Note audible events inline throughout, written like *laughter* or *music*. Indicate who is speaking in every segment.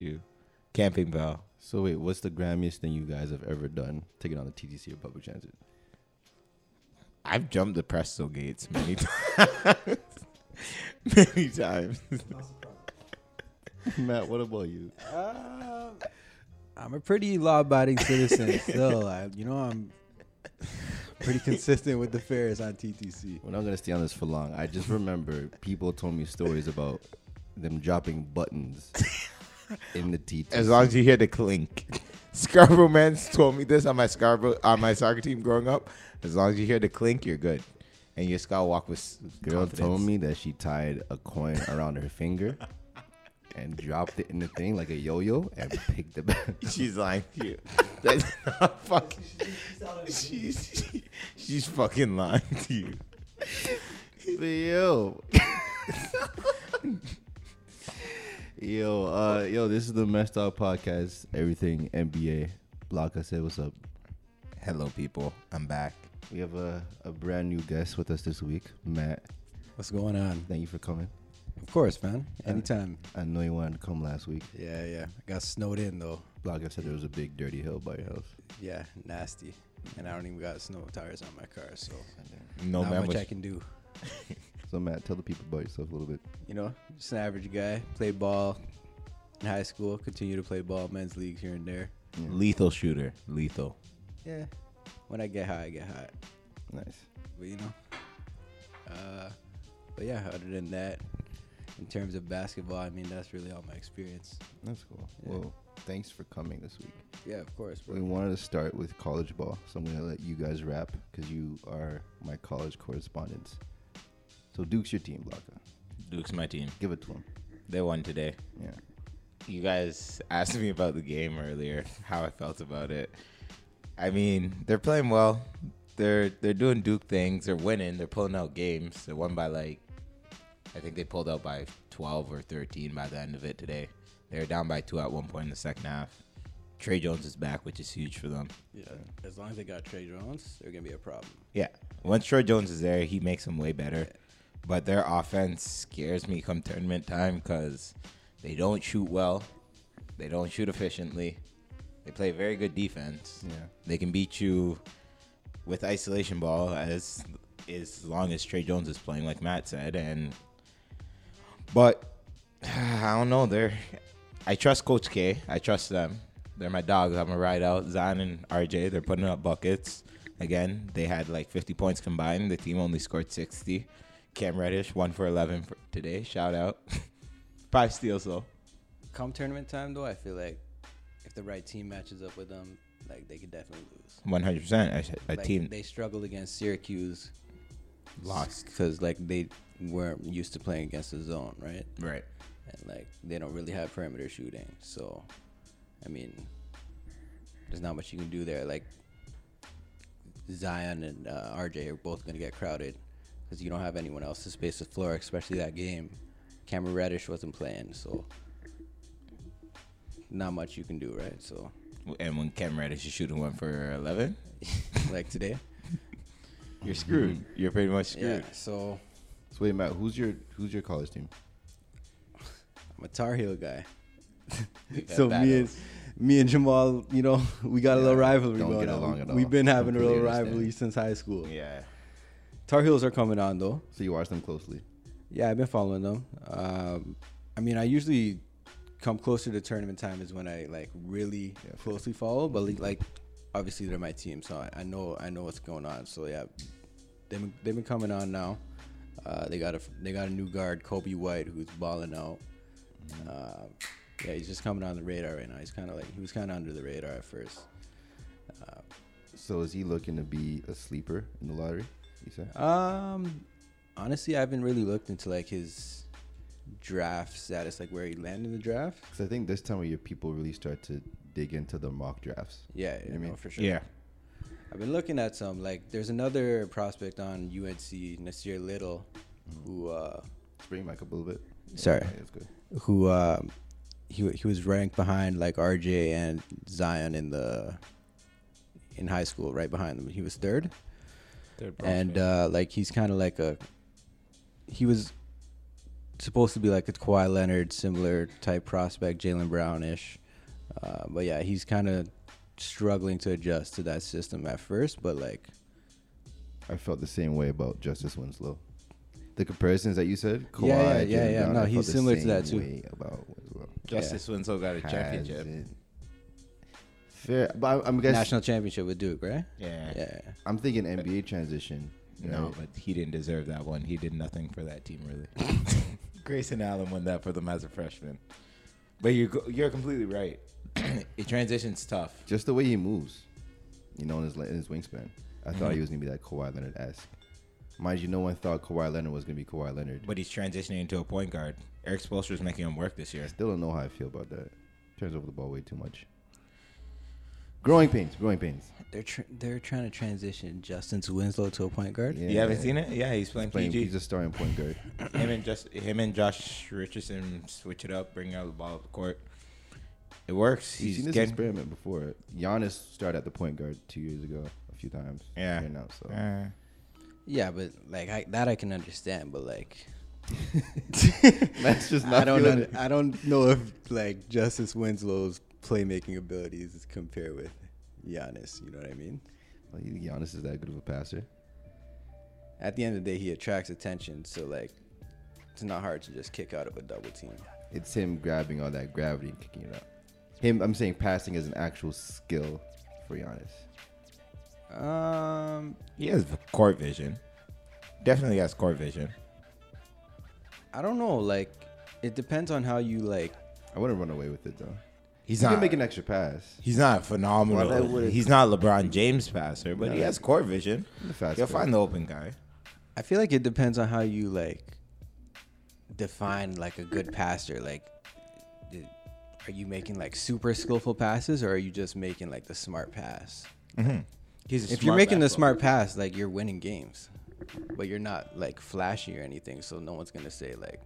Speaker 1: you.
Speaker 2: Camping Bell.
Speaker 3: So wait, what's the grimiest thing you guys have ever done? Taking on the TTC or public transit?
Speaker 2: I've jumped the Presto gates many *laughs* times. many times.
Speaker 3: *laughs* Matt, what about you?
Speaker 4: Um, I'm a pretty law-abiding *laughs* citizen still. I, you know, I'm pretty consistent with the fares on TTC.
Speaker 3: We're not gonna stay on this for long. I just remember people told me stories about them dropping *laughs* buttons in the TTC.
Speaker 2: As long as you hear the clink. Scarborough man's told me this on my Scarborough on my soccer team growing up. As long as you hear the clink, you're good, and you just gotta walk with s-
Speaker 3: Girl
Speaker 2: confidence.
Speaker 3: told me that she tied a coin around her finger and dropped it in the thing like a yo-yo and picked it back.
Speaker 2: She's lying to you. *laughs* That's not fucking. She's she's fucking lying to you.
Speaker 3: *laughs* yo. *laughs* yo, uh, yo, this is the messed up podcast. Everything NBA. Block, I said, what's up?
Speaker 2: Hello, people. I'm back.
Speaker 3: We have a, a brand new guest with us this week, Matt.
Speaker 4: What's going on?
Speaker 3: Thank you for coming.
Speaker 4: Of course, man. Anytime.
Speaker 3: I know you wanted to come last week.
Speaker 4: Yeah, yeah. I got snowed in though.
Speaker 3: Block, I said there was a big dirty hill by your house.
Speaker 4: Yeah, nasty. And I don't even got snow tires on my car, so
Speaker 2: No
Speaker 4: not
Speaker 2: man
Speaker 4: much
Speaker 2: was
Speaker 4: I can do.
Speaker 3: So, Matt, tell the people about yourself a little bit.
Speaker 4: You know, just an average guy. Played ball in high school. Continue to play ball, men's league here and there.
Speaker 2: lethal shooter. Lethal.
Speaker 4: Yeah. When I get high, I get high.
Speaker 3: Nice.
Speaker 4: but you know. Uh, but yeah, other than that, in terms of basketball, I mean that's really all my experience.
Speaker 3: That's cool.
Speaker 4: Yeah.
Speaker 3: Well, thanks for coming this week.
Speaker 4: Yeah, of course.
Speaker 3: We wanted to start with college ball, so I'm going to let you guys rap because you are my college correspondents. So Duke's your team, Blanca.
Speaker 2: Duke's my team.
Speaker 3: Give it to him.
Speaker 2: They won today.
Speaker 3: Yeah.
Speaker 2: You guys asked me about the game earlier, how I felt about it. I mean, they're playing well. They're they're doing Duke things. They're winning. They're pulling out games. They won by like, I think they pulled out by 12 or 13 by the end of it today. They were down by two at one point in the second half. Trey Jones is back, which is huge for them.
Speaker 4: Yeah, as long as they got Trey Jones, they're gonna be a problem.
Speaker 2: Yeah. Once Troy Jones is there, he makes them way better. But their offense scares me come tournament time because they don't shoot well. They don't shoot efficiently. They play very good defense.
Speaker 3: Yeah.
Speaker 2: They can beat you with isolation ball as as long as Trey Jones is playing, like Matt said. And but *sighs* I don't know. They're I trust Coach K. I trust them. They're my dogs. I'm a ride out. Zion and RJ. They're putting up buckets. Again, they had like 50 points combined. The team only scored 60. Cam Reddish one for 11 for today. Shout out. *laughs* Five steals though.
Speaker 4: Come tournament time though, I feel like if the right team matches up with them, like they could definitely lose.
Speaker 2: 100%. A, a
Speaker 4: like,
Speaker 2: team
Speaker 4: they struggled against Syracuse
Speaker 2: lost.
Speaker 4: because like they weren't used to playing against the zone, right?
Speaker 2: Right.
Speaker 4: and like they don't really have perimeter shooting. So, I mean, there's not much you can do there. Like Zion and uh, RJ are both gonna get crowded because you don't have anyone else to space the floor, especially that game. Cameron Reddish wasn't playing, so not much you can do, right? So, *laughs*
Speaker 2: And when Cam Reddish is shooting one for 11,
Speaker 4: like today,
Speaker 2: you're screwed. You're pretty much
Speaker 4: Mm-hmm. yeah.
Speaker 2: screwed.
Speaker 4: So
Speaker 3: So wait, Matt, who's your who's your college team?
Speaker 4: I'm a Tar Heel guy.
Speaker 2: We've had
Speaker 4: so me and
Speaker 2: battles.
Speaker 4: me and Jamal, you know, *laughs* we got a little rivalry
Speaker 3: don't
Speaker 4: going
Speaker 3: get
Speaker 4: on.
Speaker 3: along at all.
Speaker 4: We've been having a
Speaker 3: Completely
Speaker 4: little
Speaker 3: understand.
Speaker 4: rivalry since high school.
Speaker 2: yeah.
Speaker 4: Tar Heels are coming on though.
Speaker 3: So you watch them closely.
Speaker 4: Yeah, I've been following them. Um, I mean, I usually come closer to tournament time is when I like really closely follow, but like, like, obviously they're my team, so I, I know I know what's going on. So yeah, they've been, they've been coming on now. Uh, they got a they got a new guard, Kobe White, who's balling out. Uh, yeah, he's just coming on the radar right now. He's kind of like he was kind of under the radar at first.
Speaker 3: So is he looking to be a sleeper in the lottery? You said.
Speaker 4: Um, honestly, I haven't really looked into like his draft status, like where he landed in the draft.
Speaker 3: Because I think this time of year people really start to dig into the mock drafts.
Speaker 4: Yeah,
Speaker 3: know
Speaker 4: yeah,
Speaker 3: what I
Speaker 4: no,
Speaker 3: mean?
Speaker 4: for sure.
Speaker 2: Yeah.
Speaker 4: I've been looking at some. Like, there's another prospect on UNC, Nasir Little, who, uh,
Speaker 3: Spring back up a little bit.
Speaker 4: Sorry.
Speaker 3: Yeah, it's good.
Speaker 4: who, um he he was ranked behind like RJ and Zion in the in high school, right behind them. He was third,
Speaker 2: Third
Speaker 4: and uh, like he's kind of like a he was supposed to be like a Kawhi Leonard similar type prospect, Jalen Brownish. Uh, but yeah, he's kind of struggling to adjust to that system at first. But like,
Speaker 3: I felt the same way about Justice Winslow. The comparisons that you said,
Speaker 4: Yeah, yeah,
Speaker 3: Jaylen
Speaker 4: yeah, yeah.
Speaker 3: Brown,
Speaker 4: No,
Speaker 3: I felt
Speaker 4: he's
Speaker 3: the
Speaker 4: similar to
Speaker 3: same
Speaker 4: that too.
Speaker 3: way About Winslow.
Speaker 2: Justice Winslow got a championship.
Speaker 3: Hasn't- Fair, but I'm, I'm guessing.
Speaker 4: national championship with Duke, right?
Speaker 2: Yeah.
Speaker 4: Yeah.
Speaker 3: I'm thinking NBA transition.
Speaker 2: No,
Speaker 3: right?
Speaker 2: but he didn't deserve that one. He did nothing for that team, really.
Speaker 3: *laughs*
Speaker 2: Grayson Allen won that for them as a freshman. But you're go- you're completely right. *clears throat* it transitions tough.
Speaker 3: just the way he moves, you know, in his, le- in his wingspan. I thought
Speaker 4: Mm-hmm.
Speaker 3: he was gonna be that Kawhi Leonard esque. Mind you, no one thought Kawhi Leonard was gonna be Kawhi Leonard.
Speaker 2: But he's transitioning into a point guard. Eric Spoelstra is making him work this year.
Speaker 3: Still don't know how I feel about that. Turns over the ball way too much. Growing pains, growing pains.
Speaker 4: They're tr- they're trying to transition Justin Winslow to a point guard.
Speaker 3: Yeah.
Speaker 2: You haven't seen it? Yeah, he's playing,
Speaker 3: Playing,
Speaker 2: PG.
Speaker 3: he's a starting
Speaker 2: *sighs*
Speaker 3: point guard.
Speaker 2: him and just him and Josh Richardson switch it up, bring out the ball up the court. It works.
Speaker 3: He's
Speaker 2: He's
Speaker 3: seen this
Speaker 2: getting.
Speaker 3: experiment before. Giannis started at the point guard two years ago, a few times.
Speaker 2: Yeah.
Speaker 3: Here now, so
Speaker 2: Uh,
Speaker 4: Yeah, but like I, that I can understand, but like
Speaker 3: *laughs* that's *laughs* just not.
Speaker 4: I don't
Speaker 3: feeling
Speaker 4: know,
Speaker 3: it.
Speaker 4: I don't know if like Justice Winslow's playmaking abilities is compared with Giannis, you know what I mean?
Speaker 3: Like, you think Giannis is that good of a passer.
Speaker 4: At the end of the day, he attracts attention, so like it's not hard to just kick out of a double team.
Speaker 3: It's him grabbing all that gravity and kicking it out. Him, I'm saying passing is an actual skill for Giannis.
Speaker 4: Um
Speaker 2: he has court vision. Definitely has court vision.
Speaker 4: I don't know, like it depends on how you like
Speaker 3: I wouldn't run away with it though.
Speaker 2: He's
Speaker 3: He
Speaker 2: not
Speaker 3: can make an extra pass.
Speaker 2: He's not phenomenal.
Speaker 3: Well, that would've-
Speaker 2: He's not LeBron James passer, but
Speaker 3: No,
Speaker 2: he
Speaker 3: that-
Speaker 2: has court vision.
Speaker 3: The fast
Speaker 2: He'll
Speaker 3: break.
Speaker 2: find the open guy.
Speaker 4: I feel like it depends on how you like define like a good passer. Like, i- are you making like super skillful passes, or are you just making like the smart pass?
Speaker 2: He's
Speaker 4: Mm-hmm. if you're making the smart pass, like you're winning games, but you're not like flashy or anything, so no one's gonna say like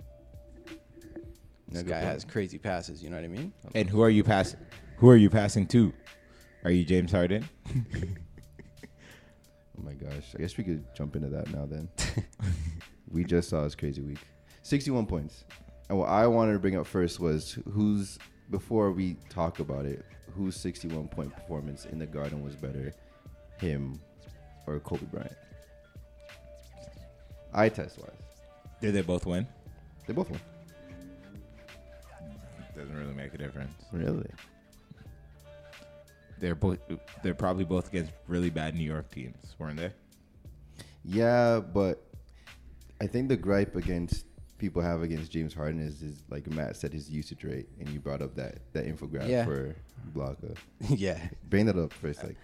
Speaker 4: this
Speaker 3: good
Speaker 4: guy
Speaker 3: point.
Speaker 4: has crazy passes. You know what I mean?
Speaker 2: and who are you passing? Who are you passing to? Are you James Harden?
Speaker 3: Oh my gosh! I guess we could jump into that now. Then *laughs* we just saw his crazy week. 61 points. And what I wanted to bring up first was who's before we talk about it, whose 61 point performance in the Garden was better, him or Kobe Bryant? Eye test wise,
Speaker 2: Did they both win?
Speaker 3: they both won.
Speaker 2: Doesn't really make a difference.
Speaker 3: Really?
Speaker 2: They're both. They're probably both against really bad New York teams, weren't they?
Speaker 3: Yeah, but I think the gripe against people have against James Harden is, is like Matt said his usage rate, and you brought up that that infographic
Speaker 4: Yeah.
Speaker 3: for Blocker.
Speaker 4: *laughs* yeah,
Speaker 3: Bring that up first, like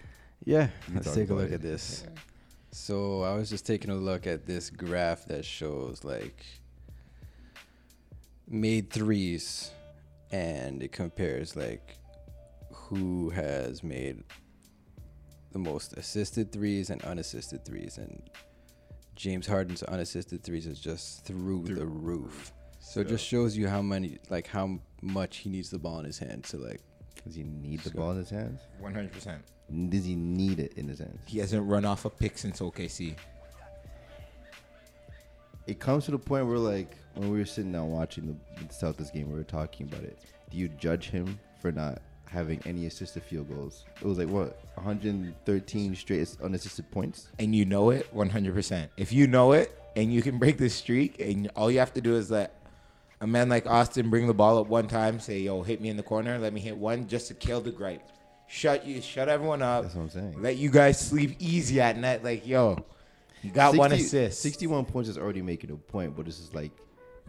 Speaker 4: yeah.
Speaker 3: You
Speaker 4: Let's
Speaker 3: talk
Speaker 4: take a
Speaker 3: about
Speaker 4: look
Speaker 3: it.
Speaker 4: at this. So I was just taking a look at this graph that shows like made threes and it compares like who has made the most assisted threes and unassisted threes and James Harden's unassisted threes is just through, the roof. So it just shows you how many like how much he needs the ball in his hand to like
Speaker 3: does he need the
Speaker 4: Sure.
Speaker 3: ball in his hands?
Speaker 2: One hundred percent.
Speaker 3: Does he need it in his hands?
Speaker 2: He hasn't run off a pick since OKC.
Speaker 3: It comes to the point where like when we were sitting down watching the Celtics game, we were talking about it. Do you judge him for not having any assisted field goals? It was like what 113 straight unassisted points.
Speaker 2: and you know it 100%. If you know it and you can break the streak, and all you have to do is let a man like Austin bring the ball up one time, say, "Yo, hit me in the corner, let me hit one," just to kill the gripe. Shut you, shut everyone up.
Speaker 3: That's what I'm saying.
Speaker 2: Let you guys sleep easy at night. Like, yo, you got one
Speaker 3: 60
Speaker 2: assist.
Speaker 3: 61 points is already making a point, but this is like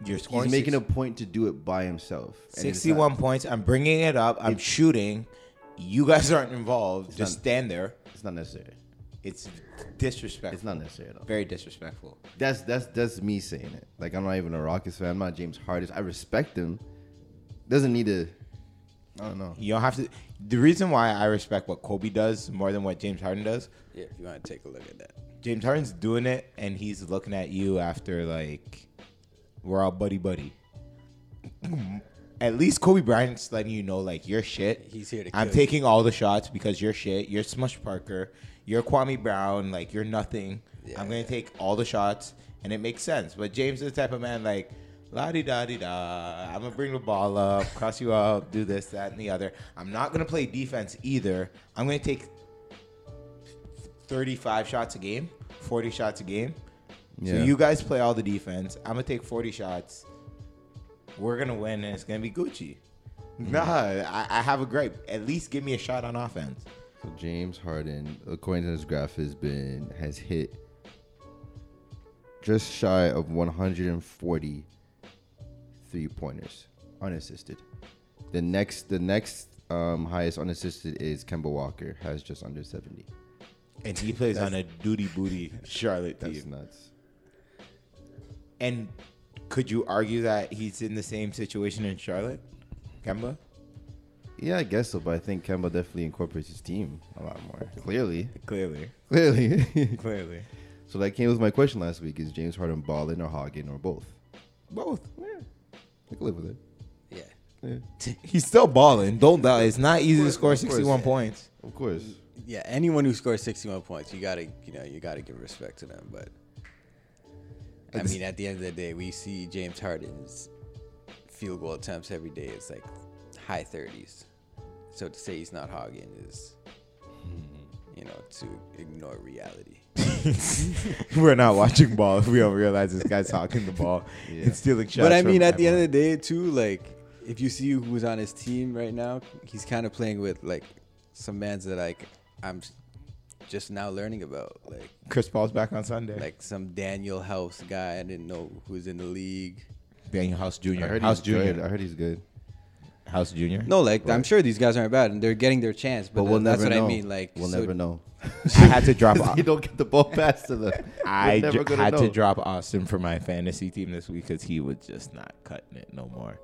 Speaker 2: You're
Speaker 3: he's
Speaker 2: scoring
Speaker 3: making
Speaker 2: six-
Speaker 3: a point to do it by himself. and it's not-
Speaker 2: 61 points. I'm bringing it up. I'm shooting. You guys aren't involved. Just
Speaker 3: not-
Speaker 2: stand there.
Speaker 3: It's not necessary.
Speaker 2: It's disrespectful.
Speaker 3: It's not necessary at all.
Speaker 2: very disrespectful.
Speaker 3: That's that's that's me saying it. Like I'm not even a Rockets fan. I'm not James Harden. I respect him. Doesn't need to. I don't know.
Speaker 2: You don't have to. The reason why I respect what Kobe does more than what James Harden does,
Speaker 4: yeah, if you want to take a look at that.
Speaker 2: James Harden's doing it and he's looking at you after like we're all buddy buddy. At least Kobe Bryant's letting you know like you're shit.
Speaker 4: He's here to
Speaker 2: I'm
Speaker 4: kill you.
Speaker 2: taking all the shots because you're shit. You're Smush Parker. You're Kwame Brown. Like you're nothing.
Speaker 4: Yeah.
Speaker 2: I'm gonna take all the shots, and it makes sense. But James is the type of man like La di da di da. I'm gonna bring the ball up, cross you up, do this, that, and the other. I'm not gonna play defense either. I'm gonna take 35 shots a game, 40 shots a game. So
Speaker 3: Yeah.
Speaker 2: you guys play all the defense. I'm gonna take 40 shots. We're gonna win, and it's gonna be Gucci. Nah, I, I have a gripe. At least give me a shot on offense.
Speaker 3: So James Harden, according to his graph, has been has hit just shy of 140 three pointers unassisted. The next the next um, highest unassisted is Kemba Walker, has just under 70.
Speaker 2: And he plays on a duty booty Charlotte
Speaker 3: That's
Speaker 2: team.
Speaker 3: nuts.
Speaker 2: And could you argue that he's in the same situation in Charlotte, Kemba?
Speaker 3: Yeah, I guess so, but I think Kemba definitely incorporates his team a lot more. Clearly, *laughs*
Speaker 2: Clearly,
Speaker 3: clearly. *laughs*
Speaker 2: clearly,
Speaker 3: so that came with my question last week: Is James Harden balling or hogging or both?
Speaker 2: both.
Speaker 3: Yeah, I can live with it.
Speaker 4: Yeah.
Speaker 3: Yeah.
Speaker 2: He's still balling. Don't doubt. It's not easy to
Speaker 3: Of
Speaker 2: score
Speaker 3: course, of
Speaker 2: *laughs*
Speaker 3: course.
Speaker 2: 61 points.
Speaker 3: Of course.
Speaker 4: Yeah, anyone who scores 61 points, you got to, you know, you got to give respect to them, but I
Speaker 2: Ex-
Speaker 4: mean, at the end of the day, we see James Harden's field goal attempts every day is like high 30s. So to say he's not hogging is you know, to ignore reality.
Speaker 2: We're not watching ball if we don't realize this guy's hawking the *laughs* ball
Speaker 3: Yeah.
Speaker 2: and stealing shots.
Speaker 4: but I
Speaker 2: from
Speaker 4: mean, at the end
Speaker 2: everyone.
Speaker 4: of the day, too, like if you see who's on his team right now, he's kind of playing with like some mans that like I'm s- just now learning about, like
Speaker 2: Chris Paul's back on Sunday.
Speaker 4: like some Daniel House guy I didn't know who's in the league.
Speaker 2: Daniel House
Speaker 3: I
Speaker 2: Jr.
Speaker 3: heard
Speaker 2: House
Speaker 3: he's
Speaker 2: Jr.
Speaker 3: good. I heard he's good.
Speaker 2: House Jr.
Speaker 4: No, like I'm
Speaker 3: Right.
Speaker 4: sure these guys aren't bad and they're getting their chance,
Speaker 3: But
Speaker 4: but,
Speaker 3: we'll
Speaker 4: that's
Speaker 3: never
Speaker 4: what
Speaker 3: know.
Speaker 4: I mean. Like
Speaker 3: we'll
Speaker 4: so
Speaker 3: never
Speaker 4: *laughs*
Speaker 3: know.
Speaker 2: I had to
Speaker 3: *laughs*
Speaker 2: drop.
Speaker 3: Because
Speaker 2: Au-
Speaker 3: he don't get the ball past to them.
Speaker 2: I
Speaker 3: We're never
Speaker 2: ju-
Speaker 3: gonna
Speaker 2: had to
Speaker 3: know.
Speaker 2: drop Austin for my fantasy team this week because he was just not cutting it no more.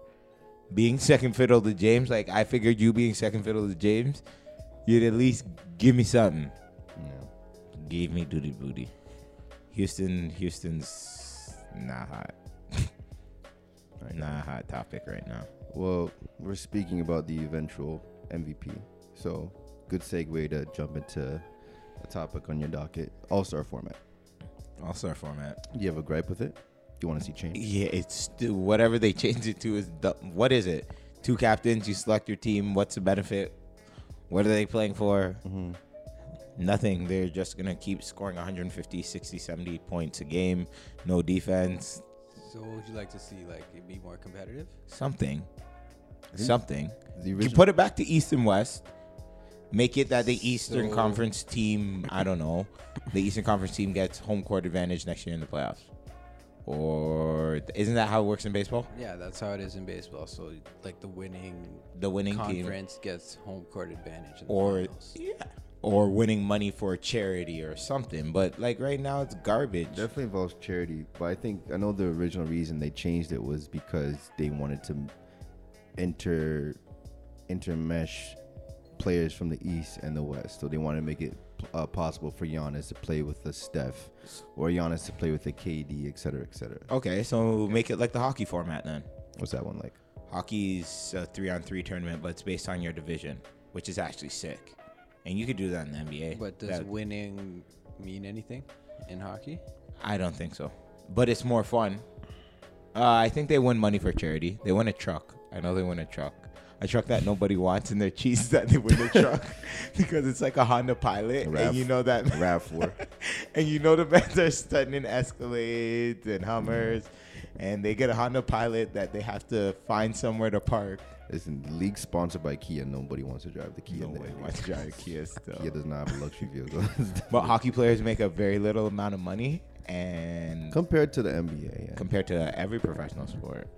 Speaker 2: Being second fiddle to James, like I figured you being second fiddle to James, you'd at least give me something.
Speaker 3: No.
Speaker 2: Gave me duty booty. Houston, Houston's not hot. *laughs* not a hot topic right now.
Speaker 3: Well, we're speaking about the eventual MVP, so good segue to jump into a topic on your docket: All Star format.
Speaker 2: All star format.
Speaker 3: Do you have a gripe with it? Do you want to see
Speaker 4: E-
Speaker 3: change?
Speaker 2: Yeah, it's still whatever they *laughs* change it to is du- what is it? Two captains. You select your team. What's the benefit? What are they playing for?
Speaker 3: Mm-hmm.
Speaker 2: nothing. They're just going to keep scoring 150, 60, 70 points a game. No defense.
Speaker 4: So what would you like to see? Like it be more competitive?
Speaker 2: Something.
Speaker 3: Really?
Speaker 2: Something.
Speaker 3: The
Speaker 2: You
Speaker 3: original,
Speaker 2: put it back to East and West. Make it that the Eastern
Speaker 4: So-
Speaker 2: Conference team, I don't know, the Eastern Conference team gets home court advantage next year in the playoffs. Or isn't that how it works in baseball?
Speaker 4: Yeah, that's how it is in baseball. So like the winning
Speaker 2: The winning team.
Speaker 4: conference gets home court advantage in the
Speaker 2: or
Speaker 4: finals.
Speaker 2: yeah, or winning money for a charity or something. But like right now, it's garbage.
Speaker 3: definitely involves charity, but I think I know the original reason they changed it was because they wanted to enter intermesh players from the East and the West, so they wanted to make it uh, possible for Giannis to play with a Steph or Giannis to play with a KD, et cetera, et cetera.
Speaker 2: Okay, so make it like the hockey format then.
Speaker 3: What's that one like?
Speaker 2: Hockey's a three on three tournament, but it's based on your division, which is actually sick. And you could do that in the NBA.
Speaker 4: But does
Speaker 2: That-
Speaker 4: winning mean anything in hockey?
Speaker 2: I don't think so. But it's more fun. Uh, I think they win money for charity. They win a truck. I know they win a truck. A truck that nobody wants, and their cheese that they
Speaker 4: *laughs*
Speaker 2: win the truck *laughs* because it's like a Honda Pilot,
Speaker 3: A
Speaker 2: and
Speaker 3: RAV.
Speaker 2: you know that,
Speaker 3: Rav
Speaker 2: *laughs*
Speaker 3: four.
Speaker 2: and you know the *laughs* men are stunning in Escalades and Hummers, and they get a Honda Pilot that they have to find somewhere to park.
Speaker 3: Listen, the league's sponsored by Kia. Nobody wants to drive the Kia.
Speaker 2: No
Speaker 3: in the
Speaker 2: way,
Speaker 3: NBA.
Speaker 2: why drive a *laughs* Kia still?
Speaker 3: Kia does not have a luxury vehicle. *laughs*
Speaker 2: But hockey players make a very little amount of money, and
Speaker 3: Compared to the NBA, yeah.
Speaker 2: compared to every professional sport,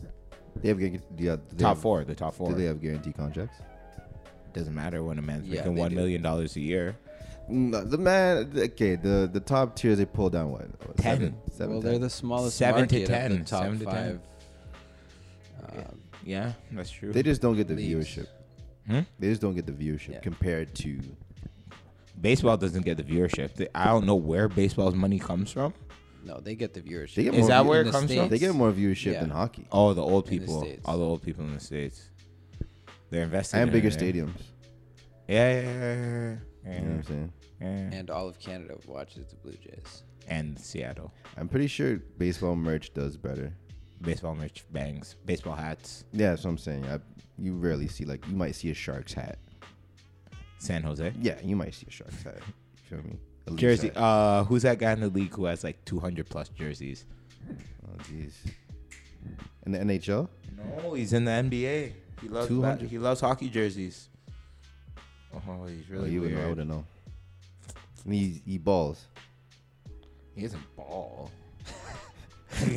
Speaker 3: they have gu- do you have- do they
Speaker 2: top
Speaker 3: have-
Speaker 2: four, the top four,
Speaker 3: Do they have guarantee contracts?
Speaker 2: doesn't matter when a man's
Speaker 4: Yeah,
Speaker 2: making
Speaker 4: they
Speaker 2: one
Speaker 4: do.
Speaker 2: million dollars a year.
Speaker 3: No, the man, okay, the the top tiers they pulled down what? What,
Speaker 2: Ten.
Speaker 3: Seven, seven,
Speaker 4: well,
Speaker 3: ten?
Speaker 4: they're the smallest
Speaker 2: Seven to
Speaker 4: market of the
Speaker 2: 10,
Speaker 4: top
Speaker 2: seven to 10.
Speaker 4: five.
Speaker 2: Yeah.
Speaker 4: Um,
Speaker 2: Yeah, that's true.
Speaker 3: They just don't get the
Speaker 4: leagues.
Speaker 3: viewership.
Speaker 2: Hmm?
Speaker 3: They just don't get the viewership
Speaker 4: Yeah.
Speaker 3: compared to.
Speaker 2: Baseball doesn't get the viewership. They- I don't know where baseball's money comes from.
Speaker 4: no, they get the viewership.
Speaker 3: They get
Speaker 2: Is
Speaker 3: more
Speaker 2: that
Speaker 3: view-
Speaker 2: where
Speaker 4: in
Speaker 2: it
Speaker 4: the
Speaker 2: comes
Speaker 4: States.
Speaker 2: from?
Speaker 3: They get more viewership
Speaker 4: Yeah.
Speaker 3: than hockey
Speaker 2: Oh, the old
Speaker 4: In the
Speaker 2: people,
Speaker 4: States.
Speaker 2: all the old people in the states. They're investing
Speaker 3: and
Speaker 2: in
Speaker 3: bigger
Speaker 2: it.
Speaker 3: stadiums.
Speaker 2: Yeah, yeah, yeah,
Speaker 3: You know what
Speaker 2: yeah,
Speaker 3: I'm saying?
Speaker 2: yeah, yeah.
Speaker 4: and all of Canada watches the Blue Jays.
Speaker 2: And Seattle,
Speaker 3: I'm pretty sure baseball merch does better.
Speaker 2: baseball merch bangs, baseball hats,
Speaker 3: Yeah, that's what I'm saying. I, you rarely see like you might see a shark's hat.
Speaker 2: San Jose.
Speaker 3: Yeah, you might see a shark's hat. You feel me? A Leafs
Speaker 2: Jersey.
Speaker 3: hat.
Speaker 2: Uh, who's that guy in the league who has like 200 plus jerseys?
Speaker 3: Oh jeez. In the NHL?
Speaker 2: No, he's in the NBA. He loves ba-
Speaker 3: 200.
Speaker 2: he loves hockey jerseys. Oh, he's
Speaker 3: oh,
Speaker 2: really
Speaker 3: you would know. I
Speaker 2: weird.
Speaker 3: wouldn't know. And he he balls.
Speaker 2: He isn't *laughs* ball.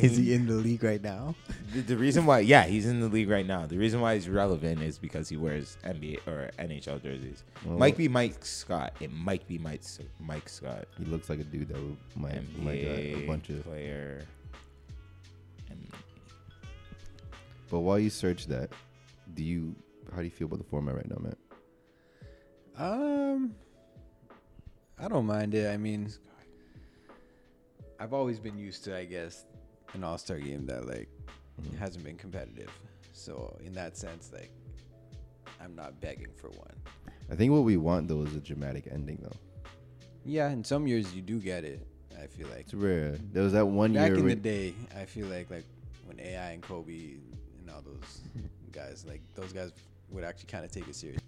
Speaker 4: Is he in the league right now?
Speaker 2: *laughs* The, the reason why, yeah, he's in the league right now. The reason why he's relevant is because he wears NBA or NHL jerseys.
Speaker 3: Well,
Speaker 2: might be Mike Scott. It might be Mike S- Mike Scott.
Speaker 3: He looks like a dude that would, might
Speaker 2: NBA
Speaker 3: might got a bunch of.
Speaker 2: player. And
Speaker 3: But while you search that, do you how do you feel about the format right now, man?
Speaker 4: Um, I don't mind it. I mean, I've always been used to, I guess, an All Star game that like
Speaker 3: Mhm.
Speaker 4: hasn't been competitive. So in that sense, like, I'm not begging for one.
Speaker 3: I think what we want though is a dramatic ending though.
Speaker 4: Yeah, in some years you do get it. I feel like
Speaker 3: It's rare. There was that one
Speaker 4: back
Speaker 3: year.
Speaker 4: in the
Speaker 3: when-
Speaker 4: day, I feel like like when AI and Kobe and all those guys, like those guys would actually kind of take it serious.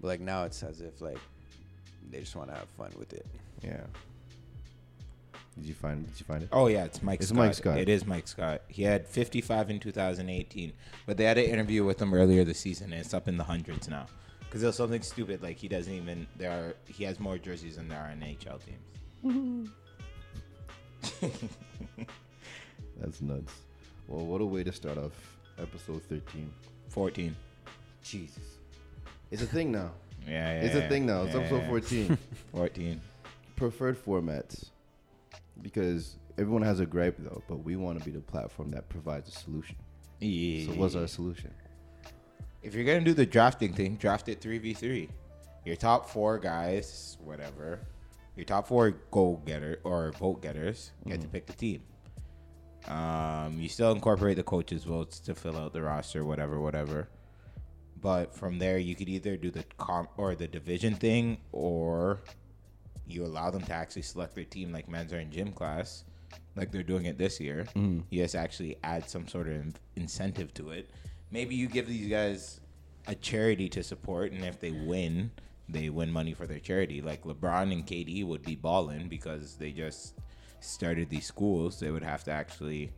Speaker 4: But like now, it's as if like they just want to have fun with it.
Speaker 3: yeah. Did you find? Did you find it?
Speaker 2: Oh yeah, it's Mike.
Speaker 3: It's
Speaker 2: Scott.
Speaker 3: Mike Scott.
Speaker 2: It is Mike Scott. He had 55 in 2018, but they had an interview with him earlier this season, and it's up in the hundreds now. Because it was something stupid like he doesn't even there. Are, he has more jerseys than there are NHL teams.
Speaker 3: That's nuts. Well, what a way to start off episode 13.
Speaker 2: 14.
Speaker 3: Jesus. It's a thing now.
Speaker 2: Yeah, yeah.
Speaker 3: It's a
Speaker 2: yeah,
Speaker 3: thing now. It's
Speaker 2: yeah,
Speaker 3: episode
Speaker 2: yeah. *laughs*
Speaker 3: 14.
Speaker 2: 14.
Speaker 3: Preferred formats. Because everyone has a gripe though, but we want to be the platform that provides a solution.
Speaker 2: Yeah.
Speaker 3: So what's our solution?
Speaker 2: If you're gonna do the drafting thing, draft it three v three. Your top four guys, whatever. Your top four goal getter or vote getters get to pick the team. Um, you still incorporate the coaches' votes to fill out the roster, whatever, whatever. But from there, you could either do the comp or the division thing, or you allow them to actually select their team, like men's or in gym class, like they're doing it this year. You just actually add some sort of in- incentive to it. Maybe you give these guys a charity to support, and if they win, they win money for their charity. Like LeBron and KD would be balling because they just started these schools. They would have to actually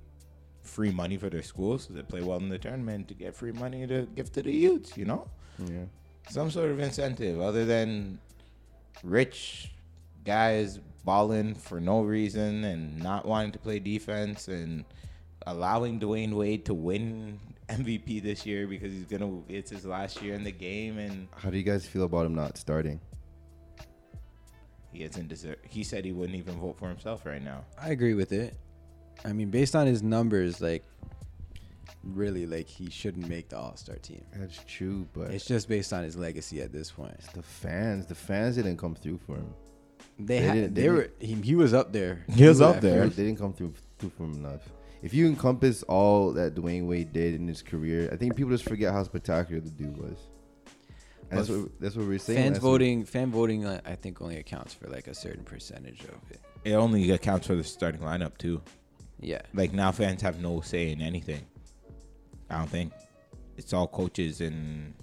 Speaker 2: free money for their schools so they play well in the tournament to get free money to give to the youths. You know
Speaker 3: Yeah.
Speaker 2: some sort of incentive other than rich guys balling for no reason and not wanting to play defense and allowing Dwayne Wade to win MVP this year because he's gonna it's his last year in the game and
Speaker 3: How do you guys feel about him not starting?
Speaker 2: he isn't deserve he said he wouldn't even vote for himself right now.
Speaker 4: I agree with it. I mean, based on his numbers, like really, like he shouldn't make the All Star team.
Speaker 3: That's true, but
Speaker 4: It's just based on his legacy at this point.
Speaker 3: the fans. The fans didn't come through for him.
Speaker 4: They,
Speaker 3: They
Speaker 4: had,
Speaker 3: didn't-
Speaker 4: they,
Speaker 3: they
Speaker 4: were he, he was
Speaker 3: *laughs*
Speaker 4: up there.
Speaker 2: He was
Speaker 4: too
Speaker 2: up
Speaker 4: at
Speaker 2: there.
Speaker 3: They
Speaker 4: first.
Speaker 3: didn't come through through from enough. If you encompass all that Dwayne Wade did in his career, I think people just forget how spectacular the dude was. And that's
Speaker 4: But
Speaker 3: what that's what we we're saying.
Speaker 4: Fans
Speaker 3: last week.
Speaker 4: voting, fan voting, uh, I think only accounts for like a certain percentage of it.
Speaker 2: It only accounts for the starting lineup too.
Speaker 4: Yeah.
Speaker 2: Like now fans have no say in anything. I don't think. It's all coaches and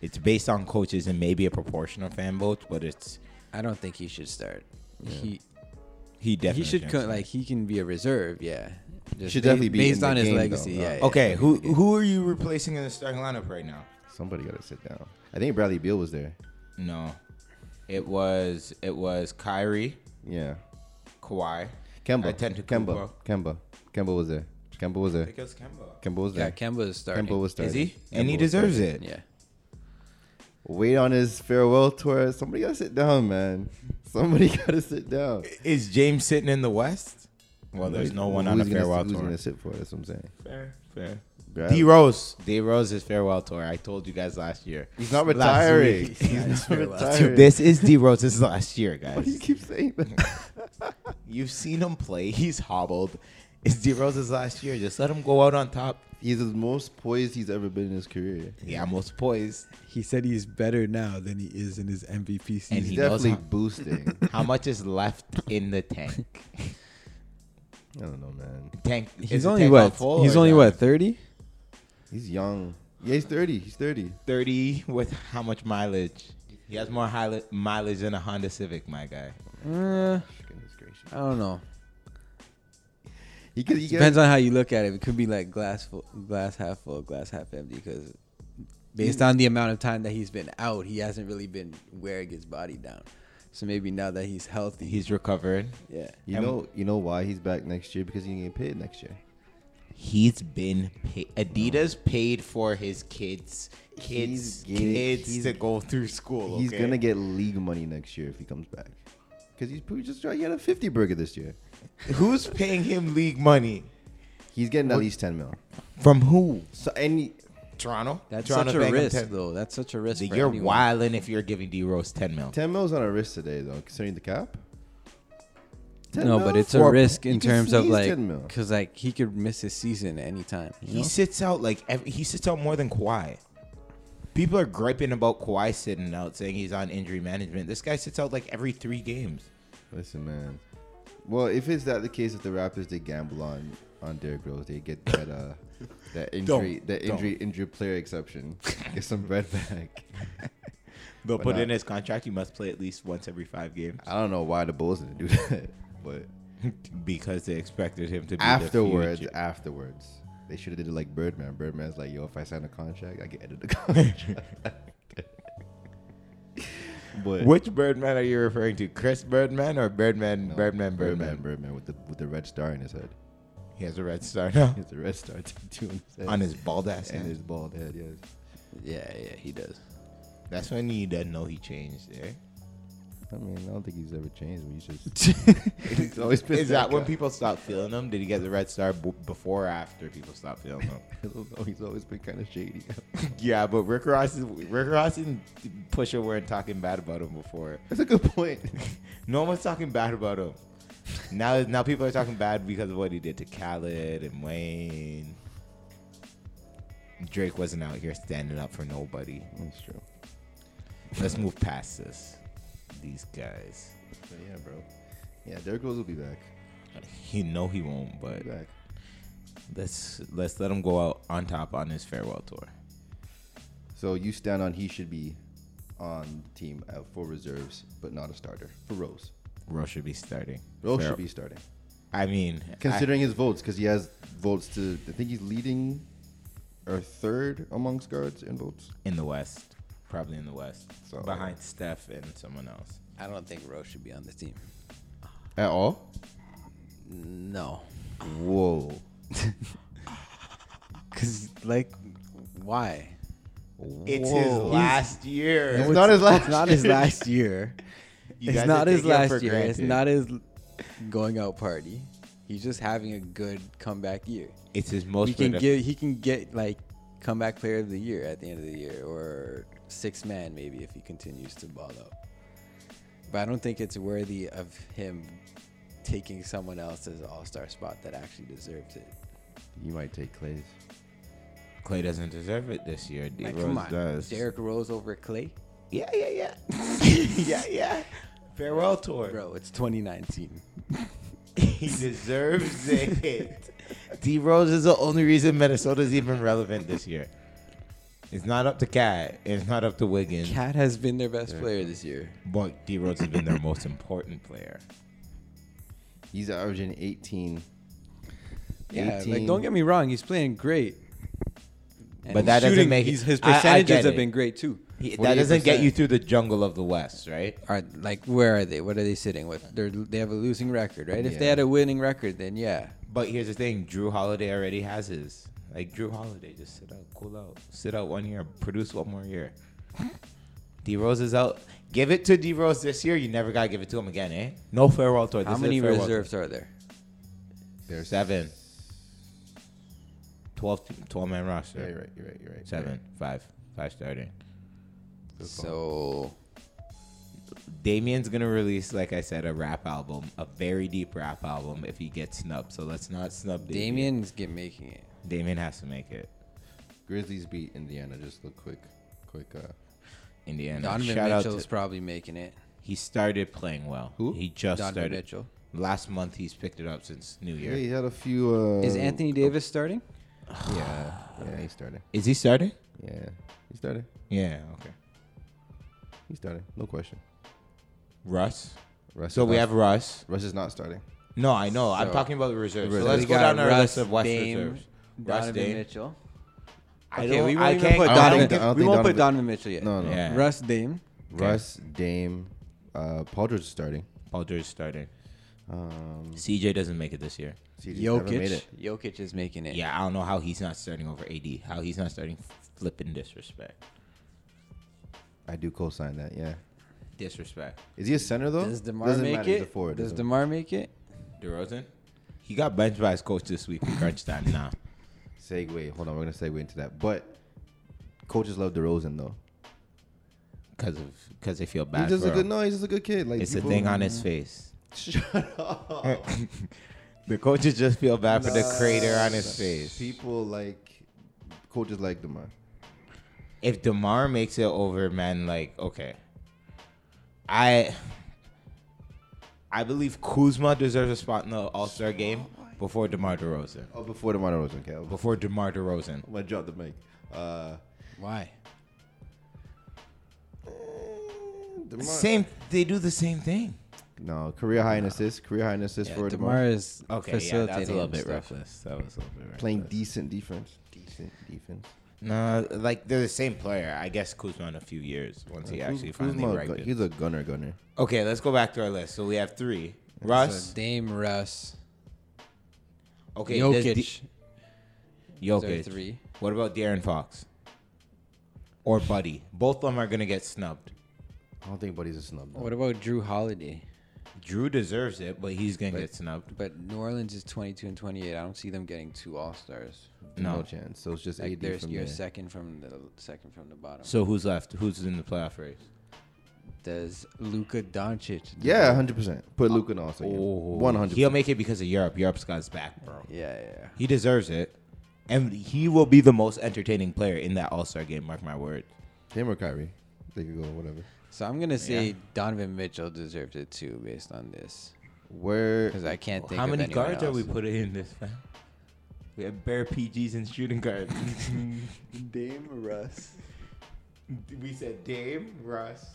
Speaker 2: it's based on coaches and maybe a proportion of fan votes, but it's
Speaker 4: I don't think he should start. He
Speaker 2: He definitely
Speaker 4: he should
Speaker 2: can
Speaker 4: co-
Speaker 2: start.
Speaker 4: like he can be a reserve. Yeah, Just
Speaker 3: should definitely be
Speaker 4: based
Speaker 3: in the
Speaker 4: on his
Speaker 3: game,
Speaker 4: legacy.
Speaker 3: though.
Speaker 4: yeah, yeah.
Speaker 2: okay. Who who are you replacing in the starting lineup right now?
Speaker 3: Somebody gotta sit down. I think Bradley Beal was there.
Speaker 2: No, it was it was Kyrie,
Speaker 3: Yeah,
Speaker 2: Kawhi.
Speaker 3: Kemba.
Speaker 2: I tend to
Speaker 3: Kemba. Kemba. Kemba was there. Kemba was
Speaker 2: I
Speaker 3: there.
Speaker 2: think it was Kemba.
Speaker 3: Kemba was
Speaker 4: Yeah,
Speaker 3: there.
Speaker 4: Kemba is starting.
Speaker 3: Kemba was starting.
Speaker 2: Is he?
Speaker 3: Kemba
Speaker 2: And he
Speaker 3: was
Speaker 2: deserves
Speaker 3: starting.
Speaker 2: it.
Speaker 4: Yeah.
Speaker 3: Wait on his farewell tour. Somebody gotta sit down, man. *laughs* Somebody gotta sit down.
Speaker 2: Is James sitting in the West? Well, there's no one on
Speaker 3: Who's
Speaker 2: a
Speaker 3: gonna-
Speaker 2: farewell
Speaker 3: who's
Speaker 2: tour.
Speaker 3: gonna sit for? it? That's what I'm saying.
Speaker 2: Fair, fair.
Speaker 3: Brad-
Speaker 2: D Rose, D Rose's farewell tour. I told you guys last year.
Speaker 3: He's not
Speaker 2: Last
Speaker 3: retiring.
Speaker 2: week.
Speaker 3: He's not
Speaker 4: farewell.
Speaker 3: retiring.
Speaker 2: Dude,
Speaker 3: *laughs*
Speaker 2: this is D Rose's last year,
Speaker 3: Why do you
Speaker 2: guys.
Speaker 3: keep saying that?
Speaker 2: You've seen him play. *laughs* He's hobbled. It's D Rose's last year. Just let him go out on top.
Speaker 3: *laughs* He's the most poised he's ever been in his career.
Speaker 2: Yeah, most poised.
Speaker 4: He said he's better now than he is in his MVP season.
Speaker 2: And
Speaker 3: He's
Speaker 2: he knows *laughs*
Speaker 3: definitely
Speaker 2: how-
Speaker 3: boosting.
Speaker 2: How much is left in the tank?
Speaker 3: I don't know, man.
Speaker 2: Tank. is
Speaker 4: He's
Speaker 2: it
Speaker 4: only
Speaker 2: Tank
Speaker 4: what?
Speaker 2: Full
Speaker 4: He's
Speaker 2: or
Speaker 4: only
Speaker 2: not?
Speaker 4: what? Thirty?
Speaker 3: He's young. Yeah, he's thirty. He's thirty.
Speaker 2: Thirty with how much mileage? He has more high mileage than a Honda Civic, my guy.
Speaker 4: Uh,
Speaker 3: Goodness gracious.
Speaker 4: I don't know.
Speaker 3: He could. He
Speaker 4: Depends
Speaker 3: could.
Speaker 4: on how you look at it. It could be like glass full, glass half full, glass half empty. Because based
Speaker 3: Hmm.
Speaker 4: on the amount of time that he's been out, he hasn't really been wearing his body down. So maybe now that he's healthy,
Speaker 2: He's recovered.
Speaker 4: yeah.
Speaker 3: You know. You know why he's back next year? Because he can get paid next year.
Speaker 2: He's been paid. Adidas paid for his kids, kids,
Speaker 3: He's getting-
Speaker 2: kids
Speaker 3: he's-
Speaker 2: to go through school.
Speaker 3: He's
Speaker 2: okay?
Speaker 3: gonna get league money next year if he comes back. Because he's probably just he had a fifty burger this year.
Speaker 2: Who's paying him league money?
Speaker 3: He's getting at least ten mil.
Speaker 2: From who?
Speaker 3: So any
Speaker 2: Toronto.
Speaker 4: That's
Speaker 2: Toronto
Speaker 4: such a
Speaker 2: paying him
Speaker 4: risk,
Speaker 2: 10
Speaker 4: though. That's such a risk.
Speaker 2: So
Speaker 4: for
Speaker 2: you're
Speaker 4: anyone.
Speaker 2: wilding if you're giving D Rose ten mil.
Speaker 3: ten mil's on a risk today though, considering the cap. 10
Speaker 4: No,
Speaker 3: mil?
Speaker 4: but it's a
Speaker 2: Four-
Speaker 4: risk in
Speaker 3: you can
Speaker 4: terms of
Speaker 3: sneeze
Speaker 4: like,
Speaker 3: 10 mil.
Speaker 4: because like he could miss his season anytime.
Speaker 2: He sits out like every, he sits out more than Kawhi. People are griping about Kawhi sitting out, saying he's on injury management. This guy sits out like every three games.
Speaker 3: Listen, man. Well, if it's that the case, if the Raptors did gamble on on Derrick Rose, they get that
Speaker 4: *laughs*
Speaker 3: uh that injury that
Speaker 2: don't.
Speaker 3: injury injured player exception. Get some bread back.
Speaker 2: They'll
Speaker 3: But
Speaker 2: put
Speaker 3: not-
Speaker 2: in his contract. He must play at least once every five games
Speaker 3: I don't know why the Bulls didn't do *laughs* that, but
Speaker 2: because they expected him to be
Speaker 3: afterwards,
Speaker 2: The future.
Speaker 3: afterwards, they should have did it like Birdman. Birdman's like, yo, if I sign a contract, I get edit
Speaker 4: *laughs*
Speaker 3: the *laughs* contract. but
Speaker 2: uh, Which Birdman are you referring to? Chris Birdman or Birdman?
Speaker 3: no,
Speaker 2: Birdman, Birdman.
Speaker 3: Birdman, Birdman with the with the red star in his head. *laughs*
Speaker 2: He has a red star *laughs* now
Speaker 3: He has a red star *laughs* tattoo on his head.
Speaker 2: on his bald ass.
Speaker 3: and
Speaker 2: head.
Speaker 3: his bald head, yes.
Speaker 4: Yeah, yeah, he does.
Speaker 2: That's when you didn't know he changed. Eh?
Speaker 3: I mean, I don't think he's ever changed. But he's *laughs* just he's always been.
Speaker 2: Is that when
Speaker 3: guy.
Speaker 2: people stopped feeling him? Did he get the red star b- before or after people stopped feeling
Speaker 3: *laughs*
Speaker 2: him?
Speaker 3: I don't know. oh, He's always been kind of shady. *laughs*
Speaker 2: Yeah, but Rick Ross is Rick Ross and Pusha weren't talking bad about him before.
Speaker 3: That's a good point.
Speaker 2: No one's talking bad about him. Now, now people are talking bad because of what he did to Khaled and Wayne. Drake wasn't out here standing up for nobody.
Speaker 3: *laughs* That's true.
Speaker 2: Let's move past this. These guys,
Speaker 3: But yeah, bro. Yeah, Derrick Rose will be back.
Speaker 2: he know he won't,
Speaker 3: Be
Speaker 2: but
Speaker 3: back.
Speaker 2: let's let's let him go out on top on his farewell tour.
Speaker 3: So you stand on he should be on the team at four reserves, but not a starter for Rose.
Speaker 2: Rose should be starting.
Speaker 3: Rose
Speaker 2: Fair-
Speaker 3: should be starting,
Speaker 2: I mean, I-
Speaker 3: considering his votes, because he has votes to. I think he's leading or third amongst guards in votes.
Speaker 2: in the West, probably in the West,
Speaker 3: So-
Speaker 2: behind Steph and someone else.
Speaker 4: I don't think Rose should be on this team.
Speaker 3: At all?
Speaker 4: No,
Speaker 3: *laughs*
Speaker 4: *laughs*
Speaker 3: Whoa.
Speaker 4: because like, why?
Speaker 2: It's his
Speaker 3: Whoa.
Speaker 2: last year.
Speaker 3: It's not his last
Speaker 4: It's not his
Speaker 3: year.
Speaker 4: last year.
Speaker 3: *laughs*
Speaker 2: You guys
Speaker 4: it's
Speaker 2: are
Speaker 4: not his
Speaker 2: taking him
Speaker 4: last
Speaker 2: for
Speaker 4: year. It's
Speaker 2: granted.
Speaker 4: not his going out party. He's just having a good comeback year.
Speaker 2: It's his most.
Speaker 4: he can
Speaker 2: productive-
Speaker 4: get he can get like comeback player of the year at the end of the year or six man maybe if he continues to ball up. But I don't think it's worthy of him taking someone else's all star spot that actually deserves it.
Speaker 3: You might take Clay's.
Speaker 2: Clay doesn't deserve it this year. D
Speaker 4: Like,
Speaker 2: Rose
Speaker 4: come on,
Speaker 2: does.
Speaker 4: Derrick Rose
Speaker 2: *laughs*
Speaker 4: over Clay,
Speaker 2: Yeah, yeah, yeah, *laughs* yeah, yeah. Farewell tour.
Speaker 4: bro. It's 2019.
Speaker 2: *laughs* He deserves it. D Rose is the only reason Minnesota's even relevant this year. It's not up to Cat. It's not up to Wiggins.
Speaker 4: Cat has been their best player this year.
Speaker 2: But D Rose has been their most important player.
Speaker 3: He's averaging 18.
Speaker 4: Yeah,
Speaker 3: 18.
Speaker 4: like don't get me wrong, he's playing great. And
Speaker 2: But
Speaker 4: he's
Speaker 2: that doesn't
Speaker 4: shooting-
Speaker 2: make it-
Speaker 4: he's, his
Speaker 2: I- I get
Speaker 4: percentages have
Speaker 2: it.
Speaker 4: been great too.
Speaker 2: He, that doesn't get
Speaker 3: 48%.
Speaker 2: you through the jungle of the West, right?
Speaker 4: are like where are they? What are they sitting with? They're they have a losing record, right? If they
Speaker 3: Yeah.
Speaker 4: had a winning record, then yeah.
Speaker 2: But here's the thing: Drew Holiday already has his. Like Drew Holiday, just sit out, cool out, sit out one year, produce one more year. D Rose is out. Give it to D Rose this year. You never gotta give it to him again, eh? No farewell tour. This
Speaker 4: How
Speaker 2: is a
Speaker 4: many
Speaker 2: farewell
Speaker 4: reserves are there?
Speaker 2: Tour.
Speaker 3: There's
Speaker 2: Seven. 12, 12 man roster.
Speaker 3: Yeah, you're right. You're right. You're right.
Speaker 2: Seven, five, five starting.
Speaker 4: So
Speaker 2: Damien's gonna release, like I said, a rap album, a very deep rap album. If he gets snubbed, so let's not snub Damien.
Speaker 4: Damien's get making it.
Speaker 2: Damien has to make it.
Speaker 3: Grizzlies beat Indiana. Just look quick, quick. Uh,
Speaker 2: Indiana.
Speaker 4: Donovan
Speaker 2: Shout out
Speaker 4: Mitchell's
Speaker 2: to
Speaker 4: probably making it.
Speaker 2: He started playing well.
Speaker 3: Who?
Speaker 2: He just
Speaker 4: Donovan
Speaker 2: started.
Speaker 4: Mitchell.
Speaker 2: Last month he's picked it up since New
Speaker 3: Yeah,
Speaker 2: Year.
Speaker 3: he had a few. Uh,
Speaker 4: Is Anthony Davis starting?
Speaker 3: Yeah,
Speaker 2: *sighs*
Speaker 3: yeah, he started.
Speaker 2: Is he starting?
Speaker 3: Yeah, he started.
Speaker 2: Yeah. Okay.
Speaker 3: He started. No question.
Speaker 2: Russ.
Speaker 3: Russ
Speaker 2: So
Speaker 3: is
Speaker 2: we
Speaker 3: not-
Speaker 2: have Russ.
Speaker 3: Russ is not starting.
Speaker 2: No, I know. I'm
Speaker 4: So-
Speaker 2: talking about the reserves. So
Speaker 3: The reserves.
Speaker 2: let's
Speaker 3: We
Speaker 2: go
Speaker 4: got
Speaker 2: down our
Speaker 4: Russ,
Speaker 2: list of West
Speaker 4: Dame,
Speaker 2: reserves. Russ
Speaker 1: Donovan
Speaker 2: Dame.
Speaker 1: Mitchell.
Speaker 2: I
Speaker 4: okay,
Speaker 2: don't.
Speaker 4: we won't
Speaker 2: I
Speaker 4: even
Speaker 2: can't.
Speaker 3: I
Speaker 4: put
Speaker 3: don't
Speaker 4: Donovan.
Speaker 3: think- I don't
Speaker 4: we
Speaker 3: think
Speaker 4: won't put
Speaker 3: Donovan-
Speaker 4: Donovan Mitchell yet.
Speaker 3: No, no.
Speaker 2: Yeah.
Speaker 4: Russ Dame.
Speaker 3: Russ, Dame, uh, Paul George is starting.
Speaker 2: Paul George starting.
Speaker 3: Um,
Speaker 2: CJ doesn't make it this year.
Speaker 3: CJ 's never
Speaker 4: Jokic.
Speaker 3: made it.
Speaker 1: Jokic is making it.
Speaker 2: Yeah, I don't know how he's not starting over AD. How he's not starting flipping disrespect.
Speaker 3: I do co-sign that. Yeah.
Speaker 2: Disrespect.
Speaker 3: Is he a center though?
Speaker 4: Does Demar
Speaker 3: Doesn't
Speaker 4: make
Speaker 3: matter, he's a
Speaker 4: it?
Speaker 3: forward,
Speaker 4: Does
Speaker 3: doesn't-
Speaker 4: Demar make it?
Speaker 2: DeRozan. He got benched by his coach this week. in Crunch time. Nah.
Speaker 3: segue? Hold on, we're gonna segue into that. But coaches love DeRozan though.
Speaker 2: because of because they feel bad.
Speaker 3: he's just
Speaker 2: for
Speaker 3: a good.
Speaker 2: him.
Speaker 3: No, he's just a good kid. Like
Speaker 2: It's a
Speaker 3: people-
Speaker 2: thing on his face.
Speaker 3: *laughs* Shut up. *laughs*
Speaker 2: The coaches just feel bad for the
Speaker 3: Nah.
Speaker 2: crater on his face.
Speaker 3: People like coaches like Demar.
Speaker 2: If Demar makes it over, man, like okay, I I believe Kuzma deserves a spot in the All Star game before Demar Derozan.
Speaker 3: Oh, before Demar Derozan, okay. I'm
Speaker 2: Before Demar Derozan,
Speaker 3: gonna drop the mic. Uh,
Speaker 4: Why?
Speaker 3: Demar.
Speaker 2: same they do the same thing.
Speaker 3: No, career high in assists. Career high in assists
Speaker 4: Yeah,
Speaker 3: for
Speaker 4: Demar
Speaker 3: Demar.
Speaker 4: is
Speaker 2: Okay, yeah,
Speaker 4: facilitating.
Speaker 2: that's a little bit
Speaker 4: stuff.
Speaker 2: reckless. That was a little bit reckless.
Speaker 3: Playing decent defense. Decent defense.
Speaker 2: No, like they're the same player. I guess Kuzma in a few years once he actually
Speaker 3: Kuz- Kuzma,
Speaker 2: finally right.
Speaker 3: he's a gunner, gunner.
Speaker 2: Okay, let's go back to our list. So we have three. Russ.
Speaker 4: So Dame, Russ,
Speaker 2: Okay, does
Speaker 4: Jokic.
Speaker 2: D- Jokic.
Speaker 4: Those are three.
Speaker 2: What about Darren Fox? Or Buddy? Both of them are gonna get snubbed.
Speaker 3: I don't think Buddy's a snub. though.
Speaker 4: what about Drew Holiday?
Speaker 2: Drew deserves it, but he's gonna get snubbed.
Speaker 4: But New Orleans is 22 and 28. I don't see them getting two All Stars.
Speaker 3: No.
Speaker 2: No.
Speaker 3: chance. So it's just
Speaker 4: Like
Speaker 3: AD
Speaker 4: there's
Speaker 3: from
Speaker 4: you're
Speaker 3: there.
Speaker 4: second from the second from the bottom.
Speaker 2: So who's left? Who's in the playoff race?
Speaker 4: Does Luka Doncic?
Speaker 3: Yeah, hundred percent. Put Luca in also.
Speaker 2: Oh,
Speaker 3: One hundred.
Speaker 2: He'll make it because of Europe. Europe's got his back, bro.
Speaker 4: Yeah, yeah.
Speaker 2: He deserves it, and he will be the most entertaining player in that All Star game. Mark my word.
Speaker 3: him or Kyrie. They could go whatever.
Speaker 4: So I'm gonna say
Speaker 2: Yeah.
Speaker 4: Donovan Mitchell deserved it too, based on this,
Speaker 3: Where
Speaker 4: because I can't think.
Speaker 2: How
Speaker 4: of
Speaker 2: many
Speaker 4: anyone
Speaker 2: guards are we
Speaker 4: else.
Speaker 2: putting in this? Fam? We have bare PGs and shooting guards.
Speaker 1: *laughs* Dame Russ.
Speaker 2: we said Dame, Russ,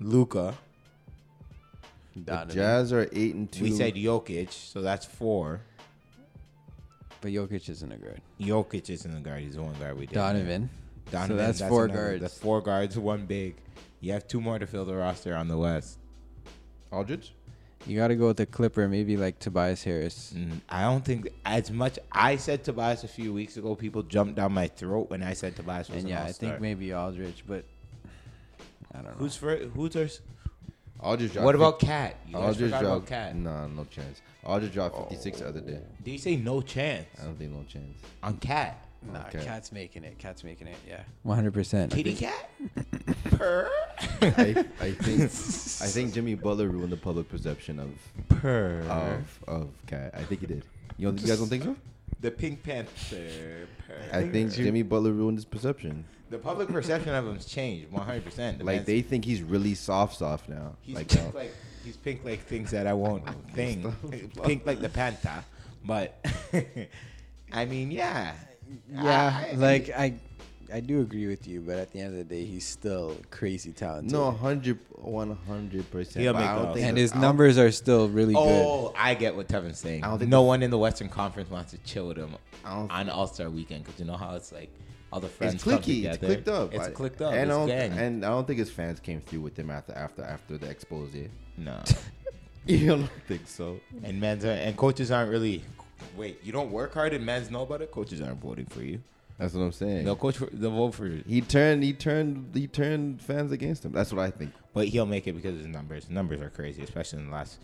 Speaker 2: Luca.
Speaker 3: the
Speaker 4: Donovan.
Speaker 3: Jazz are eight and two.
Speaker 2: We said Jokic, so that's four.
Speaker 4: But Jokic isn't a guard.
Speaker 2: Jokic isn't a guard. He's the one guard we did.
Speaker 4: Donovan.
Speaker 2: Donovan.
Speaker 4: So that's, four
Speaker 2: another-
Speaker 4: guards.
Speaker 2: That's four guards, one big. You have two more to fill the roster on the West.
Speaker 3: Aldridge.
Speaker 4: You gotta go with the Clipper, maybe like Tobias Harris.
Speaker 2: And Mm, I don't think as much. I said Tobias a few weeks ago. People jumped down my throat when I said Tobias was
Speaker 4: and
Speaker 2: an
Speaker 4: yeah, I
Speaker 2: all-star.
Speaker 4: think maybe Aldridge, but I don't know.
Speaker 2: who's for who's our,
Speaker 3: Aldridge. Dropped
Speaker 2: What
Speaker 3: fif-
Speaker 2: about Cat? You guys
Speaker 3: Aldridge
Speaker 2: forgot about
Speaker 3: dropped.
Speaker 2: Cat.
Speaker 3: Nah, no chance. Aldridge dropped fifty six the other day.
Speaker 2: They say no chance
Speaker 3: I don't think no
Speaker 2: *laughs*
Speaker 3: chance.
Speaker 2: Uh, on Cat.
Speaker 4: Nah,
Speaker 3: Okay.
Speaker 4: Cat's making it. Cat's making it. Yeah, 100. percent
Speaker 2: Kitty Cat. Purr.
Speaker 3: I, I think I think Jimmy Butler ruined the public perception of
Speaker 2: Purr.
Speaker 3: of of Cat. I think he did. You, don't, you guys don't think so?
Speaker 2: the Pink Panther. Purr.
Speaker 3: I think Jimmy Butler ruined his perception.
Speaker 2: The public perception of him's changed 100. percent
Speaker 3: Like they think he's really soft, soft now.
Speaker 2: he's *laughs*
Speaker 3: like,
Speaker 2: pink
Speaker 3: uh,
Speaker 2: like he's pink like things that I
Speaker 3: *laughs*
Speaker 2: won't think. pink like the panther, but *laughs* I mean, yeah,
Speaker 4: Yeah,
Speaker 2: I- I-
Speaker 4: Ah, like I, I do agree with you, but at the end of the day, he's still crazy talented.
Speaker 3: no, 100 100 percent.
Speaker 2: He'll
Speaker 3: But
Speaker 2: make
Speaker 3: I
Speaker 2: the
Speaker 3: don't
Speaker 2: All-Star.
Speaker 3: think
Speaker 4: and
Speaker 3: the-
Speaker 4: his
Speaker 3: I don't-
Speaker 4: numbers are still really good.
Speaker 2: Oh, I get what Tevin's saying.
Speaker 3: I don't think
Speaker 2: no
Speaker 3: the-
Speaker 2: one in the Western Conference wants to chill with him
Speaker 3: I don't-
Speaker 2: on All Star Weekend because you know how it's like all the friends
Speaker 3: It's
Speaker 2: come
Speaker 3: clicky. It's
Speaker 2: together.
Speaker 3: clicked up.
Speaker 2: It's
Speaker 3: I-
Speaker 2: clicked up.
Speaker 3: And
Speaker 2: it's
Speaker 3: I don't,
Speaker 2: gang.
Speaker 3: and I don't think his fans came through with him after after after the expose.
Speaker 2: no,
Speaker 3: *laughs* you don't think so?
Speaker 2: and men's are, and coaches aren't really. Wait, you don't work hard and men's know about it. Coaches aren't voting for you.
Speaker 3: That's what I'm saying.
Speaker 2: They'll coach. For, they'll vote for you.
Speaker 3: He turned. He turned. He turned fans against him. That's what I think.
Speaker 2: but he'll make it because his numbers numbers are crazy, especially in the last.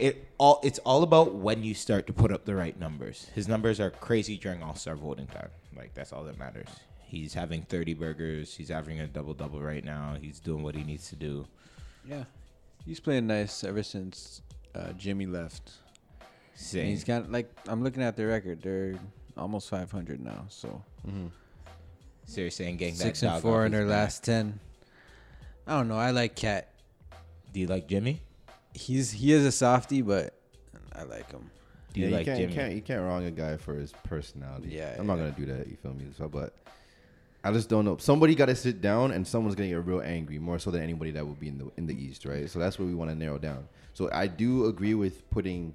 Speaker 2: It all it's all about when you start to put up the right numbers. His numbers are crazy during All Star voting time. Like that's all that matters. He's having thirty burgers. He's averaging a double double right now. He's doing what he needs to do.
Speaker 4: Yeah, he's playing nice ever since uh, Jimmy left. And
Speaker 2: Saying
Speaker 4: he's got like I'm looking at their record; they're almost 500 now. So
Speaker 2: seriously, and getting
Speaker 4: six
Speaker 2: that
Speaker 4: and
Speaker 2: dog
Speaker 4: four
Speaker 2: off
Speaker 4: in
Speaker 2: his
Speaker 4: their
Speaker 2: back.
Speaker 4: last ten. I don't know. I like Cat.
Speaker 2: Do you like Jimmy?
Speaker 4: he's he is a softie, but I like him.
Speaker 2: Do you
Speaker 3: yeah,
Speaker 2: like
Speaker 3: you can't,
Speaker 2: Jimmy?
Speaker 3: You can't, you can't wrong a guy for his personality.
Speaker 4: Yeah,
Speaker 3: I'm not
Speaker 4: yeah.
Speaker 3: gonna do that. You feel me? So, but I just don't know. Somebody got to sit down, and someone's gonna get real angry, more so than anybody that would be in the in the East, right? So that's what we want to narrow down. So I do agree with putting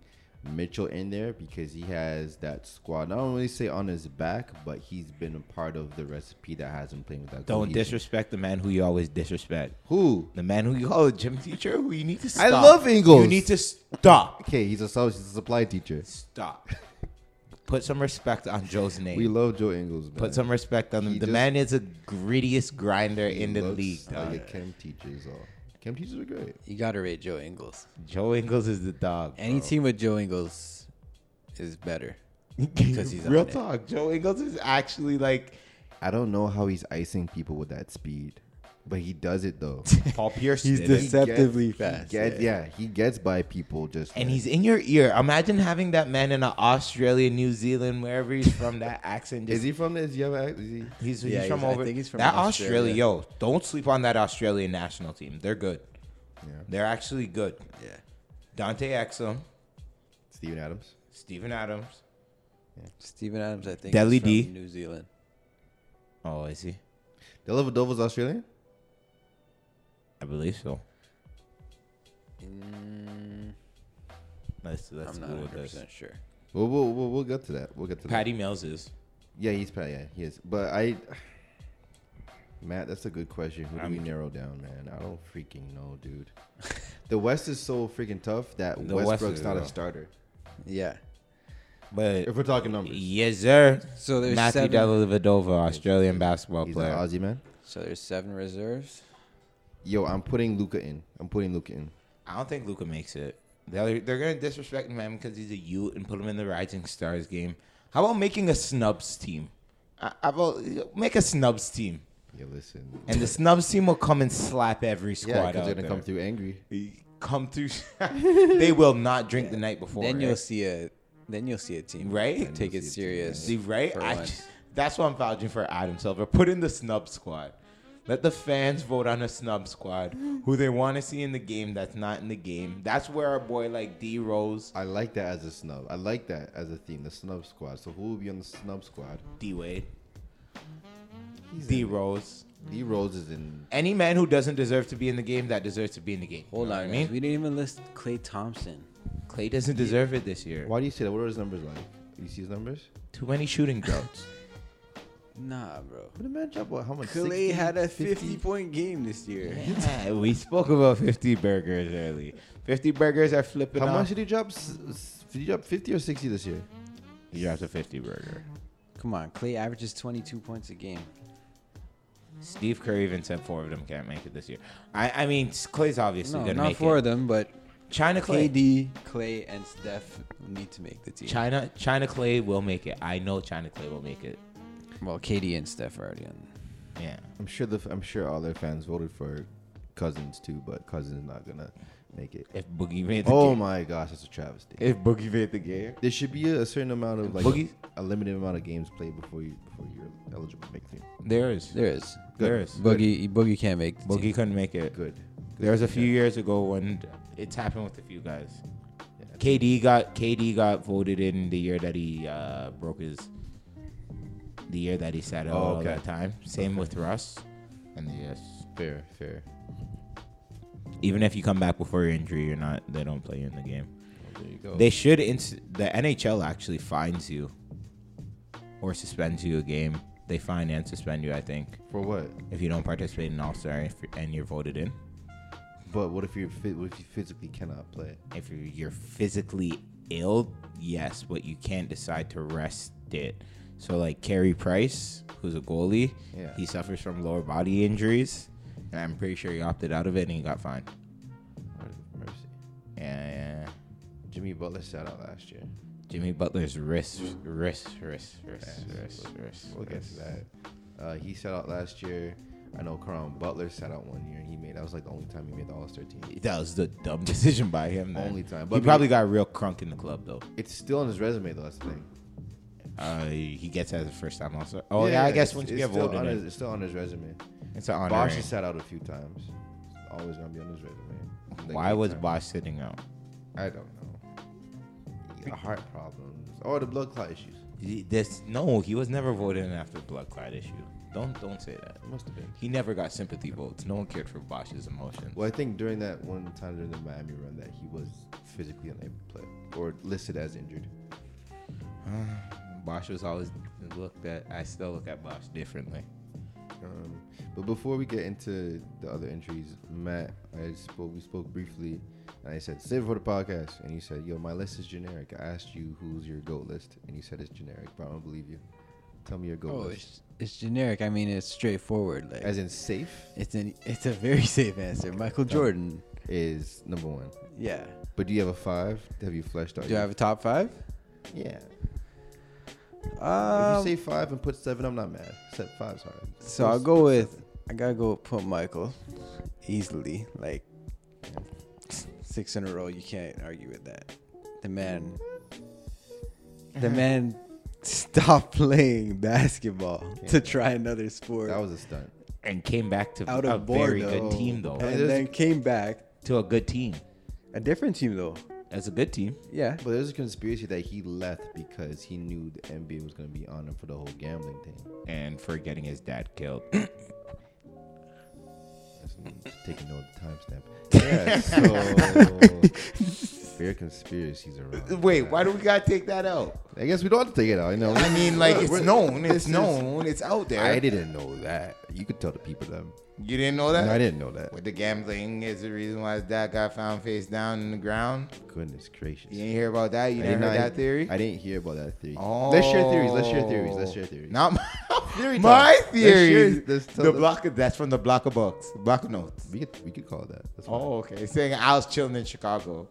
Speaker 3: Mitchell in there because he has that squad. Not only say on his back, but he's been a part of the recipe that has him playing with that.
Speaker 2: Don't
Speaker 3: cohesion.
Speaker 2: disrespect the man who you always disrespect.
Speaker 3: Who?
Speaker 2: The man who you call a gym teacher who you need to stop.
Speaker 3: I love Ingles.
Speaker 2: You need to stop.
Speaker 3: Okay, he's a sub- he's a supply teacher.
Speaker 2: Stop. *laughs* Put some respect on Joe's name.
Speaker 3: We love Joe Ingles, man.
Speaker 2: Put some respect on him.
Speaker 3: He
Speaker 2: the
Speaker 3: just-
Speaker 2: man is the grittiest grinder
Speaker 3: He
Speaker 2: in the
Speaker 3: looks
Speaker 2: league,
Speaker 3: Like
Speaker 2: dog.
Speaker 3: a chem teacher is all. Chem teachers are great.
Speaker 4: You gotta rate Joe Ingles.
Speaker 2: Joe Ingles is the dog. *laughs*
Speaker 4: Any
Speaker 2: bro.
Speaker 4: team with Joe Ingles is better because he's
Speaker 2: real
Speaker 4: on it.
Speaker 2: talk. Joe Ingles is actually like
Speaker 3: I don't know how he's icing people with that speed, but he does
Speaker 2: *laughs*
Speaker 3: it though.
Speaker 2: Paul Pierce.
Speaker 4: He's
Speaker 2: did it.
Speaker 4: dis- Deceptively
Speaker 3: he
Speaker 4: fast,
Speaker 3: gets- yeah. he gets by people just.
Speaker 2: and
Speaker 3: like-
Speaker 2: he's in your ear. Imagine having that man in a Australia, New Zealand, wherever he's from. That accent. Just,
Speaker 3: is he from this? You have a, is he?
Speaker 2: He's,
Speaker 4: Yeah,
Speaker 2: he's from
Speaker 4: he's- I
Speaker 2: over.
Speaker 4: think he's from
Speaker 2: that
Speaker 4: Australia.
Speaker 2: Australia. Yo, don't sleep on that Australian national team. They're good.
Speaker 3: Yeah.
Speaker 2: They're actually good.
Speaker 4: Yeah.
Speaker 2: Dante Exum,
Speaker 3: Steven Adams.
Speaker 2: Steven Adams.
Speaker 4: Steven Adams, I think.
Speaker 2: Deli
Speaker 4: is from
Speaker 2: D.
Speaker 4: New Zealand.
Speaker 2: Oh, is he?
Speaker 3: Delavadova Australian.
Speaker 2: I believe so.
Speaker 4: Mm,
Speaker 2: Let's let's
Speaker 4: I'm not
Speaker 2: go with
Speaker 4: 100
Speaker 2: this.
Speaker 4: percent sure.
Speaker 3: We'll, we'll, we'll, we'll get to that. We'll get to
Speaker 2: Patty Mills is.
Speaker 3: that. Yeah, he's Patty. Yeah, he is. But I, Matt, that's a good question. Who do we
Speaker 2: I'm-
Speaker 3: narrow down, man? I don't freaking know, dude. the West is so freaking tough that
Speaker 2: The West
Speaker 3: Westbrook's
Speaker 2: is
Speaker 3: not a
Speaker 2: rough.
Speaker 3: starter.
Speaker 4: Yeah.
Speaker 2: But
Speaker 3: If we're talking numbers,
Speaker 2: yes, sir.
Speaker 4: So there's
Speaker 2: Matthew
Speaker 4: seven.
Speaker 2: Dellavedova, Australian basketball
Speaker 3: he's an
Speaker 2: player.
Speaker 3: Aussie man.
Speaker 4: So there's seven reserves.
Speaker 3: Yo, I'm putting Luca in. I'm putting Luca in.
Speaker 2: I don't think Luca makes it. They're, they're gonna disrespect him because he's a youth and put him in the Rising Stars game. How about making a snubs team? I, I about make a snubs team,
Speaker 3: Yeah, listen.
Speaker 2: and the snubs team will come and slap every squad
Speaker 3: yeah,
Speaker 2: out
Speaker 3: because they're
Speaker 2: there.
Speaker 3: gonna come through angry.
Speaker 2: Come through. *laughs* they will not drink the night before.
Speaker 4: Then
Speaker 2: right?
Speaker 4: you'll see a then you'll see a team
Speaker 2: Right?
Speaker 4: take it serious.
Speaker 2: See, right?
Speaker 4: for
Speaker 2: I
Speaker 4: once.
Speaker 2: just- that's why I'm vouching for Adam Silver. Put in the snub squad. Let the fans vote on a snub squad who they want to see in the game that's not in the game. That's where our boy like D Rose,
Speaker 3: I like that as a snub. I like that as a theme. The snub squad. So who will be on the snub squad?
Speaker 2: D Wade,
Speaker 3: He's
Speaker 2: D
Speaker 3: in
Speaker 2: Rose,
Speaker 3: it. D Rose is in.
Speaker 2: any man who doesn't deserve to be in the game that deserves to be in the game.
Speaker 4: Hold
Speaker 2: You know
Speaker 4: on,
Speaker 2: what
Speaker 4: guys. We didn't even list Clay Thompson.
Speaker 2: Clay doesn't deserve it this year.
Speaker 3: Why do you say that? What are his numbers like? You see his numbers?
Speaker 2: Too many shooting guards. *laughs*
Speaker 4: Nah, bro.
Speaker 3: What a man drop what? How much?
Speaker 4: Clay
Speaker 3: 60,
Speaker 4: had a 50 point game this year.
Speaker 2: yeah, we spoke about 50 burgers early. 50 burgers are flipping.
Speaker 3: How
Speaker 2: off.
Speaker 3: much did he drop? S- s- Did he drop fifty or sixty this year?
Speaker 2: He dropped a 50 burger.
Speaker 4: Come on, Clay averages 22 points a game.
Speaker 2: Steve Curry even said four of them can't make it this year. I, I mean, Clay's obviously
Speaker 4: No,
Speaker 2: gonna
Speaker 4: not
Speaker 2: make
Speaker 4: four
Speaker 2: it.
Speaker 4: of them, but
Speaker 2: China Clay,
Speaker 4: KD, Clay, and Steph need to make the team.
Speaker 2: China China Clay will make it. I know China Clay will make it.
Speaker 4: Well, KD and Steph are already on.
Speaker 2: Yeah,
Speaker 3: I'm sure the. f- I'm sure all their fans voted for Cousins too, but Cousins is not gonna make it.
Speaker 2: if Boogie made the
Speaker 3: Oh
Speaker 2: game,
Speaker 3: my gosh, that's a travesty.
Speaker 2: if Boogie made the game,
Speaker 3: There should be a, a certain amount of like
Speaker 2: Boogie?
Speaker 3: a limited amount of games played before you before you're eligible to make the team.
Speaker 2: there is
Speaker 4: There is.
Speaker 2: there is
Speaker 4: Boogie, Boogie can't make the
Speaker 2: Boogie
Speaker 4: team.
Speaker 2: couldn't make it.
Speaker 3: Good.
Speaker 2: There was a few years ago when it's happened with a few guys.
Speaker 3: Yeah.
Speaker 2: KD got KD got voted in the year that he uh, broke his the year that he sat out
Speaker 3: Oh,
Speaker 2: all
Speaker 3: okay.
Speaker 2: that time. Same with Russ, and yes.
Speaker 3: Fair, fair.
Speaker 2: even if you come back before your injury, you're not. They don't play you in the game.
Speaker 3: There you go.
Speaker 2: They should. Ins- the NHL actually fines you or suspends you a game. They fine and suspend you. I think
Speaker 3: For what?
Speaker 2: if you don't participate in All Star if you're- and you're voted in,
Speaker 3: But what if you're fit? What if you physically cannot play?
Speaker 2: if you're, you're physically ill, yes, but you can't decide to rest it. So like Carey Price, who's a goalie,
Speaker 3: Yeah.
Speaker 2: he suffers from lower body injuries, and I'm pretty sure he opted out of it and he got fined.
Speaker 3: Lord have mercy.
Speaker 2: Yeah, yeah.
Speaker 3: Jimmy Butler sat out last year.
Speaker 2: Jimmy Butler's wrist, wrist, wrist, wrist, wrist, wrist.
Speaker 3: Mm. We'll get to that. Uh, he sat out last year. I know Karan Butler sat out one year, and he made that was like the only time he made the All Star team.
Speaker 2: That was the dumb *laughs* decision by him. Then.
Speaker 3: Only time,
Speaker 2: he
Speaker 3: but I mean-
Speaker 2: probably got real crunk in the club though.
Speaker 3: It's still on his resume though. That's the thing.
Speaker 2: Uh, he gets as a first time also. Oh yeah, I guess
Speaker 3: it's-
Speaker 2: once you
Speaker 3: it's
Speaker 2: get
Speaker 3: still
Speaker 2: voted
Speaker 3: on his-
Speaker 2: in,
Speaker 3: it's still on his resume.
Speaker 2: it's an honor.
Speaker 3: Bosh has sat out a few times. always gonna be on his resume. Like,
Speaker 2: Why was
Speaker 3: anytime.
Speaker 2: Bosch sitting out?
Speaker 3: I don't know. He got heart problems or the blood clot issues.
Speaker 2: He- This no, he was never voted in after the blood clot issue. Don't don't say that.
Speaker 3: It must have been.
Speaker 2: He never got sympathy votes. No one cared for Bosch's emotions.
Speaker 3: Well, I think during that one time during the Miami run that he was physically unable to play or listed as injured.
Speaker 2: Bosch was always looked at. I still look at Bosch differently.
Speaker 3: Um, but before we get into the other entries, Matt, I spoke. We spoke briefly, and I said save it for the podcast. And he said, "Yo, my list is generic. I asked you who's your goat list, and you said it's generic. But I don't believe you. Tell me your goat
Speaker 4: Oh,
Speaker 3: list.
Speaker 4: it's, it's generic. I mean, it's straightforward. Like
Speaker 3: As in safe
Speaker 4: it's an it's a very *laughs* safe answer. Michael Jordan.
Speaker 3: is number one.
Speaker 4: Yeah.
Speaker 3: But do you have a five? Have you fleshed out?
Speaker 4: Do I
Speaker 3: your-
Speaker 4: have a top five?
Speaker 3: Yeah.
Speaker 4: Um,
Speaker 3: if you say five and put seven, I'm not mad. Set five's hard.
Speaker 4: so I'll
Speaker 3: Put-
Speaker 4: go
Speaker 3: put
Speaker 4: with.
Speaker 3: seven.
Speaker 4: I gotta go put Michael, easily. Like six in a row. You can't argue with that. The man. The
Speaker 2: Uh-huh.
Speaker 4: man stopped *laughs* playing basketball to try another sport.
Speaker 3: That was a stunt.
Speaker 2: And came back to
Speaker 4: Out
Speaker 2: a
Speaker 4: of
Speaker 2: very
Speaker 4: boredom.
Speaker 2: good team though.
Speaker 3: I mean,
Speaker 4: and
Speaker 3: there's-
Speaker 4: then came back.
Speaker 2: To a good team.
Speaker 4: A different team though.
Speaker 2: That's a good team.
Speaker 4: Yeah.
Speaker 3: But there's a conspiracy that he left because he knew the NBA was going to be on him for the whole gambling thing.
Speaker 2: And for getting his dad killed.
Speaker 3: That's just taking note of the timestamp. Yeah, so
Speaker 2: *laughs*
Speaker 3: fair conspiracies
Speaker 2: *laughs*
Speaker 3: around.
Speaker 2: Wait,
Speaker 3: that.
Speaker 2: why do we gotta take that out?
Speaker 3: I guess we don't have to take it out. You know,
Speaker 2: I mean, like it's
Speaker 3: We're-
Speaker 2: known.
Speaker 3: this
Speaker 2: It's
Speaker 3: is-
Speaker 2: known. It's out there.
Speaker 3: I didn't know that. You could tell the people that.
Speaker 2: You didn't know that?
Speaker 3: No, I didn't know that.
Speaker 2: With the gambling is the reason why his dad got found face down in the ground.
Speaker 3: Goodness gracious.
Speaker 2: You didn't hear about that? You
Speaker 3: I
Speaker 2: didn't
Speaker 3: did
Speaker 2: hear
Speaker 3: not-
Speaker 2: that theory? Oh.
Speaker 3: I didn't hear about that theory. Let's share theories. Let's share theories. Let's share theories.
Speaker 2: Not my
Speaker 3: *laughs* Theory
Speaker 2: theory.
Speaker 3: time.
Speaker 2: My
Speaker 3: Let's
Speaker 2: theory.
Speaker 3: share- let's tell
Speaker 2: the
Speaker 3: the-
Speaker 2: block. That's from the block of books. Block of notes.
Speaker 3: We could we could call it that. That's fine.
Speaker 2: Oh, okay. Saying I was chilling in
Speaker 4: *laughs*
Speaker 2: Chicago.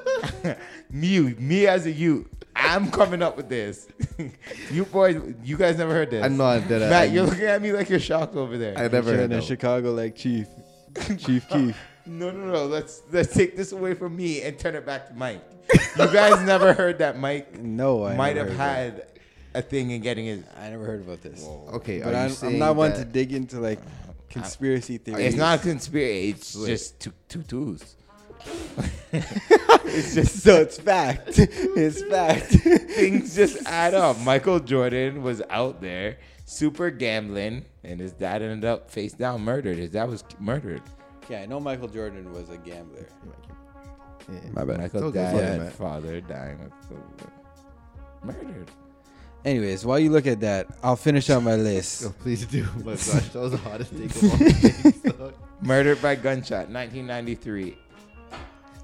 Speaker 2: *laughs* me, me as a you. I'm coming up with this. *laughs* you boys, you guys never heard this.
Speaker 3: I'm not that.
Speaker 2: Matt,
Speaker 3: I,
Speaker 2: you're looking at me like you're shocked over there.
Speaker 3: I never heard
Speaker 4: in
Speaker 3: that.
Speaker 4: Chicago like Chief,
Speaker 2: *laughs*
Speaker 4: Chief Keef.
Speaker 2: No, no, no. Let's let's take this away from me and turn it back to Mike. You
Speaker 4: *laughs*
Speaker 2: guys never heard that Mike
Speaker 4: No, I
Speaker 2: might
Speaker 4: never
Speaker 2: have
Speaker 4: heard
Speaker 2: had a thing in getting his.
Speaker 4: that. I never heard about this.
Speaker 3: Okay, are
Speaker 4: But I'm,
Speaker 3: you
Speaker 4: I'm
Speaker 3: saying
Speaker 4: not one
Speaker 3: that-
Speaker 4: to dig into like conspiracy theories.
Speaker 2: It's not a conspiracy. It's just two, two *laughs*
Speaker 4: *laughs*
Speaker 2: twos.
Speaker 4: It's just so it's fact. *laughs* It's *laughs*
Speaker 2: *laughs*
Speaker 4: fact.
Speaker 2: Things just add
Speaker 3: *laughs*
Speaker 2: up. Michael Jordan was out there super gambling, and his dad ended up face down murdered. His dad was murdered.
Speaker 4: okay, I know Michael Jordan was a gambler.
Speaker 3: Yeah.
Speaker 4: My bad.
Speaker 2: Michael's
Speaker 3: okay,
Speaker 2: dad
Speaker 3: it's okay,
Speaker 2: and
Speaker 3: man.
Speaker 2: father dying of murdered.
Speaker 4: Anyways, while you look at that, I'll finish on my list. *laughs*
Speaker 3: Yo, please *laughs* do. Oh my gosh, that was the hottest take *laughs* of all days, dog.
Speaker 2: Murdered by gunshot, 1993.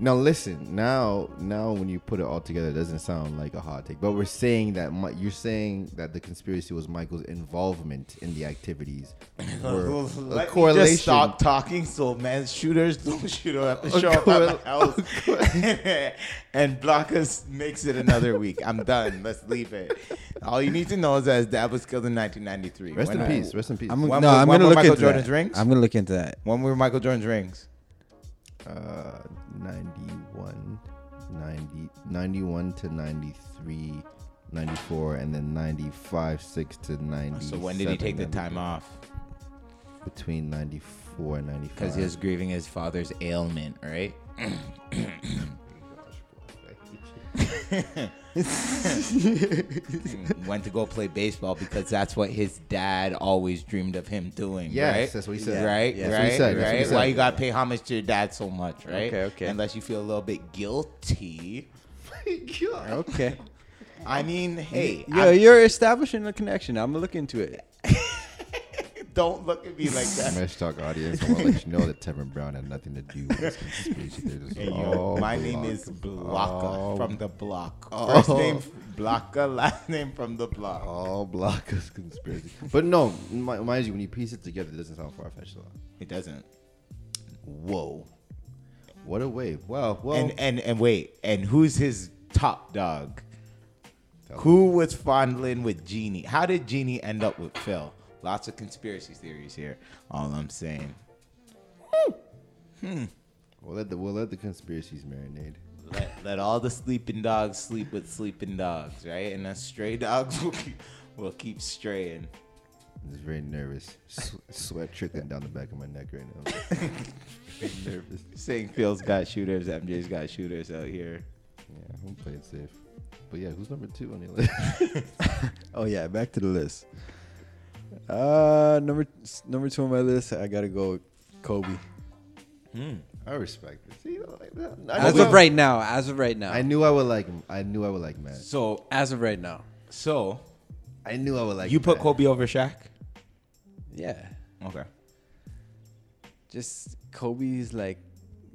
Speaker 3: Now listen, now now when you put it all together, it doesn't sound like a hot take. But we're saying that Mi- you're saying that the conspiracy was Michael's involvement in
Speaker 2: *coughs*
Speaker 3: the activities. Were a
Speaker 2: Let me
Speaker 3: correlation.
Speaker 2: Just stop talking, so man, shooters don't *laughs* shoot up have to
Speaker 3: A
Speaker 2: show up at
Speaker 3: correl-
Speaker 2: my
Speaker 3: *laughs*
Speaker 2: house. *laughs* and block us makes it another week. I'm done. Let's leave it. All you need to know is that his dad was killed in 1993.
Speaker 3: Rest in
Speaker 2: When-
Speaker 3: peace. Rest in peace.
Speaker 4: I'm, no,
Speaker 2: One more-
Speaker 4: I'm
Speaker 2: one
Speaker 4: gonna
Speaker 2: more
Speaker 4: look
Speaker 2: Michael
Speaker 4: into
Speaker 2: Jordan's
Speaker 4: that.
Speaker 2: rings?
Speaker 4: I'm gonna look into that.
Speaker 2: When were Michael Jordan's rings?
Speaker 3: uh, 91, 90, 91 to 93, 94, and then 95, 6 to 90.
Speaker 2: So when did he take the time off?
Speaker 3: Between 94 and 95.
Speaker 2: Because he was grieving his father's ailment, right? Mm-hmm. Went to go play baseball because that's what his dad always dreamed of him doing.
Speaker 3: Yes,
Speaker 2: right?
Speaker 3: that's what he said.
Speaker 2: Right,
Speaker 4: Yeah,
Speaker 2: right,
Speaker 3: that's what he said, that's what he
Speaker 2: right.
Speaker 3: said.
Speaker 2: Why you gotta pay homage to your dad so much, right?
Speaker 4: Okay, okay.
Speaker 2: Unless you feel a little bit
Speaker 3: *laughs*
Speaker 2: guilty.
Speaker 4: Okay.
Speaker 2: I mean, *laughs* hey,
Speaker 4: Yo,
Speaker 2: I-
Speaker 4: you're establishing a connection. I'm gonna look into it.
Speaker 2: don't look at me like that.
Speaker 3: Mesh Talk audience, I want to let you know that Tevin Brown had nothing to do with this conspiracy. They're just
Speaker 2: Hey, yo,
Speaker 3: all
Speaker 2: my name
Speaker 3: block.
Speaker 2: is Blocka from the block.
Speaker 3: Oh.
Speaker 2: First name Blocka, last name from the block.
Speaker 3: all block is conspiracy. But no, mi- mind you, when you piece it together, it doesn't sound far fetched at all.
Speaker 2: It doesn't.
Speaker 3: Whoa, what a wave! Wow, well,
Speaker 2: and eh, and and wait, and who's his top dog? Who was fondling with Genie? How did Genie end up with Phil? Lots of conspiracy theories here. All I'm saying.
Speaker 3: we'll let the we'll let the conspiracies marinate.
Speaker 2: Let, let all the sleeping dogs sleep with sleeping dogs, right? And the stray dogs *laughs* will keep, will keep straying. *laughs*
Speaker 3: I'm just very nervous. S- sweat trickling down the back of my neck right now. nervous.
Speaker 2: Saying Phil's got shooters, MJ's got shooters out here.
Speaker 3: Yeah, I'm playing safe. But yeah, who's number two on your list? *laughs*
Speaker 1: Oh yeah, back to the list. Uh, number number two on my list, I gotta go Kobe.
Speaker 2: Hmm,
Speaker 3: I respect it. See, like that. I,
Speaker 4: As
Speaker 3: knew
Speaker 4: of right now, as of right now.
Speaker 3: I knew I would like him. I knew I would like Matt.
Speaker 2: So,
Speaker 4: as of right now.
Speaker 2: so
Speaker 3: I knew I would like.
Speaker 2: you put
Speaker 3: Matt.
Speaker 2: Kobe over Shaq?
Speaker 4: Yeah.
Speaker 2: Okay.
Speaker 4: Just Kobe's like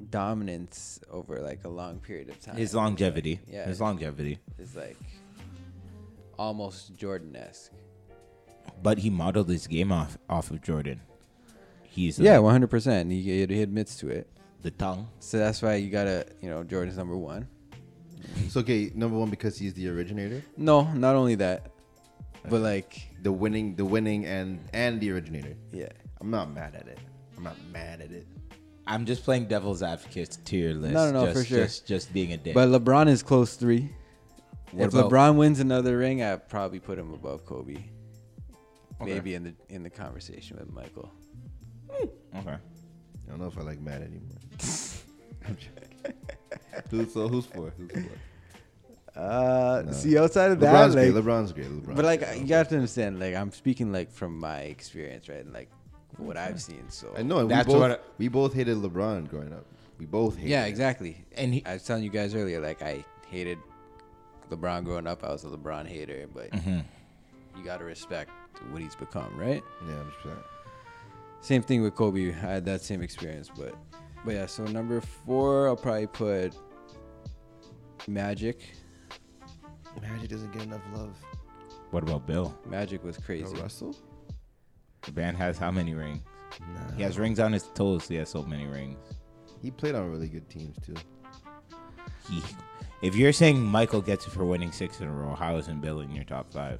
Speaker 4: dominance over like a long period of time.
Speaker 2: His longevity.
Speaker 4: Yeah.
Speaker 2: His longevity.
Speaker 4: is like almost Jordan esque.
Speaker 2: But he modeled his game off off of Jordan. He's
Speaker 4: Yeah,
Speaker 2: like,
Speaker 4: one hundred percent. He he admits to it.
Speaker 2: the tongue.
Speaker 4: So that's why you gotta you know Jordan's number one.
Speaker 3: It's okay. Number one because he's the originator,
Speaker 4: No, not only that, but like
Speaker 3: the winning, the winning, and and the originator.
Speaker 4: yeah,
Speaker 3: I'm not mad at it. I'm not mad at it.
Speaker 2: I'm just playing devil's advocate to your list.
Speaker 4: No, no, no,
Speaker 2: just,
Speaker 4: for sure.
Speaker 2: Just, just being a dick.
Speaker 4: but LeBron is close three.
Speaker 2: What
Speaker 4: if
Speaker 2: about-
Speaker 4: LeBron wins another ring, I would probably put him above Kobe.
Speaker 2: Okay.
Speaker 4: Maybe in the in the conversation with Michael.
Speaker 2: okay.
Speaker 3: I don't know if I like Matt anymore. *laughs* I'm joking. Who- so who's four? Who's four?
Speaker 1: Uh,
Speaker 3: No.
Speaker 1: see, outside of that,
Speaker 3: LeBron's
Speaker 1: like,
Speaker 3: great. LeBron's great. LeBron's
Speaker 4: But like
Speaker 3: great.
Speaker 4: you have to understand, like I'm speaking like from my experience, right? And like what I've seen. So
Speaker 3: I know. and
Speaker 2: That's
Speaker 3: we both,
Speaker 2: what I-
Speaker 3: we both hated LeBron growing up. We both hated.
Speaker 4: Yeah,
Speaker 3: it.
Speaker 4: exactly.
Speaker 2: And he-
Speaker 4: I was telling you guys earlier, like I hated LeBron growing up. I was a LeBron hater, but
Speaker 3: Mm-hmm.
Speaker 4: you gotta respect what he's become, right?
Speaker 3: Yeah, I'm sure.
Speaker 4: Same thing with Kobe. I had that same experience, but but yeah. So number four, I'll probably put Magic.
Speaker 3: Magic doesn't get enough love.
Speaker 2: What about Bill?
Speaker 4: Magic was crazy.
Speaker 3: Russell?
Speaker 2: The band has how many rings?
Speaker 3: Nah.
Speaker 2: He has rings on his toes. He has so many rings.
Speaker 3: He played on really good teams too.
Speaker 2: He, if you're saying Michael gets it for winning six in a row, how isn't Bill in your top five?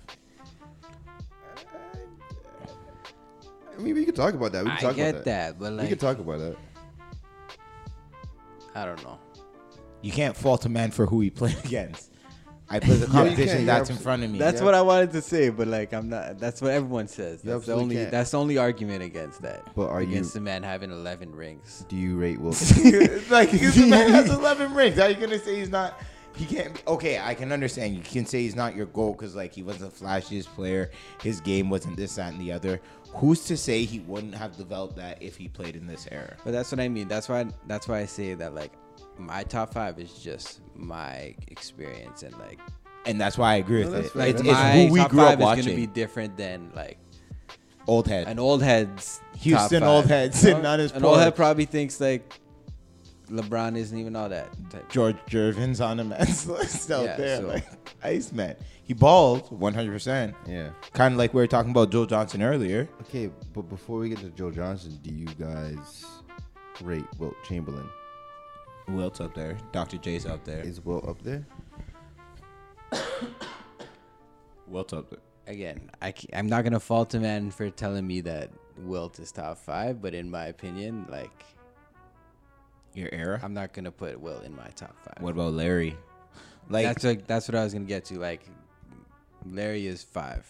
Speaker 3: I mean, we could talk about that. We could
Speaker 4: I
Speaker 3: talk
Speaker 4: get
Speaker 3: about
Speaker 4: that.
Speaker 3: that.
Speaker 4: but
Speaker 3: we
Speaker 4: like
Speaker 3: could talk about that.
Speaker 4: I don't know.
Speaker 2: You can't fault a man for who he *laughs* played against. I
Speaker 4: *laughs*
Speaker 2: play the
Speaker 3: No, you
Speaker 2: competition
Speaker 3: can't.
Speaker 2: that's
Speaker 3: You're
Speaker 2: in front of me.
Speaker 4: That's
Speaker 3: Yeah.
Speaker 4: what I wanted to say, but like I'm not. That's what everyone says.
Speaker 3: You
Speaker 4: That's the
Speaker 3: absolutely
Speaker 4: only.
Speaker 3: can't.
Speaker 4: That's the only argument against that.
Speaker 3: But are you-
Speaker 4: against the man having eleven rings?
Speaker 3: Do you rate Will?
Speaker 2: *laughs* It's like he's the man has 11 rings. How you gonna say he's not? He can't. Be, okay, I can understand. You can say he's not your goal because like he wasn't the flashiest player. His game wasn't this, that, and the other. Who's to say he wouldn't have developed that if he played in this era?
Speaker 4: But that's what I mean. That's why. That's why I say that like my top five is just my experience and like
Speaker 2: And that's why I agree
Speaker 3: No,
Speaker 2: with
Speaker 3: that's
Speaker 2: it.
Speaker 3: fair.
Speaker 2: It's,
Speaker 4: like
Speaker 2: it's
Speaker 4: my
Speaker 2: who we
Speaker 4: top
Speaker 2: grew
Speaker 4: five
Speaker 2: up
Speaker 4: is
Speaker 2: watching.
Speaker 4: gonna be different than like
Speaker 2: old head.
Speaker 4: an old head's top
Speaker 2: Houston
Speaker 4: five.
Speaker 2: old head
Speaker 4: You
Speaker 2: sitting
Speaker 4: know?
Speaker 2: on his
Speaker 4: An old head
Speaker 2: porch.
Speaker 4: probably thinks like LeBron isn't even all that. Type.
Speaker 2: George Gervin's on a man's *laughs* list out
Speaker 4: Yeah,
Speaker 2: there,
Speaker 4: so-
Speaker 2: like Iceman. He balled 100, percent
Speaker 3: yeah.
Speaker 2: kind of like we were talking about Joe Johnson earlier.
Speaker 3: Okay, but before we get to Joe Johnson, do you guys rate Wilt Chamberlain?
Speaker 2: Who else up there? Dr. J's up there.
Speaker 3: Is Wilt up there?
Speaker 2: Wilt up there.
Speaker 4: Again, I ca- I'm not gonna fault a man for telling me that Wilt is top five, but in my opinion, like
Speaker 2: Your era.
Speaker 4: I'm not gonna put Will in my top five.
Speaker 2: What about Larry? Like
Speaker 4: that's like that's what I was gonna get to. Like Larry is five,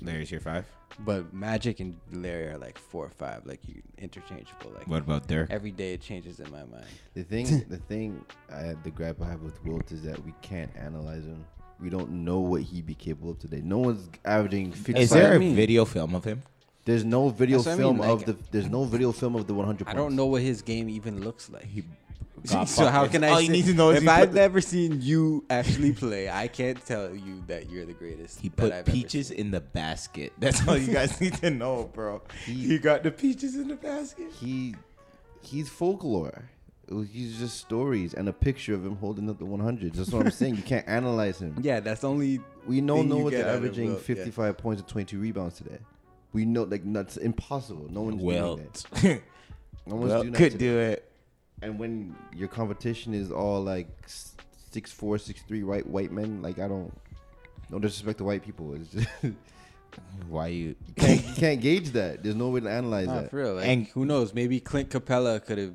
Speaker 2: Larry's your five.
Speaker 4: but Magic and Larry are like four or five. Like you interchangeable. Like
Speaker 2: What about Dirk?
Speaker 4: every day it changes in my mind.
Speaker 2: *laughs*
Speaker 3: The thing, the thing, I, the gripe I have with Wilt is that we can't analyze him. We don't know what he'd be capable of today. No one's averaging. 55.
Speaker 2: Is there
Speaker 4: I
Speaker 2: a
Speaker 4: mean.
Speaker 2: video film of him?
Speaker 3: There's no video
Speaker 4: That's what I
Speaker 3: film
Speaker 4: mean,
Speaker 3: of
Speaker 4: like-
Speaker 3: the. There's no video film of the 100.
Speaker 4: I
Speaker 3: Points.
Speaker 4: don't know what his game even looks like. *laughs*
Speaker 2: got
Speaker 4: so how
Speaker 2: fucked.
Speaker 4: can I?
Speaker 2: All you
Speaker 4: say-
Speaker 2: need to know is
Speaker 4: if
Speaker 2: he
Speaker 4: I've
Speaker 2: put-
Speaker 4: never seen you actually play, I can't tell you that you're the greatest.
Speaker 2: He
Speaker 4: that
Speaker 2: put
Speaker 4: I've ever
Speaker 2: peaches in the basket. *laughs* That's all you guys need to know, bro.
Speaker 3: He-
Speaker 2: He got the peaches in the basket.
Speaker 3: He, he's folklore. It was- He's just stories and a picture of him holding up the 100. That's what I'm saying. You can't analyze him.
Speaker 4: seen. Yeah, that's the only.
Speaker 3: We don't
Speaker 4: thing
Speaker 3: know
Speaker 4: you
Speaker 3: what
Speaker 4: get
Speaker 3: they're
Speaker 4: out of
Speaker 3: averaging
Speaker 4: Wilt, yeah.
Speaker 3: 55 points and 22 rebounds today. We know, like, that's impossible. No one's
Speaker 2: Well,
Speaker 3: doing that.
Speaker 4: *laughs*
Speaker 3: No one's
Speaker 2: well
Speaker 3: doing that
Speaker 2: could
Speaker 3: today.
Speaker 2: do it.
Speaker 3: And when your competition is all like s- six four, six three white white men, like I don't, no disrespect to white people, it's just *laughs* you
Speaker 2: Why *laughs* you?
Speaker 3: *laughs* can't, you can't gauge that. There's no way to analyze
Speaker 4: Nah,
Speaker 3: that.
Speaker 4: for real. Like,
Speaker 2: And-
Speaker 4: who knows? Maybe Clint Capella could have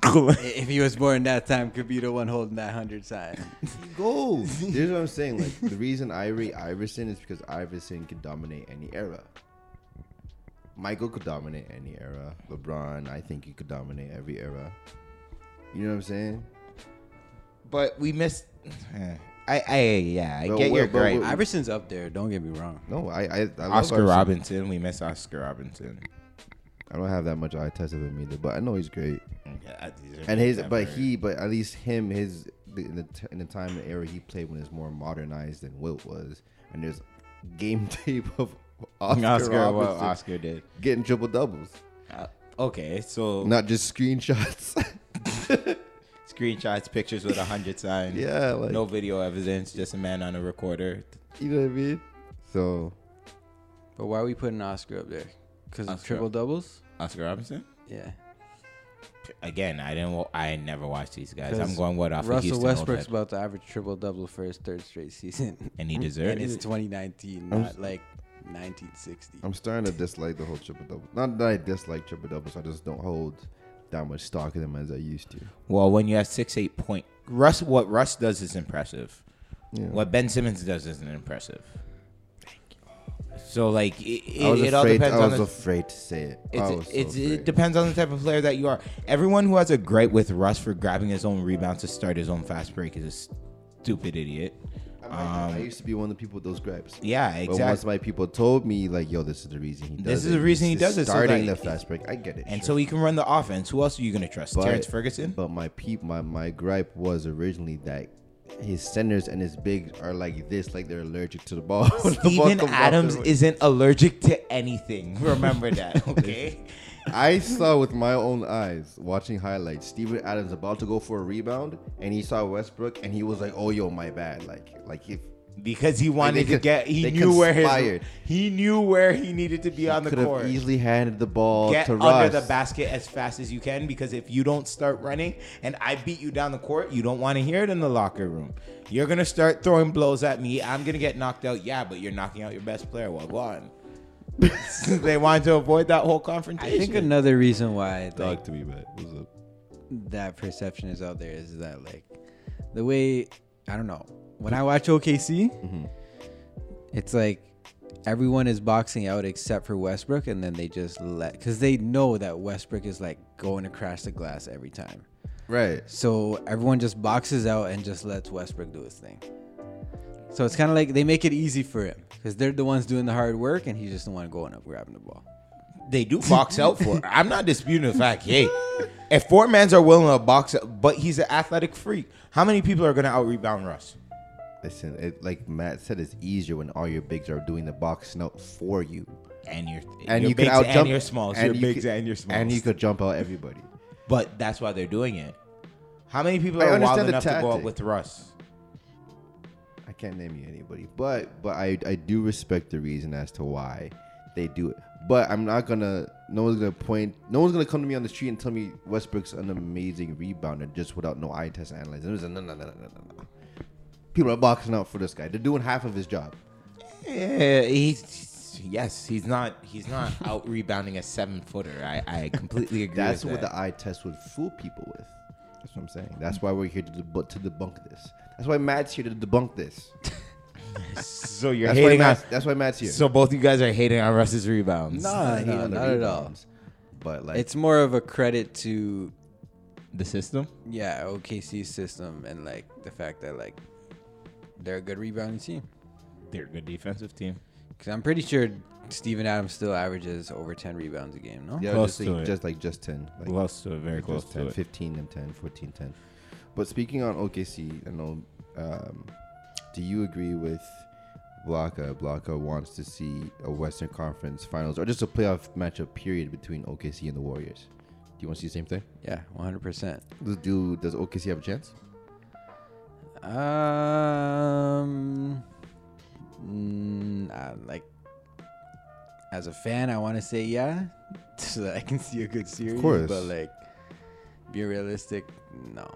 Speaker 2: Go.
Speaker 4: I- *laughs* if he was born that time, could be the one holding that hundred *laughs* sign.
Speaker 3: *laughs* Here's what I'm saying. Like the reason I rate Iverson is because Iverson can dominate any era. Michael could dominate any era. LeBron, I think he could dominate every era. You know what I'm saying?
Speaker 2: But we missed. I, I yeah, I
Speaker 3: But
Speaker 2: get
Speaker 3: what-
Speaker 2: your
Speaker 3: but
Speaker 2: gripe.
Speaker 3: what-
Speaker 4: Iverson's up there. Don't get me wrong.
Speaker 3: No, I I, I love
Speaker 2: Oscar
Speaker 3: Iverson.
Speaker 2: Robinson, we miss Oscar Robinson.
Speaker 3: I don't have that much eye test of him either, but I know he's great.
Speaker 2: Yeah, these are
Speaker 3: And his, but
Speaker 2: never-
Speaker 3: he, but at least him, his in the t- in the time and era he played when it's more modernized than Wilt was, and there's game *laughs* tape of
Speaker 2: *laughs*
Speaker 3: Oscar,
Speaker 2: Oscar, what
Speaker 3: Robertson
Speaker 2: Oscar did.
Speaker 3: getting triple doubles,
Speaker 2: Uh, okay, so
Speaker 3: not just
Speaker 2: *laughs*
Speaker 3: screenshots. *laughs*
Speaker 2: screenshots, pictures with a hundred sign.
Speaker 3: *laughs* yeah, like
Speaker 2: no video evidence, just a man on a recorder.
Speaker 3: you know what I mean. So
Speaker 4: But why are we putting Oscar up there? Because of
Speaker 2: Oscar.
Speaker 4: triple doubles?
Speaker 2: Oscar Robinson.
Speaker 4: Yeah.
Speaker 2: Again, I didn't. wa- I never watched these guys. I'm
Speaker 4: 'Cause
Speaker 2: going what off of
Speaker 4: Russell
Speaker 2: Houston
Speaker 4: Westbrook's
Speaker 2: Old
Speaker 4: about to average triple double for his third straight *laughs* season.
Speaker 2: Head, and he
Speaker 4: and
Speaker 2: deserved
Speaker 4: it's
Speaker 2: it.
Speaker 4: 2019,
Speaker 3: I'm
Speaker 4: not
Speaker 3: s-
Speaker 4: like 1960.
Speaker 3: I'm starting to dislike the whole triple double. Not that I dislike triple doubles, I just don't hold that much stock in them as I used to.
Speaker 2: Well, when you have six eight point Russ, what Russ does is impressive.
Speaker 3: Yeah.
Speaker 2: What Ben Simmons does isn't impressive. So like it,
Speaker 3: I was
Speaker 2: it, it all
Speaker 3: afraid.
Speaker 2: depends
Speaker 3: I
Speaker 2: on
Speaker 3: was
Speaker 2: the,
Speaker 3: afraid to say it. I
Speaker 2: it's,
Speaker 3: was so
Speaker 2: it's, it
Speaker 3: afraid.
Speaker 2: depends on the type of player that you are. Everyone who has a gripe with Russ for grabbing his own rebound to start his own fast break is a stupid idiot.
Speaker 3: I, might- I used to be one of the people with those gripes.
Speaker 2: Yeah,
Speaker 3: But once
Speaker 2: exactly.
Speaker 3: my people told me, like, yo, this is the reason he does
Speaker 2: E, This
Speaker 3: it.
Speaker 2: is the reason he
Speaker 3: He's
Speaker 2: does it, so
Speaker 3: Starting
Speaker 2: that-
Speaker 3: the fast break. I get it.
Speaker 2: And
Speaker 3: sure.
Speaker 2: so he can run the offense. Who else are you going to trust?
Speaker 3: But-
Speaker 2: Terrence Ferguson?
Speaker 3: But my peep, my, my gripe was originally that his centers and his bigs are like this, like they're allergic to the ball. *laughs* When the ball
Speaker 2: Steven
Speaker 3: comes out
Speaker 2: Adams
Speaker 3: their way.
Speaker 2: isn't allergic to anything. Remember
Speaker 3: *laughs*
Speaker 2: that, okay?
Speaker 3: I saw with my own eyes watching highlights Steven Adams about to go for a rebound, and he saw Westbrook, and he was like, "Oh, yo, my bad." Like, like if
Speaker 2: because he wanted
Speaker 3: Like, they
Speaker 2: to get he
Speaker 3: they
Speaker 2: knew where his,
Speaker 3: conspired.
Speaker 2: he knew where he needed to be on the
Speaker 3: could have
Speaker 2: court.
Speaker 3: easily handed the ball
Speaker 2: get
Speaker 3: to
Speaker 2: under
Speaker 3: Russ.
Speaker 2: the basket as fast as you can because if you don't start running and I beat you down the court, you don't want to hear it in the locker room. You're gonna start throwing blows at me. I'm gonna get knocked out. Yeah, but you're knocking out your best player. Well, go
Speaker 3: *laughs*
Speaker 2: on. *laughs* they wanted to avoid that whole
Speaker 4: I
Speaker 2: confrontation.
Speaker 4: think another reason why like,
Speaker 3: to me, man. What's up?
Speaker 4: that perception is out there is that like the way I don't know when I watch OKC, it's like everyone is boxing out except for Westbrook, and then they just let because they know that Westbrook is like going to crash the glass every time.
Speaker 3: Right.
Speaker 4: So everyone just boxes out and just lets Westbrook do his thing. So it's kind of like they make it easy for him because they're the ones doing the hard work, and he's just the one going up grabbing the ball.
Speaker 2: they do box out for. it. I'm not disputing the fact. Hey, if four mans are willing to box out, but he's an athletic freak. How many people are gonna out rebound Russ?
Speaker 3: Listen, it, like Matt said, it's easier when all your bigs are doing the boxing out for you,
Speaker 2: And your
Speaker 3: and
Speaker 2: your
Speaker 3: you can
Speaker 2: bigs
Speaker 3: out jump
Speaker 2: and your smalls, your bigs and your smalls,
Speaker 3: and you could jump out everybody.
Speaker 2: But that's why they're doing it. How many people
Speaker 3: I
Speaker 2: are
Speaker 3: understand
Speaker 2: wild
Speaker 3: the
Speaker 2: enough to go out
Speaker 3: tactic.
Speaker 2: with Russ?
Speaker 3: I can't name you anybody, but but I I do respect the reason as to why they do it. But I'm not gonna. No one's gonna point. No one's gonna come to me on the street and tell me Westbrook's an amazing rebounder just without no eye test and analyzing. It was a no no no no no no. People are boxing out for this guy. They're doing half of his job.
Speaker 2: Yeah, he's yes, he's not he's
Speaker 3: *laughs*
Speaker 2: not out rebounding a seven footer. I, I completely agree.
Speaker 3: That's
Speaker 2: with
Speaker 3: what
Speaker 2: that.
Speaker 3: the eye test would fool people with. That's what I'm saying. That's why we're here to, deb- to debunk this. That's why Matt's here to debunk this.
Speaker 2: so you're
Speaker 3: That's why,
Speaker 2: hating on.
Speaker 3: Matt's, that's why Matt's here.
Speaker 2: So both you guys are hating on Russ's rebounds.
Speaker 4: No,
Speaker 3: I hate
Speaker 4: no,
Speaker 3: on the
Speaker 4: not at all.
Speaker 3: rebounds, But like,
Speaker 4: It's more of a credit to
Speaker 2: The system.
Speaker 4: yeah, OKC system and like the fact that like they're a good rebounding team.
Speaker 2: They're a good defensive team.
Speaker 4: Because I'm pretty sure Steven Adams still averages over 10 rebounds a game, no?
Speaker 3: yeah,
Speaker 2: close
Speaker 3: just, like,
Speaker 2: to it.
Speaker 3: just like just ten, like
Speaker 2: Close to it, very
Speaker 3: just
Speaker 2: close
Speaker 3: 10,
Speaker 2: to it.
Speaker 3: 15 and 10, 14, 10. But speaking on OKC, I know. Um, do you agree with Blanca? Blanca wants to see a Western Conference Finals or just a playoff matchup period between OKC and the Warriors. Do you want to see the same thing?
Speaker 4: Yeah, 100%.
Speaker 3: Does- Do does OKC oh, have a chance?
Speaker 4: Um, mm, uh, like, as a fan, I want to say yeah, *laughs* so that I can see a good series.
Speaker 3: course.
Speaker 4: But, like, be realistic, no.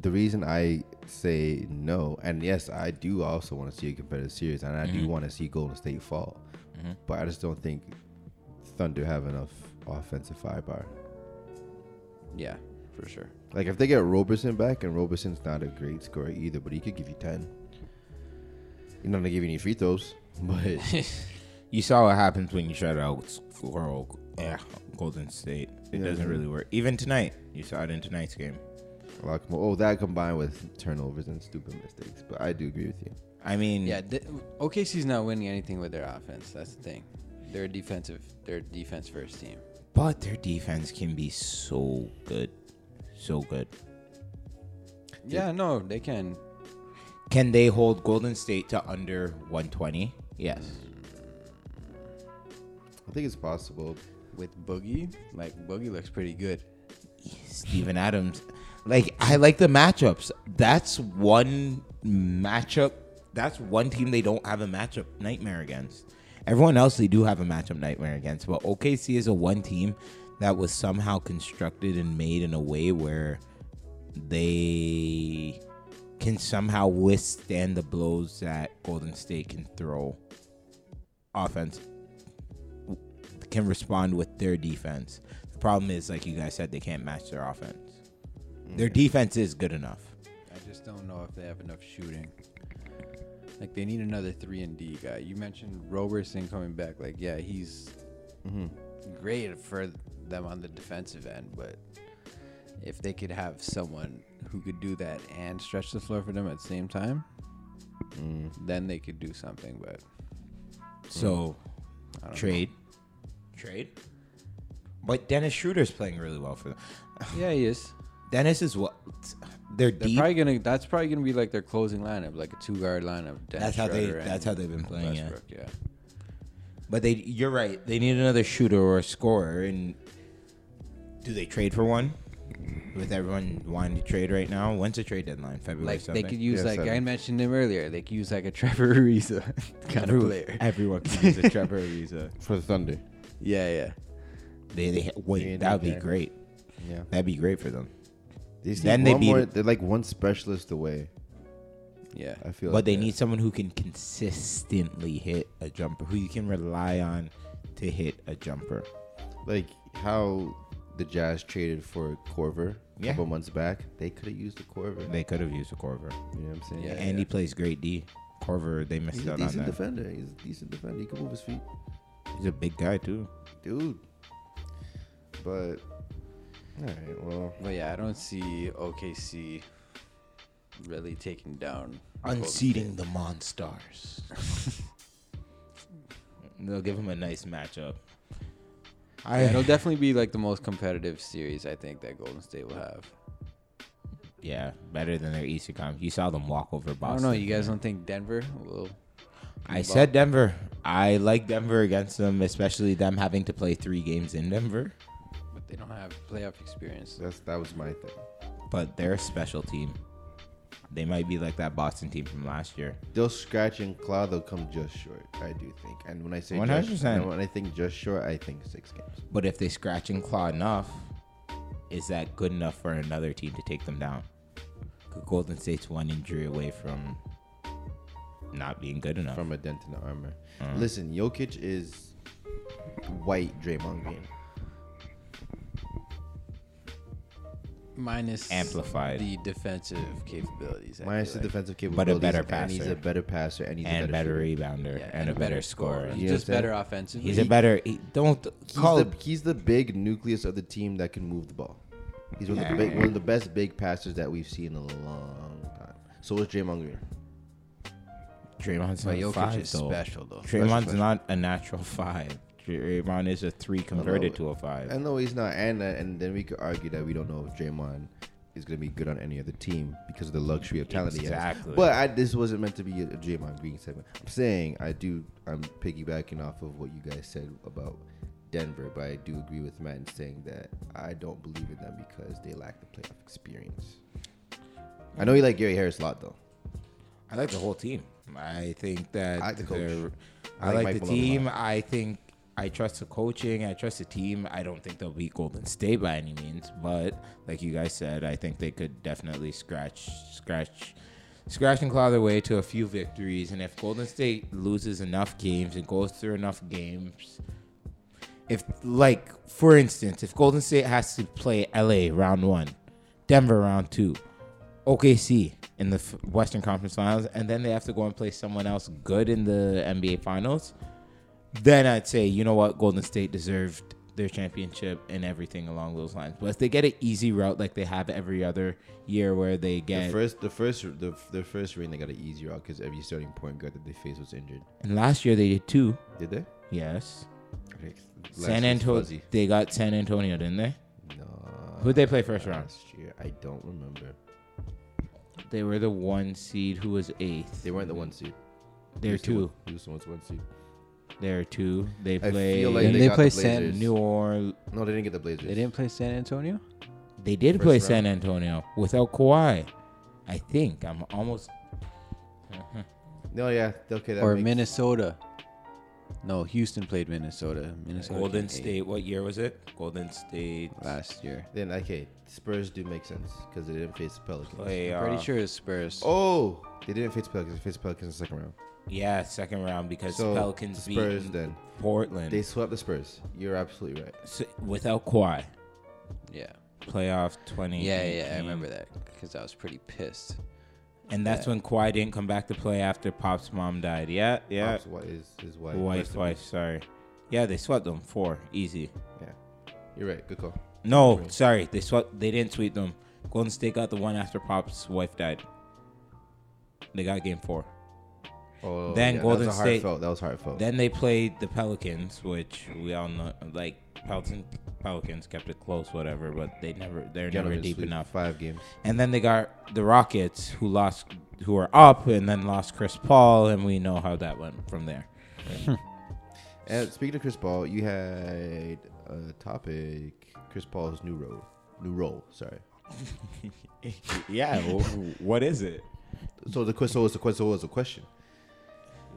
Speaker 3: the reason I say no, and yes, I do also want to see a competitive series, and I do want to see Golden State fall, but I just don't think Thunder have enough offensive firepower.
Speaker 4: Yeah, for sure.
Speaker 3: Like if they get Roberson back, and Roberson's not a great scorer either, *laughs* but he could give you ten. He's not gonna give you any free throws, but
Speaker 2: you saw what happens when you shut out Coral, yeah, Golden State. It
Speaker 3: Yeah,
Speaker 2: doesn't
Speaker 3: yeah.
Speaker 2: really work. Even tonight, you saw it in tonight's game.
Speaker 3: A lot more. Oh, that combined with turnovers and stupid mistakes. But I do agree with you.
Speaker 2: I mean,
Speaker 4: Yeah, th- OKC's not winning anything with their offense. That's the thing. They're a defensive. They're a defense first team.
Speaker 2: but their defense can be so good, so good.
Speaker 4: Yeah, no, they can.
Speaker 2: Can they hold Golden State to under 120? Yes.
Speaker 3: I think it's possible.
Speaker 4: With Boogie, like Boogie looks pretty good.
Speaker 2: Steven Adams. Like I like the matchups. That's one matchup. That's one team they don't have a matchup nightmare against. Everyone else they do have a matchup nightmare against, but OKC is a one team that was somehow constructed and made in a way where they can somehow withstand the blows that Golden State can throw. Offense can respond with their defense. The problem is, like you guys said, they can't match their offense. Their defense is good enough.
Speaker 4: I just don't know if they have enough shooting. Like they need another three and D guy. You mentioned Roberson coming back. Like yeah, he's great for them on the defensive end, but if they could have someone who could do that and stretch the floor for them at the same time, then they could do something. But
Speaker 2: So
Speaker 4: I don't
Speaker 2: trade, trade. But Dennis Schroeder's playing really well for them. *sighs*
Speaker 4: yeah, he is.
Speaker 2: Dennis is what they're
Speaker 4: They're
Speaker 2: deep.
Speaker 4: probably gonna. That's probably gonna be like their closing lineup, like a two guard lineup.
Speaker 2: That's how they. That's how they've been playing. Yeah.
Speaker 4: Westbrook, yeah.
Speaker 2: But they, you're right. They need another shooter or a scorer. And do they trade for one? With everyone wanting to trade right now, when's the trade deadline? February.
Speaker 4: Like
Speaker 2: something?
Speaker 4: they could use
Speaker 3: Yeah,
Speaker 4: like I
Speaker 3: seven.
Speaker 4: mentioned him earlier. They could use like a *laughs* Trevor Ariza kind of player.
Speaker 2: Everyone *laughs* can use a Trevor Ariza.
Speaker 3: For the Thunder.
Speaker 4: *laughs* Yeah, yeah.
Speaker 2: They, they
Speaker 3: They
Speaker 2: wait.
Speaker 3: ain't
Speaker 2: That would be
Speaker 3: there.
Speaker 2: great.
Speaker 3: Yeah.
Speaker 2: That'd be great for them.
Speaker 3: They see
Speaker 2: Then they
Speaker 3: one
Speaker 2: beat
Speaker 3: more,
Speaker 2: it.
Speaker 3: they're like one specialist away.
Speaker 4: Yeah.
Speaker 3: I feel like
Speaker 2: But they
Speaker 3: that.
Speaker 2: need someone who can consistently hit a jumper, who you can rely on to hit a jumper.
Speaker 3: like how the Jazz traded for Corver a
Speaker 2: Yeah.
Speaker 3: couple months back. They could have used the Corver.
Speaker 2: They could have used a Corver.
Speaker 3: You know what I'm saying?
Speaker 4: Yeah,
Speaker 2: and he plays great D. Corver, they missed
Speaker 3: He's a
Speaker 2: out on
Speaker 3: decent
Speaker 2: that.
Speaker 3: defender. He's a decent defender. He can move his feet,
Speaker 2: He's a big guy too.
Speaker 3: dude. But all right, well,
Speaker 4: But yeah, I don't see OKC really taking down Golden
Speaker 2: Unseating the Monstars. *laughs* They'll give him a nice matchup.
Speaker 4: State. Yeah, it'll definitely be like the most competitive series I think that Golden State will have.
Speaker 2: *laughs* Yeah, better than their Eastern Conference. You saw them walk over
Speaker 4: I don't
Speaker 2: Boston.
Speaker 4: know. You guys don't think Denver will?
Speaker 2: I said Denver. I like Denver against them, especially them having to play three games in Denver.
Speaker 4: but they don't have playoff experience.
Speaker 3: that's that was my thing.
Speaker 2: but they're a special team. They might be like that Boston team from last year.
Speaker 3: They'll scratch and claw. They'll come just short. I do think. And when I say
Speaker 2: 100%.
Speaker 3: just, and when I think just short, I think six games.
Speaker 2: But if they scratch and claw enough, is that good enough for another team to take them down? Golden State's one injury away from not being good enough.
Speaker 3: From a dent in the armor.
Speaker 2: Mm.
Speaker 3: Listen, Jokic is white Draymond Green.
Speaker 4: Minus
Speaker 2: Amplified.
Speaker 4: the defensive capabilities. I
Speaker 3: Minus
Speaker 4: feel
Speaker 3: the
Speaker 4: like.
Speaker 3: defensive capabilities,
Speaker 2: better
Speaker 3: and he's
Speaker 2: passer.
Speaker 3: a better passer, and he's a
Speaker 2: and
Speaker 3: better,
Speaker 2: better e-
Speaker 3: shooter.
Speaker 2: rebounder
Speaker 4: Yeah,
Speaker 2: and, a better scorer.
Speaker 3: You
Speaker 4: He's just
Speaker 3: understand?
Speaker 4: better offensively.
Speaker 2: He's a better. He, don't
Speaker 3: He's
Speaker 2: call
Speaker 3: the, he's the big nucleus of the team that can move the ball. He's one of the big, one of the best big passers that we've seen in a long time. So is Draymond Green.
Speaker 2: Draymond's
Speaker 4: But
Speaker 2: not
Speaker 4: Jokic
Speaker 2: five,
Speaker 4: is
Speaker 2: though.
Speaker 4: special though.
Speaker 2: Draymond's
Speaker 3: special.
Speaker 2: not a natural five. Draymond is a three converted to a five.
Speaker 3: I know he's not, and uh, and then we could argue that we don't know if Draymond is gonna be good on any other team because of the luxury of talent he
Speaker 2: Exactly.
Speaker 3: has. But I, this wasn't meant to be a Draymond Green segment. I'm saying I do. I'm piggybacking off of what you guys said about Denver, but I do agree with Matt in saying that I don't believe in them because they lack the playoff experience. I know you like Gary Harris a lot though.
Speaker 2: I like the whole team. I think that
Speaker 3: I like the coach.
Speaker 2: they're-
Speaker 3: I
Speaker 2: I, like,
Speaker 3: like Mike
Speaker 2: the
Speaker 3: Malone a
Speaker 2: team. I think I trust the coaching. I trust the team. I don't think they'll beat Golden State by any means, but like you guys said, I think they could definitely scratch, scratch, scratch and claw their way to a few victories. And if Golden State loses enough games and goes through enough games, if like for instance, if Golden State has to play LA round one, Denver round two, OKC in the F- Western Conference Finals, and then they have to go and play someone else good in the NBA Finals, then I'd say, you know what, Golden State deserved their championship and everything along those lines. But if they get an easy route like they have every other year, where they
Speaker 3: The
Speaker 2: get
Speaker 3: first, the first, the, their first ring, they got an easy route because every starting point guard that they faced was injured.
Speaker 2: and last year they did two.
Speaker 3: Did they?
Speaker 2: Yes,
Speaker 3: Last
Speaker 2: San
Speaker 3: year's
Speaker 2: Antonio.
Speaker 3: fuzzy.
Speaker 2: They got San Antonio, didn't they?
Speaker 3: No.
Speaker 2: Who'd they play first round?
Speaker 3: Last year, I don't remember.
Speaker 2: They were the one seed who was eighth.
Speaker 3: They weren't the one seed.
Speaker 2: They're
Speaker 3: Houston was-
Speaker 2: two.
Speaker 3: Houston was one seed.
Speaker 2: They're two. They
Speaker 3: I
Speaker 2: played
Speaker 3: feel like
Speaker 4: And
Speaker 3: they,
Speaker 4: they
Speaker 3: got
Speaker 4: play
Speaker 3: the
Speaker 4: San
Speaker 3: Blazers.
Speaker 2: New Orleans.
Speaker 3: No, they didn't get the Blazers.
Speaker 4: They didn't play San Antonio.
Speaker 2: They did
Speaker 3: First
Speaker 2: play
Speaker 3: round.
Speaker 2: San Antonio without Kawhi. I think I'm almost.
Speaker 3: No, yeah. Okay. That
Speaker 4: or
Speaker 3: makes-
Speaker 4: Minnesota. No, Houston played Minnesota. Minnesota
Speaker 2: Golden
Speaker 4: came
Speaker 2: State. What year was it? Golden State.
Speaker 4: eighth last year.
Speaker 3: Then okay, Spurs do make sense because they didn't face the Pelicans.
Speaker 2: Play,
Speaker 4: Pretty
Speaker 2: uh,
Speaker 4: sure it's Spurs.
Speaker 3: Oh, they didn't face Pelicans. They faced Pelicans in the second round.
Speaker 2: Yeah, second round because
Speaker 3: So
Speaker 2: Pelicans beat
Speaker 3: Spurs then.
Speaker 2: Portland
Speaker 3: They swept the Spurs. You're absolutely right.
Speaker 2: S- without Kawhi.
Speaker 4: Yeah.
Speaker 2: Playoff twenty.
Speaker 4: Yeah, yeah, I remember that because I was pretty pissed.
Speaker 2: And that's when Kawhi didn't come back to play after Pop's mom died. Yeah, yeah.
Speaker 3: Pops, what is his wife?
Speaker 2: wife,
Speaker 3: Rest in
Speaker 2: wife.
Speaker 3: peace.
Speaker 2: Sorry. Yeah, they swept them four easy.
Speaker 3: Yeah, you're right. Good call.
Speaker 2: No,
Speaker 3: Right.
Speaker 2: sorry, they swept. They didn't sweep them. Golden State got the one after Pop's wife died. They got game four.
Speaker 3: Oh,
Speaker 2: Then
Speaker 3: yeah,
Speaker 2: Golden
Speaker 3: that was a
Speaker 2: State-
Speaker 3: Heartfelt. That was heartfelt.
Speaker 2: Then they played the Pelicans, which we all know, like Pelicans. Pelicans kept it close, whatever, but they never, they're never
Speaker 3: Gentlemen
Speaker 2: deep
Speaker 3: sweep
Speaker 2: enough.
Speaker 3: Five games.
Speaker 2: And then they got the Rockets, who lost, who are up, and then lost Chris Paul, and we know how that went from there.
Speaker 3: And speaking of Chris Paul, you had a topic: Chris Paul's new role. New role. Sorry.
Speaker 2: *laughs* Yeah, what is it?
Speaker 3: So the question was the question was a question.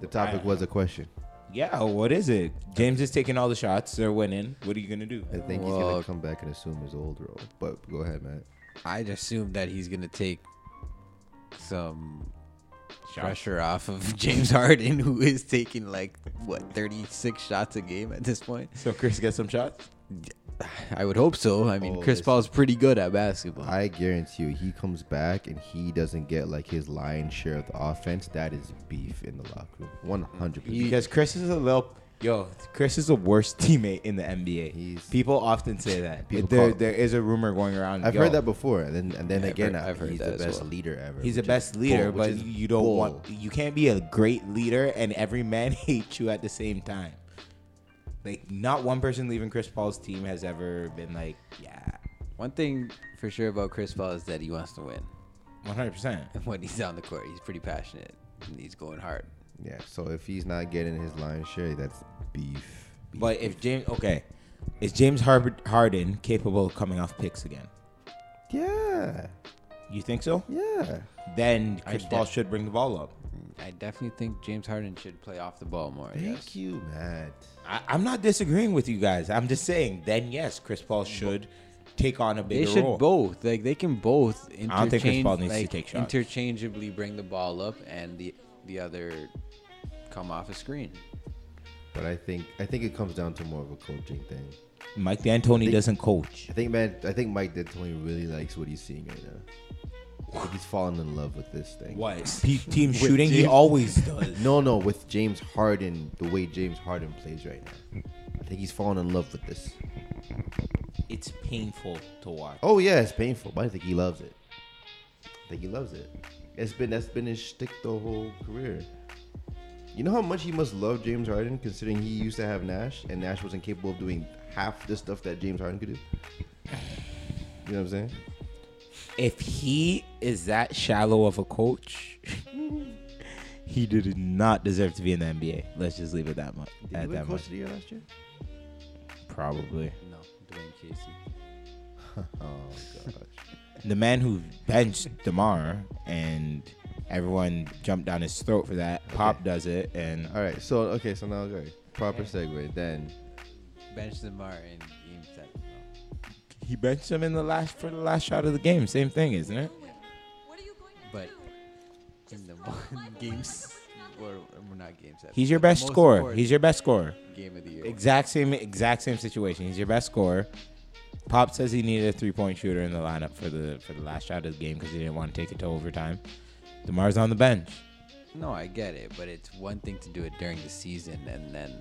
Speaker 3: The topic was a question.
Speaker 2: Yeah, what is it? James is taking all the shots. They're winning. What are you gonna do?
Speaker 3: I think he's
Speaker 4: Well-
Speaker 3: gonna come back and assume his old role. But go ahead, Matt.
Speaker 4: I'd assume that he's gonna take some pressure off of *laughs* James Harden, who is taking like what 36 shots a game at this point.
Speaker 2: So Chris gets some shots.
Speaker 4: I would hope so. I mean,
Speaker 3: Oh,
Speaker 4: Chris
Speaker 3: listen.
Speaker 4: Paul's pretty good at basketball.
Speaker 3: I guarantee you, he comes back and he doesn't get like his lion's share of the offense. That is beef in the locker room, one hundred percent.
Speaker 2: Because Chris is a little yo. Chris is the worst *laughs* teammate in the NBA.
Speaker 3: He's-
Speaker 2: people often say that.
Speaker 3: People
Speaker 2: there,
Speaker 3: call-
Speaker 2: there is a rumor going around.
Speaker 3: I've
Speaker 2: yo,
Speaker 3: heard that before, and then and then
Speaker 4: I've
Speaker 3: again,
Speaker 4: heard- I've heard
Speaker 3: he's
Speaker 4: that
Speaker 3: the
Speaker 4: as
Speaker 3: best
Speaker 4: well.
Speaker 3: leader ever.
Speaker 2: He's the
Speaker 3: which is
Speaker 2: best leader,
Speaker 3: bull, which
Speaker 2: but
Speaker 3: is
Speaker 2: you don't
Speaker 3: bull.
Speaker 2: want. You can't be a great leader and every man *laughs* hate you at the same time. Like not one person leaving Chris Paul's team has ever been like, yeah,
Speaker 4: One thing for sure about Chris Paul is that he wants to win. *laughs*
Speaker 2: one hundred percent.
Speaker 4: And when he's on the court, he's pretty passionate and he's going hard.
Speaker 3: Yeah. So if he's not getting his lion's share, that's beef.
Speaker 2: But if James, okay, is James Har- Harden capable of coming off picks again?
Speaker 3: Yeah.
Speaker 2: You think so?
Speaker 3: Yeah.
Speaker 2: Then Chris
Speaker 4: I
Speaker 2: Paul
Speaker 4: def-
Speaker 2: should bring the ball up.
Speaker 4: I definitely think James Harden should play off the ball more. I
Speaker 3: Thank
Speaker 4: guess.
Speaker 3: you, Matt.
Speaker 2: I, I'm not disagreeing with you guys. I'm just saying, then yes, Chris Paul should take on a
Speaker 4: They
Speaker 2: bigger
Speaker 4: should
Speaker 2: role.
Speaker 4: both like they can both interchange,
Speaker 2: don't think Chris Paul needs to
Speaker 4: like,
Speaker 2: take shots.
Speaker 4: interchangeably bring the ball up and the the other come off a screen.
Speaker 3: But I think I think it comes down to more of a coaching thing.
Speaker 2: Mike D'Antoni
Speaker 3: They-
Speaker 2: doesn't coach.
Speaker 3: I think man, I think Mike D'Antoni really likes what he's seeing right now. I think he's fallen in love with this thing.
Speaker 2: What P- team shooting? He always does.
Speaker 3: No, no, with James Harden, the way James Harden plays right now, I think he's fallen in love with this.
Speaker 2: *laughs* It's painful to watch.
Speaker 3: Oh yeah, it's painful, but I think he loves it. I think he loves it. It's been that's been his shtick the whole career. You know how much he must love James Harden, considering he used to have Nash, and Nash wasn't capable of doing half the stuff that James Harden could do. You know what I'm saying?
Speaker 2: If he is that shallow of a coach, *laughs* he did not deserve to be in the NBA. Let's just leave it that much.
Speaker 3: Did he
Speaker 2: At
Speaker 3: win
Speaker 2: that
Speaker 3: Coach
Speaker 2: much,
Speaker 3: of the Year last year?
Speaker 2: probably.
Speaker 4: No, Dwayne Casey.
Speaker 3: Oh gosh.
Speaker 2: the man who benched Demar and everyone jumped down his throat for that. Pop does it, and
Speaker 3: All right. So okay. So now okay. Proper segue. Then
Speaker 4: Bench Demar and James Harden.
Speaker 2: he benched him in the last for the last shot of the game. Same thing, isn't it?
Speaker 5: What are you going to
Speaker 4: But
Speaker 5: do?
Speaker 4: in the *laughs* one games or, or not game seven.
Speaker 2: He's your
Speaker 4: but the
Speaker 2: best
Speaker 4: most
Speaker 2: scorer.
Speaker 4: important
Speaker 2: He's your best scorer.
Speaker 4: game of the year.
Speaker 2: Exact same exact same situation. He's your best scorer. Pop says he needed a three point shooter in the lineup for the for the last shot of the game because he didn't want to take it to overtime. Demar's on the bench.
Speaker 4: No, I get it, but it's one thing to do it during the season, and then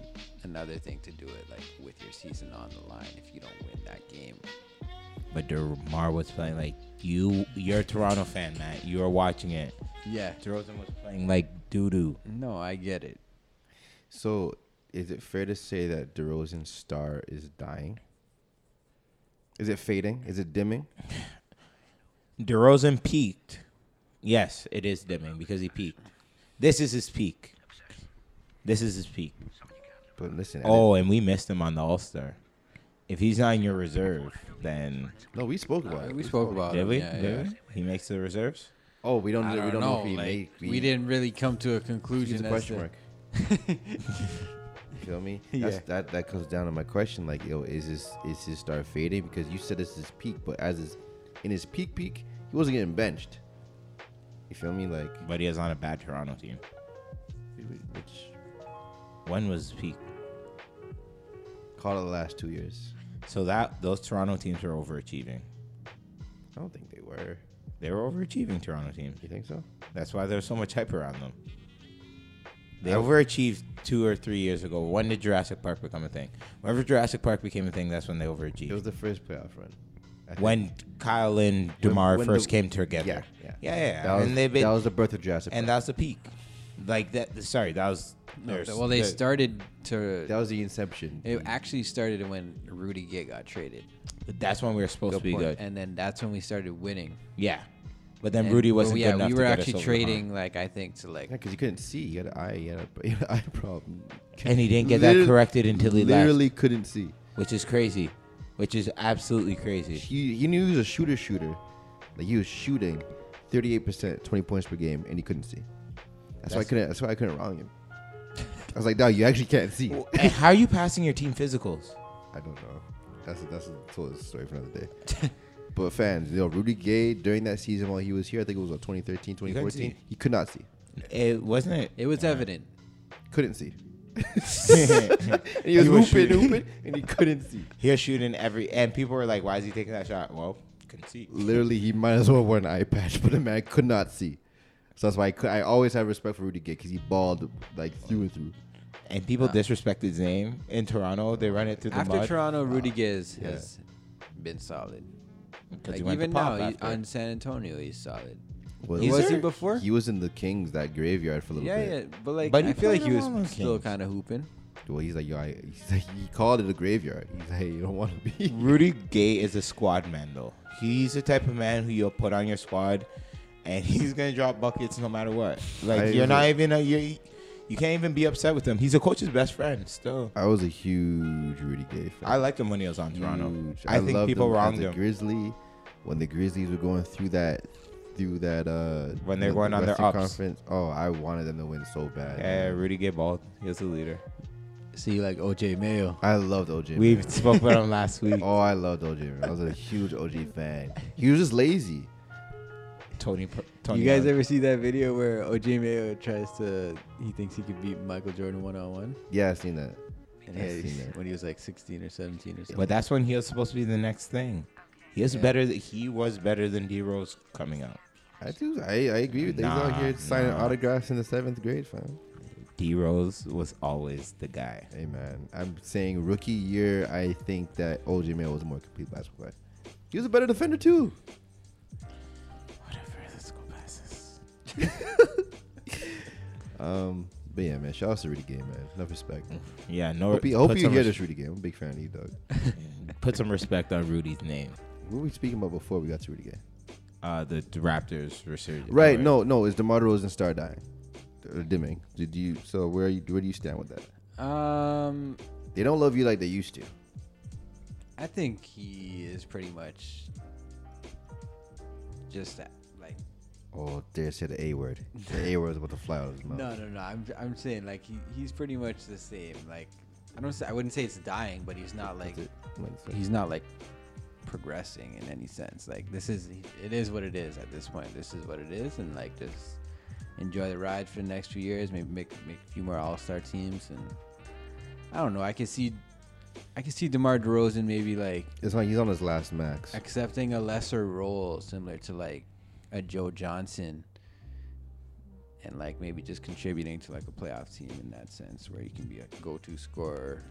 Speaker 4: another thing to do it like with your season on the line. If you don't win that game,
Speaker 2: But DeMar was playing like you. You're a Toronto fan, Matt. You are watching it.
Speaker 4: yeah.
Speaker 2: DeRozan was playing like doo doo.
Speaker 4: No, I get it.
Speaker 3: So, is it fair to say that DeRozan's star is dying? Is it fading? Is it dimming?
Speaker 2: DeRozan peaked. Yes, it is dimming because he peaked. This is his peak. This is his peak.
Speaker 3: But listen, I
Speaker 2: Oh, and we missed him on the All Star. If he's not in your reserve, then
Speaker 3: didn't- no, we spoke about it.
Speaker 4: We spoke about
Speaker 2: did
Speaker 4: it.
Speaker 2: we?
Speaker 4: Yeah,
Speaker 2: Did
Speaker 4: yeah.
Speaker 2: we? He makes the reserves.
Speaker 3: Oh, we don't.
Speaker 4: I
Speaker 3: we
Speaker 4: don't
Speaker 3: don't know, if
Speaker 4: know,
Speaker 3: he
Speaker 4: like,
Speaker 3: made.
Speaker 4: We didn't really come to a conclusion.
Speaker 3: He's a
Speaker 4: as
Speaker 3: question
Speaker 4: to-
Speaker 3: mark. *laughs* you feel me?
Speaker 2: Yeah.
Speaker 3: That's, that that comes down to my question. Like, yo, is this is his star fading? Because you said it's his peak, but as his in his peak peak, he wasn't getting benched. You feel me? Like,
Speaker 2: But he is on a bad Toronto team.
Speaker 3: which
Speaker 2: When was his peak?
Speaker 3: call it the last two years?
Speaker 2: So that those Toronto teams were overachieving.
Speaker 3: I don't think they were.
Speaker 2: They were overachieving Toronto teams.
Speaker 3: You think so?
Speaker 2: That's why there's so much hype around them. They overachieved two or three years ago. When did Jurassic Park become a thing? Whenever Jurassic Park became a thing, that's when they overachieved.
Speaker 3: It was the first playoff run. I think.
Speaker 2: when Kyle and Demar
Speaker 3: when
Speaker 2: first
Speaker 3: the-
Speaker 2: came together.
Speaker 3: Yeah, yeah,
Speaker 2: yeah, yeah.
Speaker 3: That was,
Speaker 2: and they've been,
Speaker 3: that was the birth of Jurassic.
Speaker 2: and
Speaker 3: Park.
Speaker 2: that's the peak. Like that. Sorry, that was.
Speaker 4: No,
Speaker 2: there's-
Speaker 4: well, they
Speaker 2: there-
Speaker 4: started to.
Speaker 3: that was the inception.
Speaker 4: it actually started when Rudy Gay got traded.
Speaker 2: That's when we were supposed to be
Speaker 4: point.
Speaker 2: good.
Speaker 4: And then that's when we started winning.
Speaker 2: yeah, but then
Speaker 4: And-
Speaker 2: Rudy
Speaker 4: well,
Speaker 2: wasn't
Speaker 4: yeah,
Speaker 2: good enough.
Speaker 4: we
Speaker 2: to
Speaker 4: were
Speaker 2: get us
Speaker 4: actually
Speaker 2: over the hump.
Speaker 4: trading, like I think, to like
Speaker 3: yeah, because you couldn't see. He had an eye. He had a, *laughs* he had an eye problem.
Speaker 2: and he didn't get that
Speaker 3: Literally-
Speaker 2: corrected until he
Speaker 3: literally couldn't see.
Speaker 2: left, which is crazy, which is absolutely crazy.
Speaker 3: *laughs* He he knew he was a shooter shooter. Like he was shooting 38%, 20 points per game, and he couldn't see. That's, why I
Speaker 2: That's-
Speaker 3: couldn't that's why I couldn't wrong him. I was like, dog, you actually can't see.
Speaker 2: Well, hey, how are you passing your team physicals?
Speaker 3: *laughs* I don't know. That's a, that's a, that's a story for another day. *laughs* but fans, you know, Rudy Gay during that season while he was here, I think it was like 2013,
Speaker 2: couldn't
Speaker 3: 2014,
Speaker 2: see.
Speaker 3: he could not see.
Speaker 2: It
Speaker 4: *laughs*
Speaker 2: wasn't. *laughs*
Speaker 4: it was evident.
Speaker 3: Couldn't see.
Speaker 2: It.
Speaker 3: And he was
Speaker 2: He was
Speaker 3: hooping,
Speaker 2: shooting.
Speaker 3: hooping, *laughs* and he couldn't see.
Speaker 2: he was shooting every, and people were like, "Why is he taking that shot?" Well, couldn't see.
Speaker 3: Literally, he might as well wear an eye patch, *laughs* but the man could not see. So that's why I, could, I always have respect for Rudy Gay because he balled like through and through.
Speaker 2: And people disrespect his name in Toronto. They run it through the
Speaker 4: After
Speaker 2: mud.
Speaker 4: Toronto, Rudy Gay has-
Speaker 3: yeah.
Speaker 4: has been solid.
Speaker 2: 'Cause
Speaker 4: Like
Speaker 2: he went to
Speaker 4: even
Speaker 2: pop
Speaker 4: now, he,
Speaker 2: after.
Speaker 4: on San Antonio, he's solid.
Speaker 3: Was,
Speaker 4: He
Speaker 2: Was
Speaker 4: was he
Speaker 2: there?
Speaker 4: before?
Speaker 3: He was in the Kings that graveyard for a little
Speaker 4: yeah,
Speaker 3: bit.
Speaker 4: yeah, but like,
Speaker 2: But
Speaker 4: I
Speaker 2: you feel like he
Speaker 4: played
Speaker 2: was
Speaker 4: around still
Speaker 2: Kings.
Speaker 4: kind of hooping.
Speaker 3: Well, he's like, yo, I, he's like, he called it a graveyard. He's like, hey, you don't want to be. *laughs*
Speaker 2: Rudy Gay is a squad man though. He's the type of man who you'll put on your squad, and *laughs* he's gonna drop buckets no matter what. Like
Speaker 3: I
Speaker 2: you're not
Speaker 3: agree.
Speaker 2: even a you. You can't even be upset with him. He's a coach's best friend still.
Speaker 3: I was a huge Rudy Gay fan.
Speaker 2: I liked him when he was on Toronto.
Speaker 3: Huge.
Speaker 2: I, think
Speaker 3: loved
Speaker 2: people
Speaker 3: him
Speaker 2: wronged
Speaker 3: as a
Speaker 2: him.
Speaker 3: Grizzly when the Grizzlies were going through that, through that. uh
Speaker 2: When they're
Speaker 3: the
Speaker 2: going on their
Speaker 3: Western
Speaker 2: ups.
Speaker 3: conference. Oh, I wanted them to win so bad.
Speaker 2: yeah, Rudy Gay balled. He was a leader.
Speaker 4: See, like OJ Mayo.
Speaker 3: I loved OJ.
Speaker 2: We
Speaker 3: Mayo.
Speaker 2: spoke about him last week.
Speaker 3: *laughs* Oh, I loved OJ. Mayo. I was a huge OJ fan. He was just lazy.
Speaker 2: Tony. Per- Tony.
Speaker 4: you guys
Speaker 2: Allen.
Speaker 4: ever see that video where OJ Mayo tries to? He thinks he could beat Michael Jordan one on one.
Speaker 3: Yeah, I seen that.
Speaker 4: And
Speaker 3: I've
Speaker 4: he-
Speaker 3: seen that.
Speaker 4: When he was like 16 or 17 or something.
Speaker 2: But that's when he was supposed to be the next thing. He is
Speaker 4: Yeah.
Speaker 2: better. th- He was better than D Rose coming out.
Speaker 3: I do. I, I agree with that. He's out
Speaker 2: Nah,
Speaker 3: here signing
Speaker 2: nah.
Speaker 3: autographs in the seventh grade, fam.
Speaker 2: D Rose was always the guy.
Speaker 3: Hey man, I'm saying rookie year. I think that OJ Mayo was a more complete basketball player. He was a better defender too.
Speaker 2: Whatever. Let's go past this.
Speaker 3: Um, but yeah, man, shout out to Rudy Gay, man. Enough respect.
Speaker 2: Yeah. No.
Speaker 3: Hope, you- hope
Speaker 2: Mm-hmm. put
Speaker 3: you
Speaker 2: some
Speaker 3: hear
Speaker 2: res-
Speaker 3: this Rudy Gay. I'm a big fan of you, dog.
Speaker 2: *laughs* Put some respect on Rudy's name.
Speaker 3: What were we speaking about before we got to Rudy Gay?
Speaker 2: Uh, the Raptors resurgence.
Speaker 3: Right? No, no. Is Demar Derozan star dying Uh, or dimming? Did you? So where are you? Where do you stand with that?
Speaker 4: um,
Speaker 3: They don't love you like they used to.
Speaker 4: I think he is pretty much just that, like
Speaker 3: Oh, dare say the A word. The A word is about to fly out of his mouth.
Speaker 4: no, no, no. I'm I'm saying like he, he's pretty much the same. Like I don't say I wouldn't say it's dying, but he's not like
Speaker 3: That's it. That's it.
Speaker 4: he's not like progressing in any sense. Like this is it is what it is at this point. This is what it is, and like just enjoy the ride for the next few years. Maybe make make a few more All Star teams, and I don't know. I can see I can see Demar Derozan maybe like
Speaker 3: It's like he's on his last max.
Speaker 4: accepting a lesser role similar to like a Joe Johnson and like maybe just contributing to like a playoff team in that sense, where you can be a go-to scorer.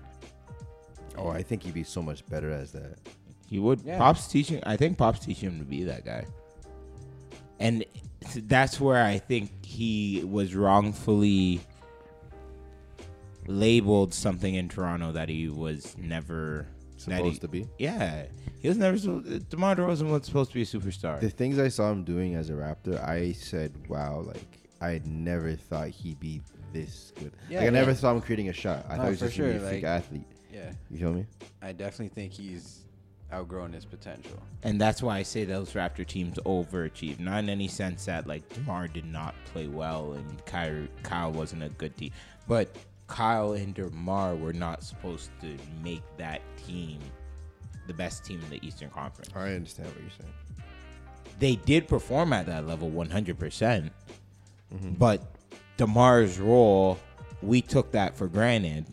Speaker 3: Oh, I think he'd be so much better as that.
Speaker 2: He would.
Speaker 4: Yeah.
Speaker 2: Pop's teaching. I think Pop's teaching him to be that guy. And that's where I think he was wrongfully labeled something in Toronto that he was never that he-
Speaker 3: Supposed to be.
Speaker 2: Yeah, he was never. so- DeMar DeRozan was supposed to be a superstar.
Speaker 3: The things I saw him doing as a Raptor, I said, "Wow!" Like I had never thought he'd be this good.
Speaker 4: Yeah,
Speaker 3: like I
Speaker 4: yeah.
Speaker 3: never saw him creating a shot. I
Speaker 4: No,
Speaker 3: thought he was
Speaker 4: for
Speaker 3: just gonna be a
Speaker 4: sure,
Speaker 3: freak
Speaker 4: like-
Speaker 3: athlete.
Speaker 4: Yeah,
Speaker 3: You feel me?
Speaker 4: I definitely think he's outgrown his potential.
Speaker 2: And that's why I say those Raptor teams overachieved. Not in any sense that like Demar did not play well and Kyrie, Kyle wasn't a good team, but Kyle and Demar were not supposed to make that team the best team in the Eastern Conference.
Speaker 3: I understand what you're saying.
Speaker 2: They did perform at that level 100%, percent but Demar's role, we took that for granted.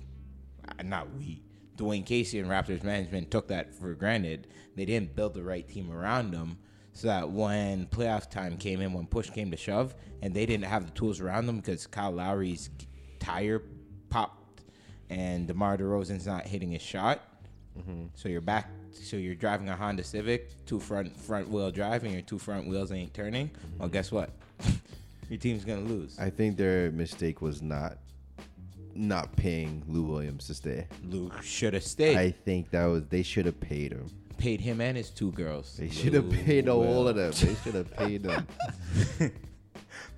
Speaker 2: Uh, Not we. Dwayne Casey and Raptors management took that for granted. They didn't build the right team around them so that when playoff time came in, when push came to shove, and they didn't have the tools around them because Kyle Lowry's tire popped and DeMar DeRozan's not hitting his shot.
Speaker 3: Mm-hmm.
Speaker 2: So you're back. So you're driving a Honda Civic, two front front wheel drive, and your two front wheels ain't turning. Well, guess what? *laughs* Your team's gonna lose.
Speaker 3: Mm-hmm. I think their mistake was not not paying Lou Williams to stay.
Speaker 2: Luke should have stayed.
Speaker 3: I think that was they should have paid him.
Speaker 2: paid him and his two girls.
Speaker 3: They should have paid the whole of them. They should have paid them.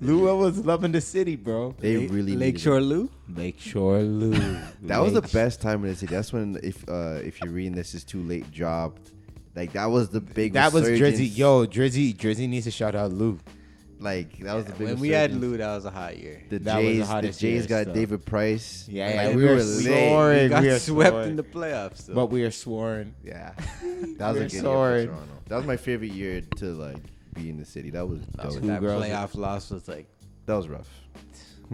Speaker 2: Lou was loving the city, bro.
Speaker 3: They really needed it.
Speaker 4: Lakeshore Lou.
Speaker 2: Lakeshore Lou.
Speaker 3: *laughs* That was the best time in the city. That's when if uh if you're reading this is too late dropped. Like that was the big.
Speaker 2: That was Drizzy.
Speaker 3: resurgence.
Speaker 2: Yo, Drizzy. Drizzy needs to shout out Lou.
Speaker 3: Like that was the big.
Speaker 4: When we had
Speaker 3: resurgence.
Speaker 4: Lou, that was a hot year.
Speaker 3: The
Speaker 2: That was the
Speaker 3: Jays, the,
Speaker 2: hottest year,
Speaker 3: Jays got
Speaker 2: so.
Speaker 3: David Price.
Speaker 2: Yeah,
Speaker 3: Like,
Speaker 2: yeah, we were
Speaker 3: lit.
Speaker 2: soaring.
Speaker 4: We got
Speaker 2: we are
Speaker 4: swept
Speaker 2: soaring.
Speaker 4: in the playoffs. So.
Speaker 2: But we are sworn. *laughs*
Speaker 3: Yeah, that was
Speaker 2: We were
Speaker 3: a good year for
Speaker 2: soaring.
Speaker 3: Toronto. That was my favorite year to like be in the city. That was
Speaker 4: That
Speaker 3: that was,
Speaker 4: was- that
Speaker 2: girls.
Speaker 4: playoff loss was like
Speaker 3: that was rough.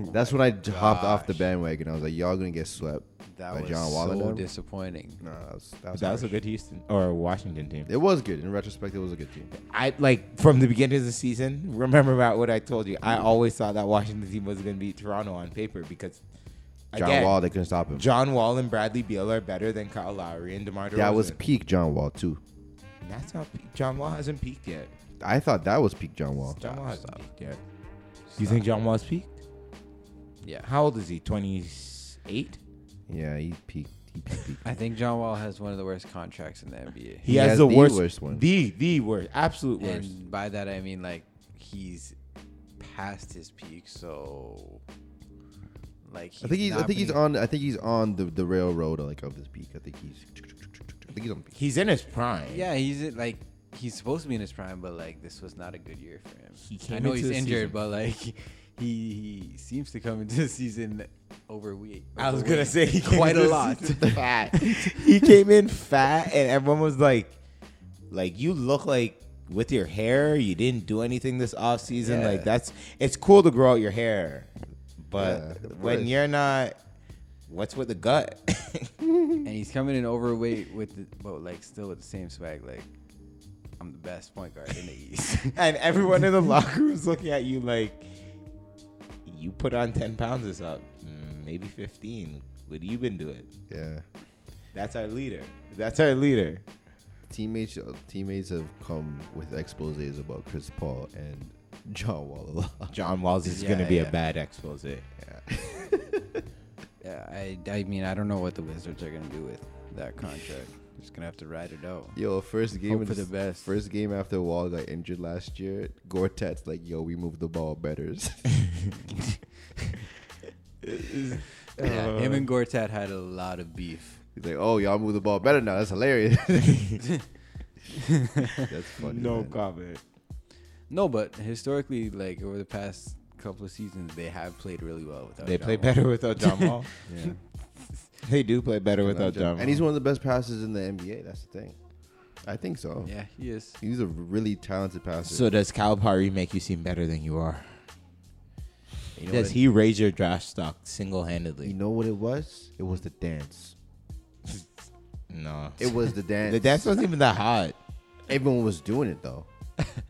Speaker 3: That's when I j- hopped off the
Speaker 4: gosh.
Speaker 3: bandwagon. I was like, y'all gonna get swept.
Speaker 4: that
Speaker 3: By
Speaker 4: was
Speaker 3: John Wall and
Speaker 4: so
Speaker 3: them?
Speaker 4: disappointing.
Speaker 3: No, that was that was,
Speaker 2: That was a
Speaker 3: harsh.
Speaker 2: good Houston or Washington team.
Speaker 3: It was good in retrospect. It was a good team.
Speaker 2: I like from the beginning of the season. Remember about what I told you. I always thought that Washington team was going to beat Toronto on paper because
Speaker 3: John
Speaker 2: again,
Speaker 3: Wall, they couldn't stop him.
Speaker 2: John Wall and Bradley Beal are better than Kyle Lowry and DeMar DeRozan.
Speaker 3: that was peak John Wall too.
Speaker 2: that's not pe- John Wall hasn't peaked yet.
Speaker 3: I thought that was peak John Wall.
Speaker 2: John Wall hasn't peaked yet. You think John Wall's peaked?
Speaker 4: Yeah,
Speaker 2: How old is he? Twenty eight.
Speaker 3: Yeah, he peaked. He peaked. peaked.
Speaker 4: I think John Wall has one of the worst contracts in the NBA.
Speaker 2: He,
Speaker 3: He
Speaker 2: has,
Speaker 3: has
Speaker 2: the,
Speaker 3: the
Speaker 2: worst,
Speaker 3: worst one.
Speaker 2: The the worst, absolute worst.
Speaker 4: and by that I mean like he's past his peak, so like he's
Speaker 3: I think he's. I
Speaker 4: not
Speaker 3: think he's
Speaker 4: being-
Speaker 3: on. I think he's on the the railroad like of his peak. I think he's. I think he's on peak.
Speaker 2: He's in his prime.
Speaker 4: Yeah, he's in- like he's supposed to be in his prime, but like this was not a good year for him.
Speaker 2: He came
Speaker 4: I know
Speaker 2: into
Speaker 4: he's
Speaker 2: the season-
Speaker 4: injured, but like he he seems to come into the season overweight.
Speaker 2: I was
Speaker 4: overweight
Speaker 2: gonna say he came
Speaker 4: quite
Speaker 2: into
Speaker 4: a
Speaker 2: the
Speaker 4: lot.
Speaker 2: season *laughs* Fat. he came in fat, and everyone was like, "Like you look like with your hair, you didn't do anything this off season.
Speaker 3: Yeah.
Speaker 2: Like that's it's cool to grow out your hair, but
Speaker 3: Yeah, of
Speaker 2: when
Speaker 3: course.
Speaker 2: you're not, what's with the gut? *laughs*
Speaker 4: *laughs* and he's coming in overweight with the, but like still with the same swag like I'm the best point guard in the East. *laughs*
Speaker 2: and everyone *laughs* in the locker room's looking at you like, you put on ten pounds this up, Mm, maybe fifteen. What have you been doing?
Speaker 3: Yeah.
Speaker 2: That's our leader. That's our leader.
Speaker 3: teammates uh, teammates have come with exposés about Chris Paul and *laughs* John Wall a lot.
Speaker 2: John Walls is
Speaker 4: Yeah,
Speaker 2: gonna be
Speaker 4: yeah.
Speaker 2: a bad expose.
Speaker 4: Yeah, I, I mean I don't know what the Wizards are gonna do with that contract. *laughs* Just gonna have to ride it out.
Speaker 3: Yo, first game
Speaker 4: Hope
Speaker 3: in
Speaker 4: for
Speaker 3: the
Speaker 4: the best.
Speaker 3: First game after Wall got injured last year, Gortat's like, "Yo, we moved the ball better." *laughs*
Speaker 4: Yeah, him and Gortat had a lot of beef.
Speaker 3: He's like, "Oh, y'all move the ball better now. That's hilarious." *laughs*
Speaker 4: *laughs*
Speaker 3: That's funny.
Speaker 2: no
Speaker 3: man.
Speaker 2: comment.
Speaker 4: No, but historically, like over the past couple of seasons, they have played really well without.
Speaker 2: They
Speaker 4: John
Speaker 2: play
Speaker 4: Wall.
Speaker 2: better
Speaker 4: *laughs*
Speaker 2: without John Wall.
Speaker 3: Yeah.
Speaker 2: they do play better without John Wall.
Speaker 3: and he's one of the best passers in the NBA. That's the thing. I think so.
Speaker 4: Yeah, he is.
Speaker 3: He's a really talented passer.
Speaker 2: so does Calipari make you seem better than you are?
Speaker 3: You know
Speaker 2: does
Speaker 3: what-
Speaker 2: he raise your draft stock single
Speaker 3: You
Speaker 2: handedly?
Speaker 3: know what it was? It was the dance.
Speaker 2: No.
Speaker 3: It was
Speaker 2: *laughs*
Speaker 3: the dance.
Speaker 2: the dance
Speaker 3: *laughs*
Speaker 2: wasn't even that hot.
Speaker 3: Everyone was doing it though.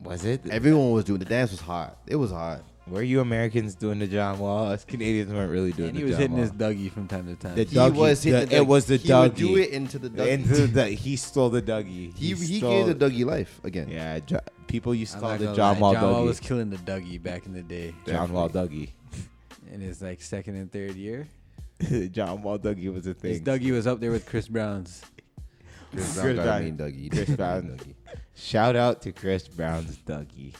Speaker 2: Was it?
Speaker 3: Everyone was doing the dance. Was hot. It was hot.
Speaker 2: Were you Americans doing the John Wall? Us Canadians weren't really doing
Speaker 4: And
Speaker 2: the
Speaker 4: he was
Speaker 2: John
Speaker 4: hitting
Speaker 2: Wall.
Speaker 4: his Dougie from time to time.
Speaker 2: The
Speaker 3: He
Speaker 2: Dougie-
Speaker 3: was hitting
Speaker 2: the-
Speaker 3: the
Speaker 2: it was the
Speaker 3: He would do
Speaker 2: Dougie.
Speaker 3: it into the Dougie.
Speaker 4: *laughs*
Speaker 2: Into the he stole the Dougie.
Speaker 3: he he
Speaker 2: stole-
Speaker 3: gave the Dougie life again.
Speaker 2: Yeah, jo- people used to
Speaker 4: I'm
Speaker 2: call
Speaker 4: not
Speaker 2: it
Speaker 4: gonna
Speaker 2: John
Speaker 4: lie,
Speaker 2: Wall
Speaker 4: John Wall
Speaker 2: Dougie.
Speaker 4: was killing the Dougie back in the day
Speaker 2: John Wall Dougie.
Speaker 4: in his like second and third year.
Speaker 2: John Wall Dougie *laughs* was a
Speaker 4: His
Speaker 2: thing.
Speaker 4: Dougie was up there with Chris Brown's.
Speaker 3: Chris
Speaker 2: Chris
Speaker 3: Brown got
Speaker 2: Brown.
Speaker 3: a mean Dougie. He
Speaker 2: Chris
Speaker 3: *laughs* did a
Speaker 2: Brown.
Speaker 3: mean Dougie.
Speaker 2: Shout out to Chris Brown's Dougie.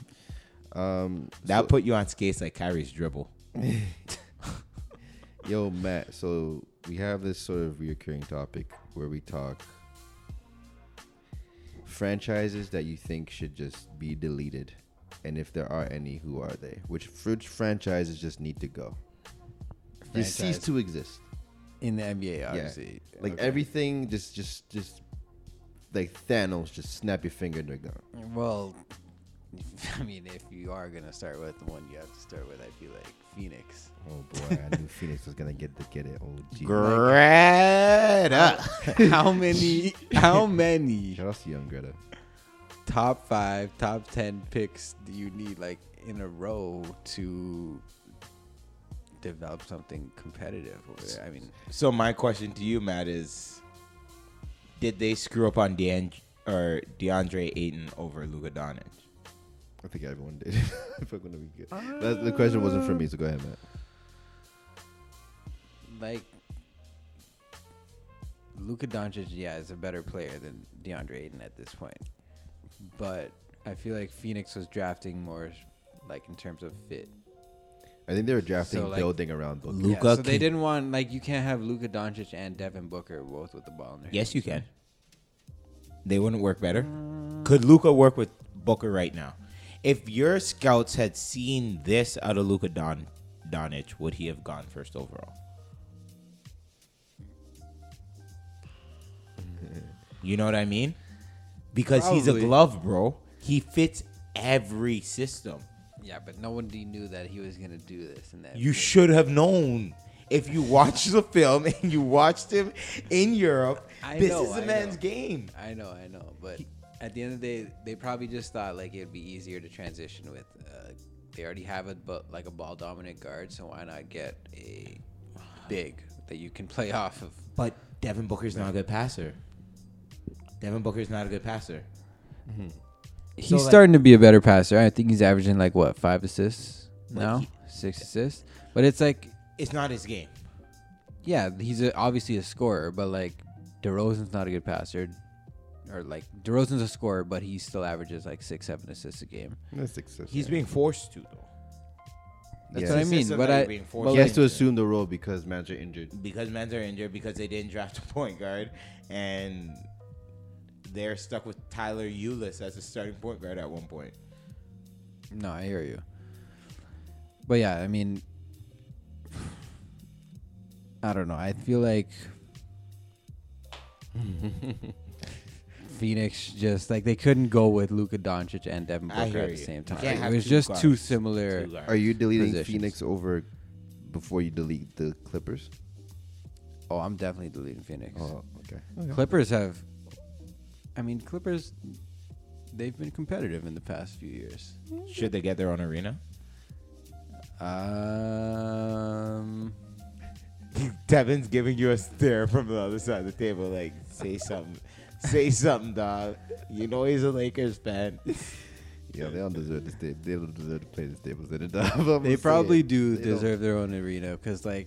Speaker 3: Um,
Speaker 2: That
Speaker 3: so-
Speaker 2: put you on skates like Kyrie's dribble.
Speaker 3: Yo, Matt. So we have this sort of reoccurring topic where we talk franchises that you think should just be deleted, and if there are any, who are they? Which fr- franchises just need to go? Just cease
Speaker 4: Franchise.
Speaker 3: to exist.
Speaker 4: in the NBA, obviously.
Speaker 3: Yeah. Like
Speaker 4: Okay.
Speaker 3: everything, just just just like Thanos, just snap your finger and they're gone.
Speaker 4: Well, *laughs* I mean, if you are gonna start with the one you have to start with, I'd be like Phoenix.
Speaker 3: Oh boy, I knew Phoenix was gonna get to get it. Oh gee.
Speaker 2: Greta.
Speaker 4: Uh, how many? How many
Speaker 3: Shout out to Young Greta.
Speaker 4: top five, top ten picks do you need like in a row to develop something competitive? over there? I mean,
Speaker 2: So my question to you, Matt, is: Did they screw up on Deand- or DeAndre Ayton over Luka Doncic?
Speaker 3: I think everyone did. *laughs* if I'm gonna be good. That, the question wasn't for me, so go ahead, Matt.
Speaker 4: like Luka Doncic, yeah, is a better player than DeAndre Ayton at this point. But I feel like Phoenix was drafting more, like in terms of fit.
Speaker 3: I think they were drafting,
Speaker 4: So, like,
Speaker 3: building around Booker.
Speaker 2: Luka
Speaker 4: yeah, so they
Speaker 2: can-
Speaker 4: didn't want like you can't have Luka Doncic and Devin Booker both with the ball in their
Speaker 2: Yes,
Speaker 4: hands.
Speaker 2: you can. They wouldn't work better. Could Luca work with Booker right now? If your scouts had seen this out of Luca Don Doncic, would he have gone first overall? You know what I mean? Because he's a
Speaker 4: Probably.
Speaker 2: glove, bro. He fits every system.
Speaker 4: Yeah, but no one knew that he was gonna do this and that.
Speaker 2: You should have known. If you watched the film *laughs* and you watched him in Europe,
Speaker 4: I
Speaker 2: this
Speaker 4: know,
Speaker 2: is a
Speaker 4: I
Speaker 2: man's
Speaker 4: know.
Speaker 2: game.
Speaker 4: I know, I know, but at the end of the day, they probably just thought like it'd be easier to transition with. Uh, they already have a but like a ball dominant guard, so why not get a big that you can play *laughs* off of?
Speaker 2: But Devin Booker's not a good passer. Devin Booker's not a good passer.
Speaker 4: He's
Speaker 2: So, like-
Speaker 4: starting to be a better passer. I think he's averaging like what five assists
Speaker 2: Like,
Speaker 4: now,
Speaker 2: he-
Speaker 4: six assists. But it's like,
Speaker 2: It's not his game.
Speaker 4: yeah, he's a, obviously a scorer, but like DeRozan's not a good passer, or like DeRozan's a scorer, but he still averages like six, seven assists a game.
Speaker 3: That's successful.
Speaker 2: He's being forced to though.
Speaker 4: That's
Speaker 3: Yeah.
Speaker 4: what I
Speaker 2: It's
Speaker 4: mean.
Speaker 2: just
Speaker 4: But
Speaker 2: another
Speaker 4: I
Speaker 2: being
Speaker 4: but,
Speaker 2: forced.
Speaker 3: he has
Speaker 4: like,
Speaker 3: to assume the role because manager injured.
Speaker 2: Because men's are injured, because they didn't draft a point guard, and they're stuck with Tyler Eulis as a starting point guard at one point.
Speaker 4: No, I hear you. But yeah, I mean, I don't know. I
Speaker 2: *laughs*
Speaker 4: feel like Phoenix just like they couldn't go with Luka Doncic and Devin
Speaker 2: I
Speaker 4: Booker
Speaker 2: hear
Speaker 4: at the
Speaker 2: you.
Speaker 4: same
Speaker 2: You
Speaker 4: time.
Speaker 2: can't
Speaker 4: It
Speaker 2: have
Speaker 4: was
Speaker 2: two
Speaker 4: just
Speaker 2: guards.
Speaker 4: too similar.
Speaker 2: Two guards.
Speaker 3: Are you deleting
Speaker 4: Positions.
Speaker 3: Phoenix over before you delete the Clippers?
Speaker 4: Oh, I'm definitely deleting Phoenix.
Speaker 3: Oh, okay.
Speaker 4: Clippers have. I mean, Clippers. They've been competitive in the past few years.
Speaker 2: Should they get their own arena?
Speaker 4: Um.
Speaker 2: Devin's giving you a stare from the other side of the table, like say something, say something, dog. You know he's a Lakers fan.
Speaker 3: Yeah, they don't deserve this. They, they don't deserve to play this tables. *laughs* They, don't,
Speaker 4: They probably do
Speaker 3: They don't-
Speaker 4: deserve their own arena because, like,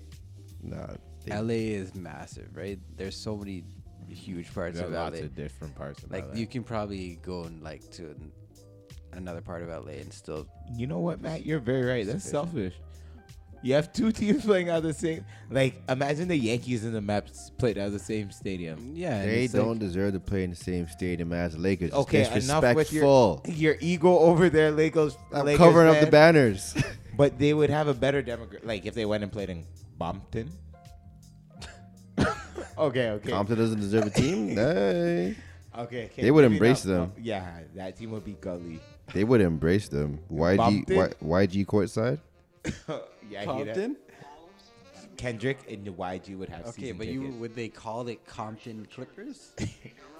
Speaker 3: Nah, they,
Speaker 4: LA is massive, right? There's so many huge parts
Speaker 2: There are
Speaker 4: of
Speaker 2: lots
Speaker 4: LA.
Speaker 2: of different parts of
Speaker 4: like,
Speaker 2: LA.
Speaker 4: you can probably go and like to an- another part of LA and still.
Speaker 2: You know what, Matt? You're very right. That's selfish. You have two *laughs* teams playing out of the same. Like, imagine the Yankees and the Mets played out of the same stadium.
Speaker 4: Yeah, and
Speaker 3: they
Speaker 4: it's, like,
Speaker 3: don't deserve to play in the same stadium as Lakers. It's
Speaker 2: Okay, enough with your,
Speaker 4: *laughs*
Speaker 3: disrespectful.
Speaker 2: your ego over there, Lakers.
Speaker 3: I'm
Speaker 2: Lakers
Speaker 3: covering up the
Speaker 2: fan.
Speaker 3: banners. *laughs*
Speaker 2: But they would have a better demographic. Like, if they went and played in
Speaker 3: *laughs*
Speaker 2: Bompton. okay, okay.
Speaker 3: Compton doesn't deserve a
Speaker 4: *laughs*
Speaker 3: team. Hey.
Speaker 2: okay, okay.
Speaker 3: They would
Speaker 2: maybe
Speaker 3: embrace
Speaker 2: not-
Speaker 3: them.
Speaker 2: Yeah, that team would be gully. *laughs*
Speaker 3: They would embrace them. YG,
Speaker 2: Compton?
Speaker 3: y, YG courtside.
Speaker 2: yeah, I hear that.
Speaker 4: Compton.
Speaker 2: Kendrick and the YG would have
Speaker 4: Okay, but you would they call it Compton
Speaker 1: *laughs*
Speaker 4: Clippers?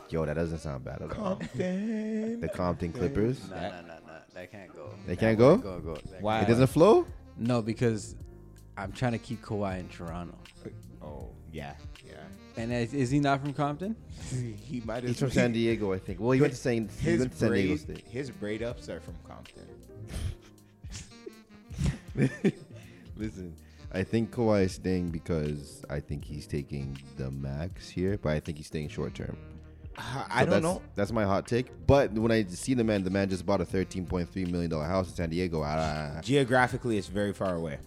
Speaker 3: Yo, that doesn't sound bad at all.
Speaker 2: Compton.
Speaker 3: The Compton Clippers.
Speaker 4: no, no, no, no. That
Speaker 1: That can't go.
Speaker 3: They
Speaker 1: That
Speaker 3: can't
Speaker 1: won't
Speaker 3: go?
Speaker 1: Go, go.
Speaker 2: Why?
Speaker 3: It doesn't flow.
Speaker 1: No, because I'm trying to keep Kawhi in Toronto.
Speaker 2: Oh, yeah, yeah.
Speaker 1: And is, is he not from Compton?
Speaker 2: He might
Speaker 3: He's from San Diego, I think. Well, he went to San, he
Speaker 2: His
Speaker 3: went to San Diego
Speaker 2: braid,
Speaker 3: State.
Speaker 2: his braid ups are from *laughs* Compton.
Speaker 3: Listen, I think Kawhi is staying because I think he's taking the max here, but I think he's staying short term.
Speaker 2: Uh, I
Speaker 3: So
Speaker 2: don't
Speaker 3: that's-
Speaker 2: know.
Speaker 3: That's my hot take. But when I see the man, the man just bought a thirteen point three million dollar house in San Diego. Ah,
Speaker 2: Geographically, it's very far away.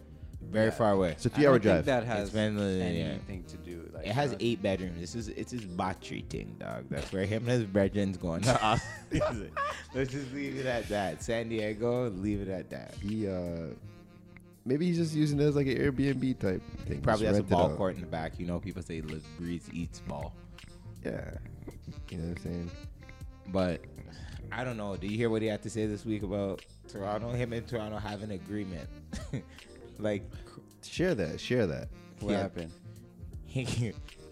Speaker 2: Very far away.
Speaker 3: it's a
Speaker 1: I
Speaker 3: three hour
Speaker 1: don't
Speaker 3: drive.
Speaker 1: Think that has
Speaker 2: It's been, uh, yeah.
Speaker 1: anything to do. Like,
Speaker 2: It has
Speaker 1: Toronto.
Speaker 2: eight bedrooms. This is it's his botry thing, dog. That's where him and his brethren's going. *laughs* to off season. Let's just leave it at that. San Diego, leave it at that.
Speaker 3: he uh, maybe he's just using it as like an Airbnb type thing.
Speaker 2: Probably
Speaker 3: Just
Speaker 2: has a
Speaker 3: rent it
Speaker 2: ball
Speaker 3: out.
Speaker 2: court in the back. You know, people say "Live, breathe, eats ball,"
Speaker 3: Yeah, you know what I'm saying.
Speaker 2: but I don't know. Do you hear what he had to say this week about Toronto? Him and Toronto have an agreement. *laughs* like
Speaker 3: Share that. Share that.
Speaker 1: What
Speaker 2: yeah.
Speaker 1: happened?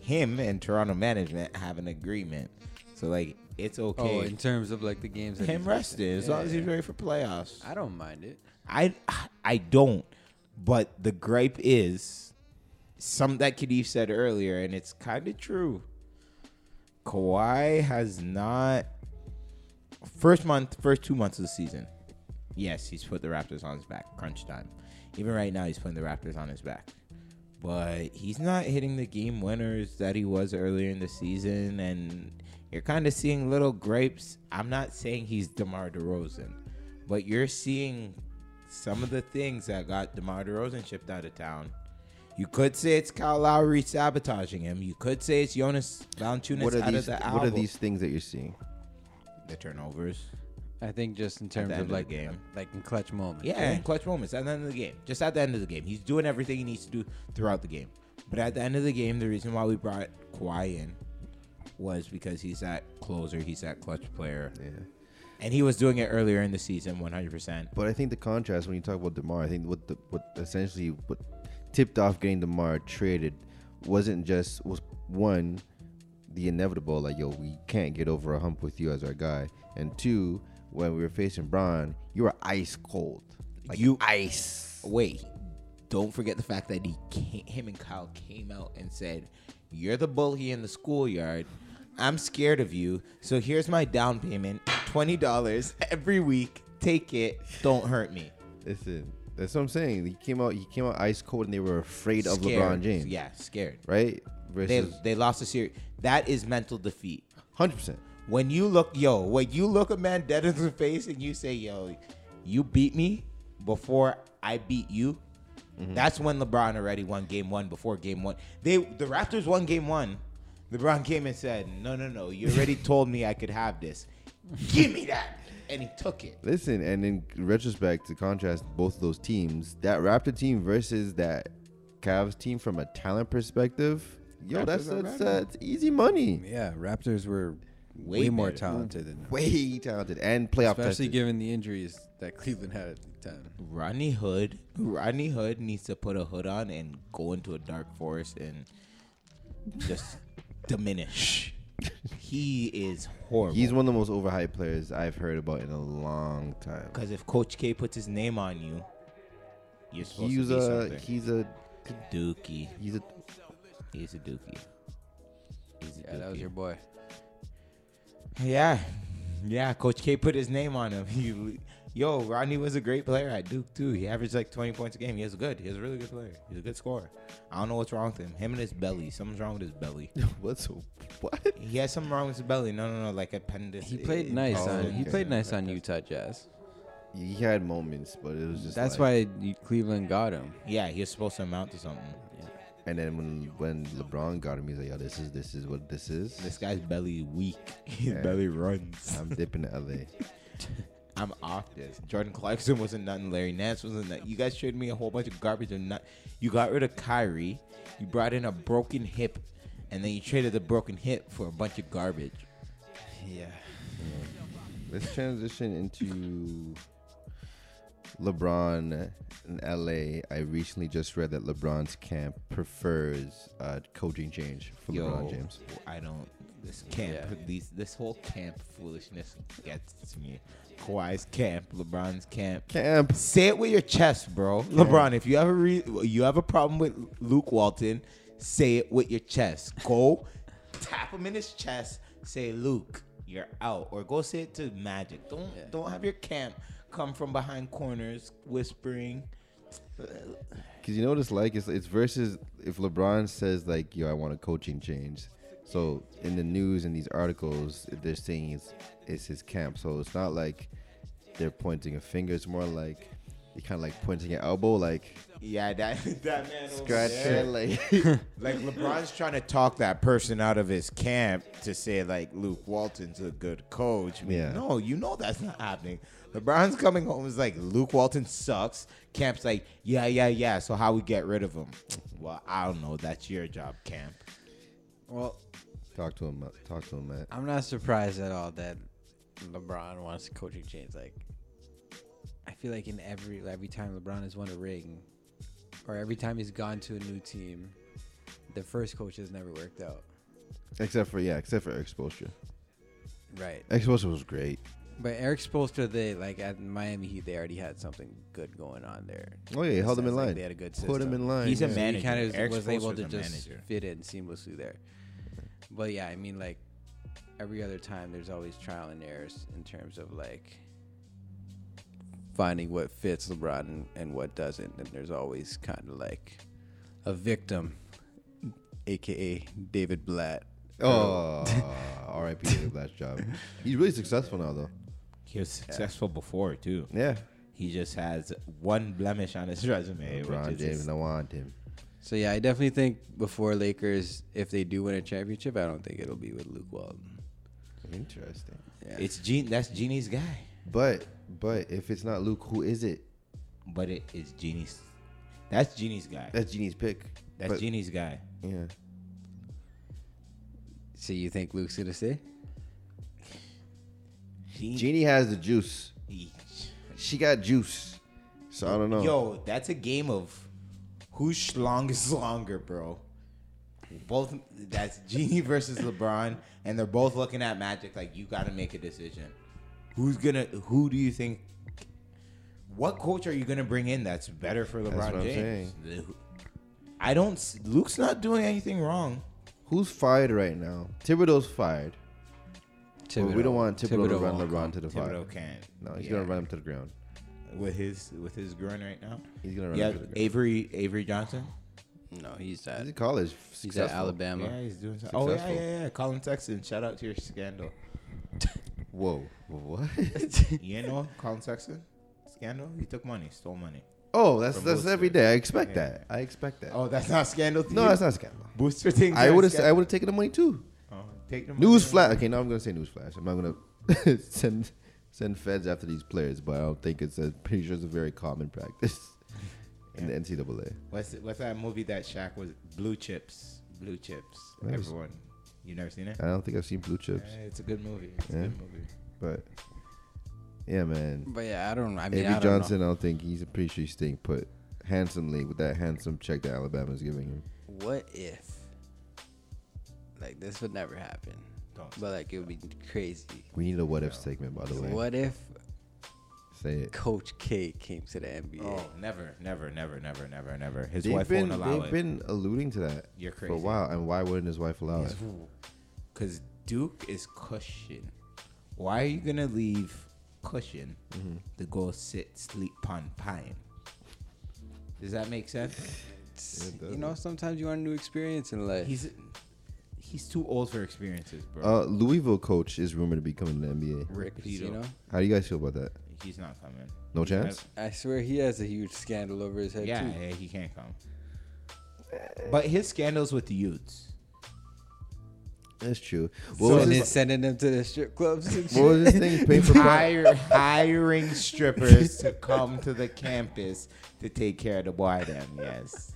Speaker 2: him and Toronto management have an agreement. So like it's
Speaker 1: Oh,
Speaker 2: okay.
Speaker 1: in terms of like the games. that
Speaker 2: him
Speaker 1: he's
Speaker 2: resting
Speaker 1: missing.
Speaker 2: as long as
Speaker 1: Yeah.
Speaker 2: he's ready for playoffs.
Speaker 1: I don't mind it.
Speaker 2: I I don't. But the gripe is some that Khadif said earlier, and it's kind of true. Kawhi has not first month, first two months of the season. Yes, he's put the Raptors on his back. Crunch time. Even right now, he's putting the Raptors on his back. But he's not hitting the game winners that he was earlier in the season, and you're kind of seeing little gripes. I'm not saying he's DeMar DeRozan, but you're seeing some of the things that got DeMar DeRozan shipped out of town. You could say it's Kyle Lowry sabotaging him. You could say it's Jonas Valanciunas
Speaker 3: What are
Speaker 2: out
Speaker 3: these?
Speaker 2: of the
Speaker 3: what are
Speaker 2: album.
Speaker 3: these things that you're seeing?
Speaker 2: The turnovers.
Speaker 1: I think just in terms
Speaker 2: end of
Speaker 1: of
Speaker 2: the
Speaker 1: like uh,
Speaker 2: game.
Speaker 1: like in clutch moments.
Speaker 2: Yeah,
Speaker 1: right?
Speaker 2: and clutch moments at the end of the game. Just at the end of the game. He's doing everything he needs to do throughout the game. But at the end of the game, the reason why we brought Kawhi in was because he's that closer, he's that clutch player.
Speaker 3: Yeah.
Speaker 2: And he was doing it earlier in the season 100%.
Speaker 3: But I think the contrast when you talk about Demar, I think what the what essentially what tipped off getting Demar traded wasn't just was one the inevitable like yo we can't get over a hump with you as our guy, and two when we were facing Braun, you were ice cold. Like
Speaker 2: You-
Speaker 3: ice.
Speaker 2: Wait, don't forget the fact that he came, him and Kyle came out and said, "You're the bully in the schoolyard. I'm scared of you. So here's my down payment, twenty dollars every week. Take it. Don't hurt me."
Speaker 3: Listen, that's what I'm saying. He came out he came out ice cold, and they were afraid of
Speaker 2: Scared.
Speaker 3: LeBron James.
Speaker 2: Yeah, scared.
Speaker 3: Right.
Speaker 2: They
Speaker 3: Versus
Speaker 2: they lost a series. That is mental defeat.
Speaker 3: hundred percent.
Speaker 2: When you look, yo, when you look a man dead in the face and you say, "Yo, you beat me before I beat you,"
Speaker 3: Mm-hmm.
Speaker 2: that's when LeBron already won Game One before Game One. They the Raptors won Game One. LeBron came and said, "No, no, no, you already *laughs* told me I could have this. Give me that," and he took it.
Speaker 3: Listen, and in retrospect, to contrast both of those teams, that Raptor team versus that Cavs team from a talent perspective, yo,
Speaker 2: Raptors
Speaker 3: that's
Speaker 2: are
Speaker 3: that's,
Speaker 2: better.
Speaker 3: that's easy money.
Speaker 1: Yeah, Raptors were way,
Speaker 2: Way
Speaker 1: more
Speaker 2: better.
Speaker 1: talented than
Speaker 3: Way talented and playoff
Speaker 1: especially
Speaker 3: tested.
Speaker 1: given the injuries that Cleveland had at the time.
Speaker 2: Rodney Hood, Rodney Hood needs to put a hood on and go into a dark forest and
Speaker 3: *laughs*
Speaker 2: just diminish. He is horrible.
Speaker 3: He's one of the most overhyped players I've heard about in a long time.
Speaker 2: because if Coach K puts his name on you, you're supposed
Speaker 3: He's
Speaker 2: to be
Speaker 3: a
Speaker 2: something.
Speaker 3: he's a
Speaker 2: dookie.
Speaker 3: he's a *laughs*
Speaker 2: He's a dookie. He's a
Speaker 1: Yeah, that was
Speaker 2: dookie.
Speaker 1: your boy.
Speaker 2: Yeah, yeah. Coach K put his name on him. *laughs* He, yo, Rodney was a great player at Duke too. He averaged like twenty points a game. He was good. He was a really good player. He's a good scorer. I don't know what's wrong with him. Him and his belly. Something's wrong with his belly.
Speaker 3: what's what?
Speaker 2: He has something wrong with his belly. No, no, no. Like appendix.
Speaker 1: He played nice
Speaker 3: oh,
Speaker 1: on he
Speaker 3: okay.
Speaker 1: played nice on Utah Jazz.
Speaker 3: He had moments, but it was just
Speaker 1: That's
Speaker 3: like-
Speaker 1: why you- Cleveland got him.
Speaker 2: Yeah, he was supposed to amount to something.
Speaker 3: And then when when LeBron got him, he's like, yo, this is this is what this is.
Speaker 2: This guy's belly weak. *laughs* His
Speaker 3: Yeah.
Speaker 2: belly runs.
Speaker 3: I'm dipping to LA.
Speaker 2: I'm off this. Jordan Clarkson wasn't nothing. Larry Nance wasn't nothing. You guys traded me a whole bunch of garbage and not. You got rid of Kyrie. You brought in a broken hip, and then you traded the broken hip for a bunch of garbage.
Speaker 1: Yeah.
Speaker 3: Let's transition into LeBron in LA. I recently just read that LeBron's camp prefers uh, coaching change for
Speaker 2: Yo,
Speaker 3: LeBron James.
Speaker 2: I don't. This camp,
Speaker 4: Yeah.
Speaker 2: these, this whole camp foolishness gets to me. Kawhi's camp, LeBron's camp.
Speaker 3: Camp.
Speaker 2: Say it with your chest, bro. LeBron, if you have a re- you have a problem with Luke Walton, say it with your chest. Go tap him in his chest. Say, Luke, you're out, or go say it to Magic. Don't don't have your camp come from behind corners whispering.
Speaker 3: Because you know what it's like? It's, it's versus if LeBron says, like, yo, I want a coaching change. So in the news and these articles, they're saying it's, it's his camp. So it's not like they're pointing a finger. It's more like they're kind of like pointing an elbow, like
Speaker 2: Yeah, that *laughs* that man over
Speaker 3: scratch
Speaker 2: there.
Speaker 3: it. *laughs*
Speaker 2: Like
Speaker 3: Like,
Speaker 2: LeBron's trying to talk that person out of his camp to say like Luke Walton's a good coach. I mean,
Speaker 3: Yeah.
Speaker 2: No, you know that's not happening. LeBron's coming home is like Luke Walton sucks. Camp's like, yeah, yeah, yeah. So how we get rid of him? Well, I don't know. That's your job, Camp.
Speaker 4: Well,
Speaker 3: talk to him, Ma- talk to him, Matt.
Speaker 4: I'm not surprised at all that LeBron wants a coaching change. Like, I feel like in every every time LeBron has won a ring, or every time he's gone to a new team, the first coach has never worked out.
Speaker 3: Except for, yeah, except for Eric Spoelstra.
Speaker 4: Right.
Speaker 3: Eric Spoelstra was great.
Speaker 4: But Eric Spoelstra, they like at Miami Heat, they already had something good going on there.
Speaker 3: Oh, yeah, he held him in
Speaker 4: Sounds like
Speaker 3: line.
Speaker 4: they had a good
Speaker 3: Put him
Speaker 4: system.
Speaker 3: in line.
Speaker 2: He's a
Speaker 3: yeah.
Speaker 2: man-
Speaker 4: He kind of
Speaker 2: Manager. Eric
Speaker 4: was able
Speaker 2: Spoelstra's
Speaker 4: to
Speaker 2: a
Speaker 4: just
Speaker 2: manager.
Speaker 4: fit in seamlessly there. But yeah, I mean, like every other time, there's always trial and errors in terms of like finding what fits LeBron and, and what doesn't. And there's always kind of like a victim, aka David Blatt.
Speaker 3: Oh, *laughs* R.I.P. David Blatt's job. He's really successful now, though.
Speaker 2: He was successful before too.
Speaker 3: Yeah.
Speaker 2: He just has one blemish on his *laughs* resume,
Speaker 3: LeBron
Speaker 2: which is his-
Speaker 3: James, and I want him.
Speaker 4: So yeah, I definitely think before Lakers, if they do win a championship, I don't think it'll be with Luke Walton.
Speaker 3: Interesting.
Speaker 4: Yeah.
Speaker 2: it's Gene. That's Genie's guy,
Speaker 3: But but if it's not Luke, who is it?
Speaker 2: but it is Genie's. That's Genie's guy.
Speaker 3: That's Genie's pick.
Speaker 2: That's
Speaker 3: but,
Speaker 2: Genie's guy.
Speaker 3: Yeah.
Speaker 4: so you think Luke's gonna stay?
Speaker 2: Genie.
Speaker 3: Genie has the juice.
Speaker 2: Genie.
Speaker 3: She got juice. So I don't know.
Speaker 2: Yo, that's a game of whose schlong is longer, bro. Both that's Genie *laughs* versus LeBron, and they're both looking at Magic like you got to make a decision. Who's gonna? Who do you think? What coach are you gonna bring in that's better for LeBron
Speaker 3: what I'm
Speaker 2: James? I don't. s- Luke's not doing anything wrong.
Speaker 3: Who's fired right now? Thibodeau's fired. But we don't want Thibodeau, to run
Speaker 4: won't
Speaker 3: LeBron to the fire.
Speaker 2: Thibodeau can't.
Speaker 3: No, he's
Speaker 2: Yeah.
Speaker 3: gonna run him to the ground.
Speaker 2: with his with his groin right now.
Speaker 3: He's gonna run
Speaker 2: Yeah,
Speaker 3: him to the ground.
Speaker 2: Avery Avery Johnson.
Speaker 4: No, he's
Speaker 3: He's in
Speaker 4: at
Speaker 3: college.
Speaker 4: he's at
Speaker 3: successful.
Speaker 4: Alabama.
Speaker 2: Yeah, he's doing. Something. Oh yeah,
Speaker 3: Successful.
Speaker 2: yeah, yeah. Colin Sexton, shout out to your scandal.
Speaker 3: Whoa, what? *laughs*
Speaker 2: You know *laughs* Colin Sexton scandal? He took money, stole money.
Speaker 3: oh, that's
Speaker 2: From
Speaker 3: that's
Speaker 2: Worcester.
Speaker 3: every day. I expect
Speaker 2: Yeah.
Speaker 3: that. I expect that.
Speaker 2: Oh, that's not scandal. to
Speaker 3: no,
Speaker 2: you?
Speaker 3: that's not scandal.
Speaker 2: Booster thing.
Speaker 3: I would have I would have taken the money too.
Speaker 2: Oh, take the money.
Speaker 3: News flash. Okay, now I'm gonna say news flash. I'm not gonna *laughs* send send feds after these players, but I don't think it's a pretty sure it's a very common practice *laughs* in the NCAA.
Speaker 2: What's what's that movie that Shaq was? Blue chips. Blue chips.
Speaker 3: Never s-
Speaker 2: Everyone. You never seen it?
Speaker 3: I don't think I've seen blue chips,
Speaker 2: Eh, it's a good movie. It's
Speaker 3: Yeah.
Speaker 2: a good movie.
Speaker 3: but yeah, man.
Speaker 4: But yeah, I don't. I mean,
Speaker 3: Avery
Speaker 4: I don't
Speaker 3: Johnson, I don't think he's I'm pretty sure he's staying put handsomely with that handsome check that Alabama's giving him.
Speaker 4: know. What if? Like this would never happen,
Speaker 2: Don't.
Speaker 4: but like it would be crazy.
Speaker 3: We need a what if segment, by the way.
Speaker 4: What if
Speaker 3: Say it.
Speaker 4: Coach K came to the NBA?
Speaker 2: Oh, never, never, never, never, never, never. His
Speaker 3: They've
Speaker 2: wife
Speaker 3: been
Speaker 2: won't allow
Speaker 3: they've
Speaker 2: it.
Speaker 3: been alluding to that
Speaker 2: You're
Speaker 3: for a
Speaker 2: crazy.
Speaker 3: while, and why wouldn't his wife allow it?
Speaker 2: Because Duke is cushion. Why are you gonna leave cushion
Speaker 3: Mm-hmm.
Speaker 2: to go sit sleep on pine? Does that make sense?
Speaker 3: It
Speaker 4: You know,
Speaker 3: doesn't.
Speaker 4: sometimes you want a new experience in life.
Speaker 2: he's he's too old for experiences, bro.
Speaker 3: Uh, Louisville coach is rumored to be coming to the NBA.
Speaker 2: Rick
Speaker 4: you
Speaker 2: Pitino.
Speaker 4: know,
Speaker 3: How do you guys feel about that?
Speaker 2: He's not coming.
Speaker 3: No chance?
Speaker 4: I swear he has a huge scandal over his head
Speaker 2: Yeah,
Speaker 4: too.
Speaker 2: yeah, he can't come.
Speaker 3: Eh.
Speaker 2: But his scandals with the youths.
Speaker 3: That's true. What
Speaker 4: So
Speaker 3: was
Speaker 4: they're
Speaker 3: this?
Speaker 4: sending him to the strip clubs. and
Speaker 3: What
Speaker 4: shit.
Speaker 3: was this *laughs* thing? Pay
Speaker 2: *laughs*
Speaker 3: for pie.
Speaker 2: Hire, hiring strippers to come to the campus to take care of the boy them,
Speaker 3: *laughs*
Speaker 2: yes.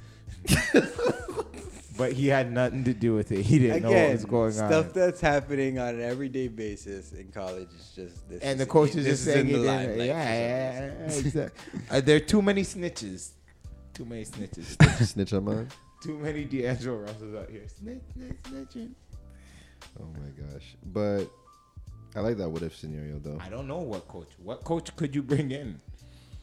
Speaker 2: but he had nothing to do with it. He didn't know what
Speaker 4: Again,
Speaker 2: was going
Speaker 4: stuff
Speaker 2: on.
Speaker 4: that's happening on an everyday basis in college is just this.
Speaker 2: and the
Speaker 4: is-
Speaker 2: coach is
Speaker 4: this
Speaker 2: just saying
Speaker 4: in
Speaker 2: he
Speaker 4: the
Speaker 2: didn't. Yeah,
Speaker 4: limelight for some reason.
Speaker 2: yeah, yeah, exactly. Uh, there are too many snitches. Too many snitches.
Speaker 3: Snitch on mine.
Speaker 2: too many D'Angelo Russells out here. Snitch, snitch, snitching.
Speaker 3: Oh my gosh. But I like that what if scenario though.
Speaker 2: I don't know what coach. What coach could you bring in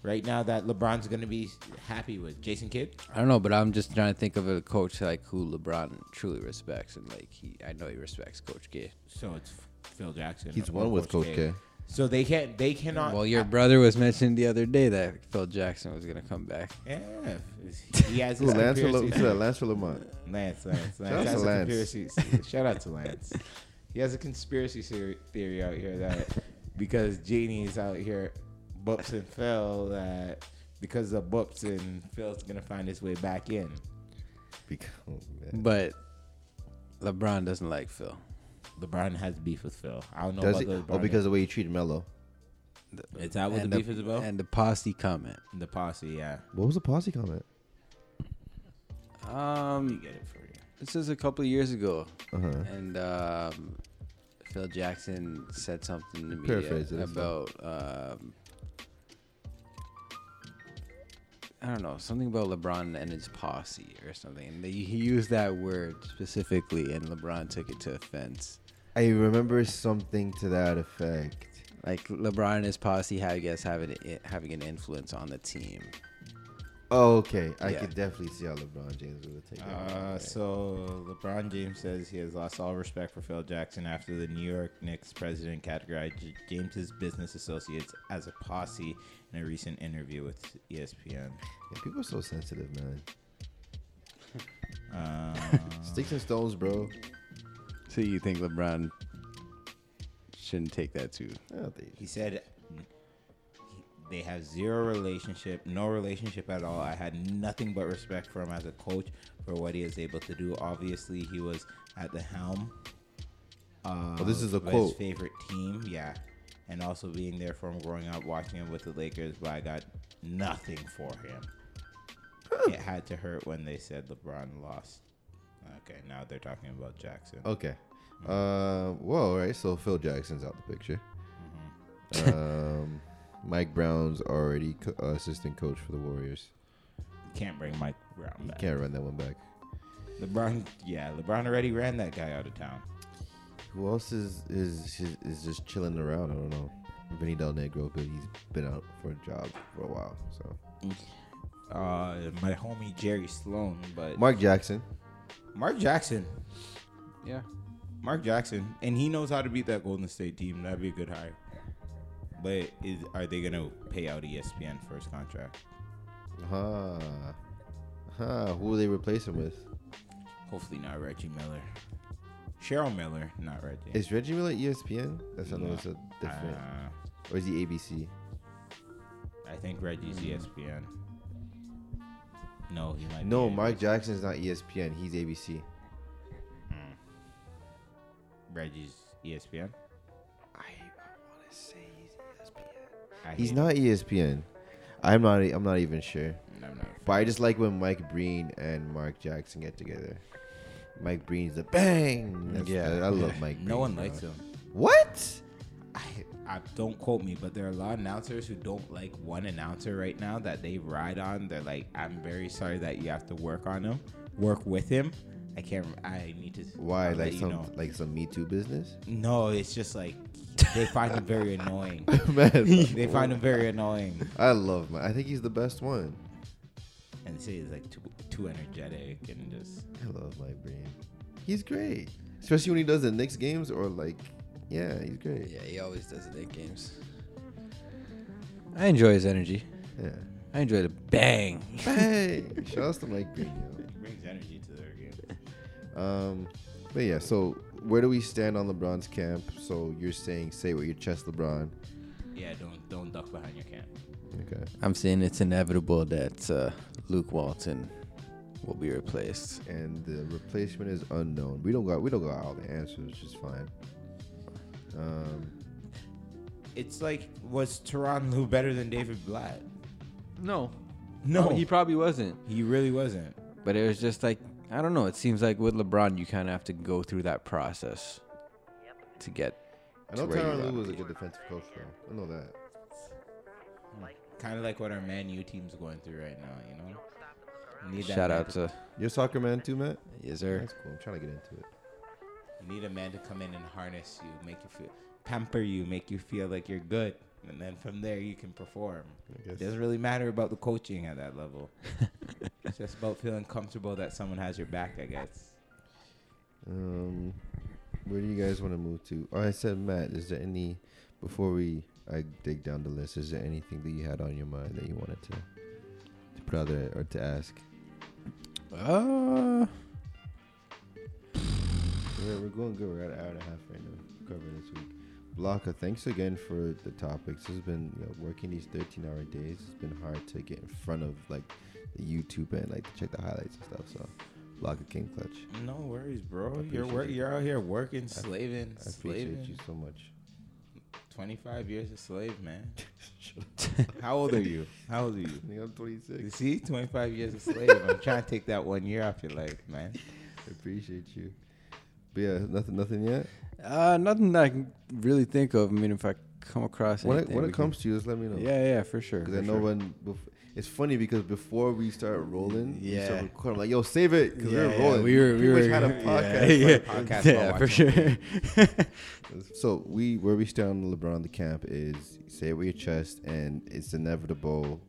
Speaker 2: right now that LeBron's gonna be happy with? Jason Kidd.
Speaker 4: I don't know, but I'm just trying to think of a coach like who LeBron truly respects, and like he, I know he respects Coach K.
Speaker 2: So it's Phil Jackson.
Speaker 3: He's
Speaker 2: or
Speaker 3: one with Coach K.
Speaker 2: So they can't. They cannot.
Speaker 4: Well, your brother was mentioned the other day that Phil Jackson was gonna come back.
Speaker 2: *laughs* Yeah, he has
Speaker 3: Ooh,
Speaker 2: his
Speaker 3: Lance, for
Speaker 2: conspiracy-
Speaker 3: who's that? *laughs* Lance for Lamont.
Speaker 2: Lance, Lance,
Speaker 3: out
Speaker 2: Lance.
Speaker 3: to
Speaker 2: has a
Speaker 3: Lance.
Speaker 2: conspiracy. Shout out to Lance. He has a conspiracy ser- theory out here that because Janie's out here bups and Phil that because of bups and Phil's gonna find his way back in.
Speaker 3: Because, oh, man.
Speaker 4: But LeBron doesn't like Phil.
Speaker 2: LeBron has beef with Phil. I don't know
Speaker 3: Does
Speaker 2: about
Speaker 3: he,
Speaker 2: the LeBron.
Speaker 3: oh, because of the way you treat Melo.
Speaker 2: is that what
Speaker 4: and
Speaker 2: the beef is about?
Speaker 4: And the posse comment.
Speaker 2: the posse, yeah.
Speaker 3: What was the posse comment?
Speaker 2: You
Speaker 4: Um,
Speaker 2: get it for you.
Speaker 4: this is a couple of years ago,
Speaker 3: Uh huh.
Speaker 4: and um, Phil Jackson said something to me
Speaker 3: Paraphrase it, it's
Speaker 4: about um, I don't know something about LeBron and his posse or something. And they, he used that word specifically, and LeBron took it to offense.
Speaker 3: I remember something to that effect.
Speaker 4: Like LeBron and his posse, I guess having having an influence on the team.
Speaker 3: Oh, okay. I
Speaker 4: Yeah.
Speaker 3: could definitely see how LeBron James would take it.
Speaker 2: Uh, so LeBron James says he has lost all respect for Phil Jackson after the New York Knicks president categorized J- James's business associates as a posse in a recent interview with E ESPN.
Speaker 3: Yeah, people are so sensitive,
Speaker 2: *laughs*
Speaker 3: man.
Speaker 2: Uh,
Speaker 3: Sticks and stones, bro.
Speaker 4: So you think LeBron shouldn't take that too?
Speaker 3: Yeah, they-
Speaker 2: he said they have zero relationship, no relationship at all. I had nothing but respect for him as a coach for what he is able to do. Obviously, he was at the helm. Uh,
Speaker 3: Oh, this is a
Speaker 2: of his
Speaker 3: quote.
Speaker 2: favorite team, yeah, and also being there for him growing up, watching him with the Lakers. But I got nothing for him. It had to hurt when they said LeBron lost. Okay, now they're talking about Jackson.
Speaker 3: Okay.
Speaker 2: Mm-hmm.
Speaker 3: Uh, whoa, all right. So Phil Jackson's out the picture.
Speaker 2: Mm-hmm.
Speaker 3: um, Mike Brown's already co- uh, assistant coach for the Warriors.
Speaker 2: Can't bring Mike Brown
Speaker 3: You
Speaker 2: back.
Speaker 3: can't run that one back.
Speaker 2: LeBron, yeah, LeBron already ran that guy out of town.
Speaker 3: Who else is is is, is just chilling around? I don't know. Vinny Del Negro, but he's been out for a job for a while. So
Speaker 2: Uh, my homie Jerry Sloan, but Mark,
Speaker 3: Mark Jackson.
Speaker 2: Jackson,
Speaker 4: Yeah.
Speaker 2: Mark Jackson, and he knows how to beat that Golden State team. That'd be a good hire. But is are they gonna pay out E ESPN for his contract?
Speaker 3: Huh. Huh. Who will they replace him with?
Speaker 2: Hopefully not Reggie Miller, Cheryl Miller, not Reggie.
Speaker 3: Is Reggie Miller E ESPN? That's another
Speaker 2: No.
Speaker 3: it's a different.
Speaker 2: Uh,
Speaker 3: or is he ABC?
Speaker 2: I think Reggie's
Speaker 3: Hmm.
Speaker 2: E ESPN. No, he might.
Speaker 3: No,
Speaker 2: be
Speaker 3: Mark Jackson's not E ESPN. He's ABC.
Speaker 2: Reggie's E ESPN. E I
Speaker 3: He's
Speaker 2: hate
Speaker 3: not E ESPN. I'm not. e, I'm not even sure.
Speaker 2: it. No, I'm not.
Speaker 3: But I just like when Mike Breen and Mark Jackson get together. Mike Breen's the bang. That's-
Speaker 4: Yeah.
Speaker 3: I, I love Mike.
Speaker 2: *laughs* No
Speaker 3: Breen,
Speaker 2: one
Speaker 3: bro.
Speaker 2: likes him.
Speaker 3: What?
Speaker 2: I, I don't quote me, but there are a lot of announcers who don't like one announcer right now that they ride on. They're like, I'm very sorry that you have to work on him, work with him. I can't. I need to. I'll
Speaker 3: Why?
Speaker 2: let
Speaker 3: like
Speaker 2: you
Speaker 3: some
Speaker 2: know.
Speaker 3: like some Me Too
Speaker 2: *laughs*
Speaker 3: business? *laughs*
Speaker 2: No, it's just like they find him very annoying.
Speaker 3: Man,
Speaker 2: They find him very annoying
Speaker 3: I love Mike. I think he's the best one.
Speaker 2: and say he's like too too energetic and just.
Speaker 3: I love Mike Breen. He's great, especially when he does the Knicks games or like, yeah, he's great.
Speaker 4: Yeah, he always does it at games. I enjoy his energy.
Speaker 3: Yeah.
Speaker 4: I enjoy the bang.
Speaker 3: Hey, shout out to Mike Breen. Yo.
Speaker 2: brings energy to their game.
Speaker 3: Um, but yeah, so where do we stand on LeBron's camp? So you're saying say with your chest, LeBron.
Speaker 2: *laughs* Yeah, don't don't duck behind your camp.
Speaker 3: Okay.
Speaker 4: I'm saying it's inevitable that uh, Luke Walton will be replaced.
Speaker 3: And the replacement is unknown. We don't got we don't got all the answers, which is fine. Um,
Speaker 2: It's like was Teron Lou better than David Blatt?
Speaker 4: No,
Speaker 2: No,
Speaker 4: Oh, he probably wasn't.
Speaker 2: he really wasn't.
Speaker 4: But it was just like I don't know. It seems like with LeBron, you kind of have to go through that process to get.
Speaker 3: I know
Speaker 4: to where
Speaker 3: Tyronn
Speaker 4: you're
Speaker 3: Lue
Speaker 4: at.
Speaker 3: was a good defensive coach though. I know that.
Speaker 2: kind of like what our Man U team's going through right now, you know. Need that
Speaker 4: Shout
Speaker 2: man
Speaker 4: out to
Speaker 3: You're a soccer man too, Matt.
Speaker 4: yes, sir.
Speaker 3: That's cool. I'm trying to get into it.
Speaker 2: You need a man to come in and harness you, make you feel, pamper you, make you feel like you're good, and then from there you can perform. It doesn't really matter about the coaching at that
Speaker 4: *laughs*
Speaker 2: level. it's just about feeling comfortable that someone has your back, I guess.
Speaker 3: Um, where do you guys want to move to? Oh, I said Matt. Is there any before we I dig down the list? Is there anything that you had on your mind that you wanted to to put out there or to ask?
Speaker 1: Uh,
Speaker 3: We're, we're going good. We're at an hour and a half right now. Covering this week. Blanca, thanks again for the topics. It's been you know, working these 13 hour days. It's been hard to get in front of like the YouTube and like to check the highlights and stuff. So Blanca came clutch.
Speaker 2: No worries, bro. You're
Speaker 3: appreciate
Speaker 2: work.
Speaker 3: it.
Speaker 2: You're out here working, slaving,
Speaker 3: I appreciate you
Speaker 2: slaving.
Speaker 3: so much.
Speaker 2: Twenty-five years a slave, man. *laughs* How old are you? How old are you?
Speaker 3: I think I'm
Speaker 2: You
Speaker 3: 26.
Speaker 2: see, twenty-five years a slave. I'm trying to take that one year off your life, man.
Speaker 3: I appreciate you. But yeah, nothing, nothing yet.
Speaker 4: Uh, nothing that I can really think of. I mean, if I come across
Speaker 3: When it,
Speaker 4: anything,
Speaker 3: when
Speaker 4: we
Speaker 3: it
Speaker 4: can-
Speaker 3: comes to you, just let me know.
Speaker 4: yeah, yeah, for sure.
Speaker 3: Because I
Speaker 4: for
Speaker 3: know
Speaker 4: sure.
Speaker 3: when bef- it's funny because before we started rolling, we
Speaker 4: Yeah.
Speaker 3: started recording. I'm like, yo, save it because we were rolling.
Speaker 4: We were, we
Speaker 3: Pretty
Speaker 4: were
Speaker 3: much had a podcast.
Speaker 4: *laughs* Yeah,
Speaker 3: like,
Speaker 4: yeah,
Speaker 2: podcast
Speaker 4: *laughs* yeah,
Speaker 2: while
Speaker 4: for
Speaker 2: watching
Speaker 4: sure.
Speaker 3: So we where we stand on LeBron the camp is say it with your chest, and it's inevitable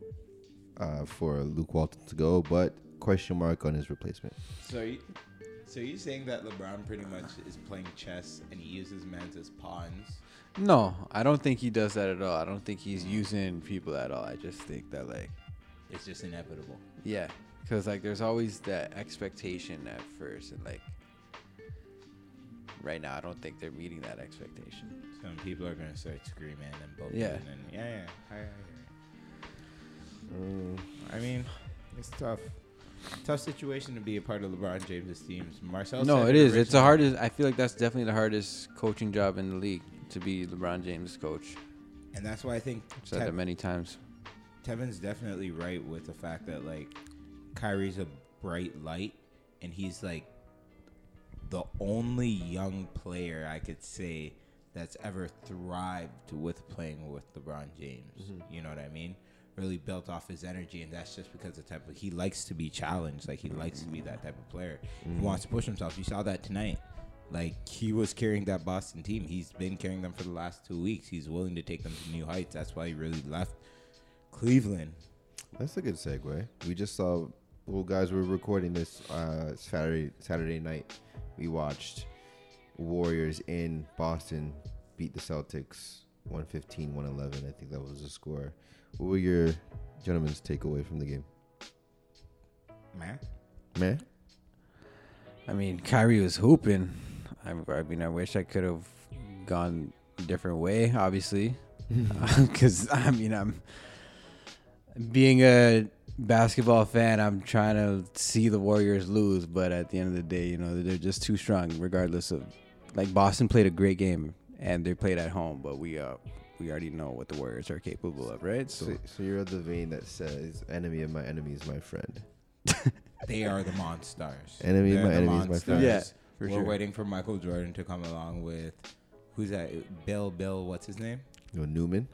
Speaker 3: uh, for Luke Walton to go, but question mark on his replacement.
Speaker 2: So, you, so you saying that LeBron pretty much is playing chess and he uses men as pawns?
Speaker 4: No, I don't think he does that at all. I don't think he's using people at all. I just think that like,
Speaker 2: It's just inevitable.
Speaker 4: yeah, because like there's always that expectation at first, and like right now I don't think they're meeting that expectation.
Speaker 2: Some people are gonna start screaming and bumping.
Speaker 4: Yeah.
Speaker 2: and yeah, yeah. I, I, hear
Speaker 4: Mm.
Speaker 3: Um,
Speaker 2: you. I mean, it's tough. Tough situation to be a part of LeBron James' teams. Marcel.
Speaker 4: no,
Speaker 2: said
Speaker 4: it is. It's the
Speaker 2: originally-
Speaker 4: hardest. I feel like that's definitely the hardest coaching job in the league to be LeBron James' coach.
Speaker 2: and that's why I think
Speaker 4: I've said
Speaker 2: Tev-
Speaker 4: that many times.
Speaker 2: Tevin's definitely right with the fact that like Kyrie's a bright light, and he's like the only young player I could say that's ever thrived with playing with LeBron James. You know what I mean? Really built off his energy, and that's just because the type of he likes to be challenged. Like he likes to be that type of player. He wants to push himself. You saw that tonight. Like he was carrying that Boston team. He's been carrying them for the last two weeks. He's willing to take them to new heights. That's why he really left Cleveland.
Speaker 3: That's a good segue. We just saw, well, guys, we're recording this uh, Saturday Saturday night. We watched Warriors in Boston beat the Celtics 115 111. I think that was the score. What were your gentlemen's takeaway from the game?
Speaker 2: Man,
Speaker 3: Man,
Speaker 4: I mean, Kyrie was hooping. I, I mean, I wish I could have gone a different way, obviously, *laughs* because I mean, I'm being a basketball fan. I'm trying to see the Warriors lose, but at the end of the day, you know, they're just too strong, regardless of. Like Boston played a great game, and they played at home, but we uh we already know what the Warriors are capable of, right? So
Speaker 3: so, so you're of the vein that says, enemy of my enemy is my friend.
Speaker 2: they are the monsters.
Speaker 3: Enemy of
Speaker 2: They're
Speaker 3: my
Speaker 2: the
Speaker 3: enemy is my friend.
Speaker 4: yeah,
Speaker 2: monsters.
Speaker 4: for
Speaker 2: We're
Speaker 4: sure.
Speaker 2: waiting for Michael Jordan to come along with who's that? Bill, Bill, what's his name?
Speaker 3: You know, Newman.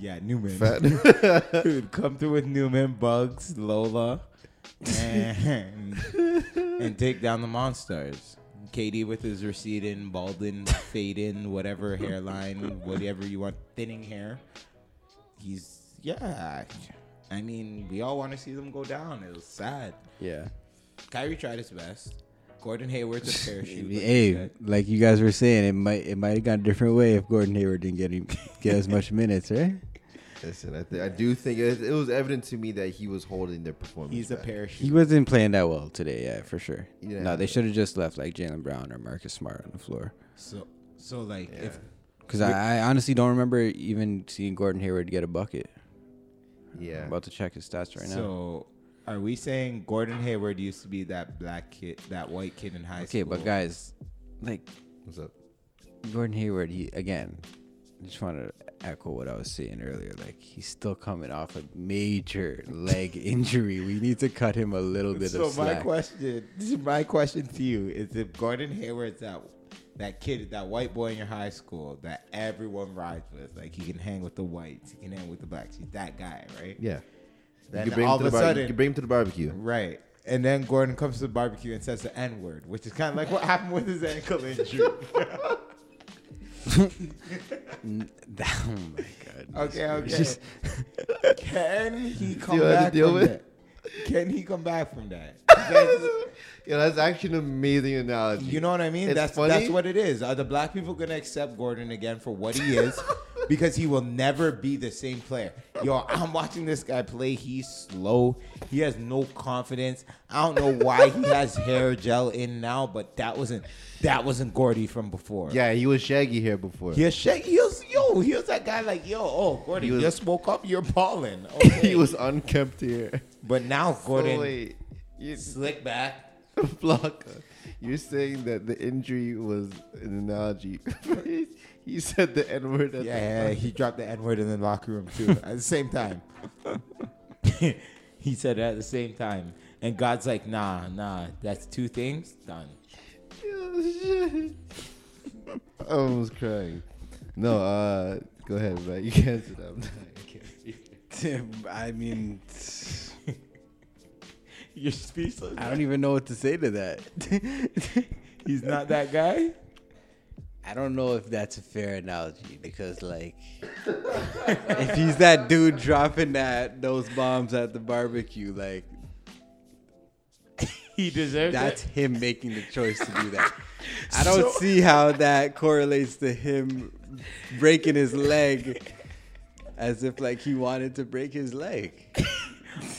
Speaker 2: Yeah, Newman.
Speaker 3: *laughs* Fat.
Speaker 2: *laughs* Dude, come through with Newman, Bugs, Lola, and,
Speaker 3: *laughs*
Speaker 2: and take down the monsters. KD with his receding, balding, fading, whatever hairline, whatever you want, thinning hair. He's yeah. I mean, we all want to see them go down. It was sad.
Speaker 4: yeah.
Speaker 2: Kyrie tried his best. Gordon Hayward's
Speaker 4: *laughs*
Speaker 2: a parachute. like you
Speaker 4: Hey,
Speaker 2: said.
Speaker 4: like you guys were saying, it might it might have gone a different way if Gordon Hayward didn't get him, *laughs* get as much minutes, right?
Speaker 3: Listen, I, th- I do think it, it was evident to me that he was holding their performance.
Speaker 2: he's a
Speaker 3: back.
Speaker 4: He
Speaker 2: parachute.
Speaker 4: wasn't playing that well today, yeah, for sure.
Speaker 3: Yeah.
Speaker 4: No, they should have just left like Jalen Brown or Marcus Smart on the floor.
Speaker 2: So, so like if
Speaker 4: Because I, I honestly don't remember even seeing Gordon Hayward get a bucket.
Speaker 3: Yeah.
Speaker 4: I'm about to check his stats right now.
Speaker 2: So, are we saying Gordon Hayward used to be that black kid, that white kid in high
Speaker 4: Okay,
Speaker 2: school?
Speaker 4: but guys, like
Speaker 3: What's up?
Speaker 4: Gordon Hayward, he again, I just want to echo what I was saying earlier. Like he's still coming off a major leg *laughs* injury. We need to cut him a little bit
Speaker 2: So
Speaker 4: of
Speaker 2: my
Speaker 4: slack.
Speaker 2: question, this is my question to you is: If Gordon Hayward's that that kid, that white boy in your high school that everyone rides with, like he can hang with the whites, he can hang with the blacks, he's that guy, right?
Speaker 3: Yeah.
Speaker 2: Then
Speaker 3: you can bring
Speaker 2: all
Speaker 3: him to
Speaker 2: of a
Speaker 3: the bar- you
Speaker 2: sudden-
Speaker 3: can bring him to the barbecue.
Speaker 2: Right. and then Gordon comes to the barbecue and says the N word, which is kind of like what happened with his
Speaker 3: *laughs*
Speaker 2: ankle injury.
Speaker 3: *laughs*
Speaker 1: That- oh my god.
Speaker 2: Okay, okay. Can he come
Speaker 3: you had to
Speaker 2: back
Speaker 3: deal
Speaker 2: from
Speaker 3: with?
Speaker 2: that? Can he come back from
Speaker 3: *laughs*
Speaker 2: that? That's-
Speaker 3: Yeah, that's actually an amazing analogy.
Speaker 2: you know what I mean?
Speaker 3: It's
Speaker 2: that's
Speaker 3: funny.
Speaker 2: that's what it is. Are the black people gonna accept Gordon again for what he
Speaker 3: *laughs*
Speaker 2: is? because he will never be the same player. Yo, I'm watching this guy play. He's slow. He has no confidence. I don't know why he has hair gel in now, but that wasn't that wasn't Gordy from before.
Speaker 3: yeah, he was shaggy here before.
Speaker 2: He was shake. He was yo. He was that guy like yo. Oh, Gordon,
Speaker 3: He was-
Speaker 2: you just woke up. You're balling.
Speaker 3: *laughs* *laughs* he was unkempt *laughs* here.
Speaker 2: But now Gordon
Speaker 3: So wait, you, *laughs*
Speaker 2: slick back.
Speaker 3: block. You're saying that the injury was an analogy. *laughs* he said the N word.
Speaker 2: Yeah, yeah, he dropped the N word in the locker room too at the same time. *laughs* he said it at the same time, and God's like, nah, nah, that's two things done.
Speaker 3: *laughs* I was crying. No, uh, go ahead, man. You can sit up.
Speaker 1: *laughs* I mean,
Speaker 2: You're speechless.
Speaker 1: I don't even know what to say to that. *laughs*
Speaker 2: He's not that guy.
Speaker 1: I don't know if that's a fair analogy because, like, if he's that dude dropping that those bombs at the barbecue, like,
Speaker 2: He deserves
Speaker 1: that's him making the choice to do that. I don't see how that correlates to him breaking his leg, as if like he wanted to break his
Speaker 2: *laughs*
Speaker 1: leg. *laughs*
Speaker 2: it.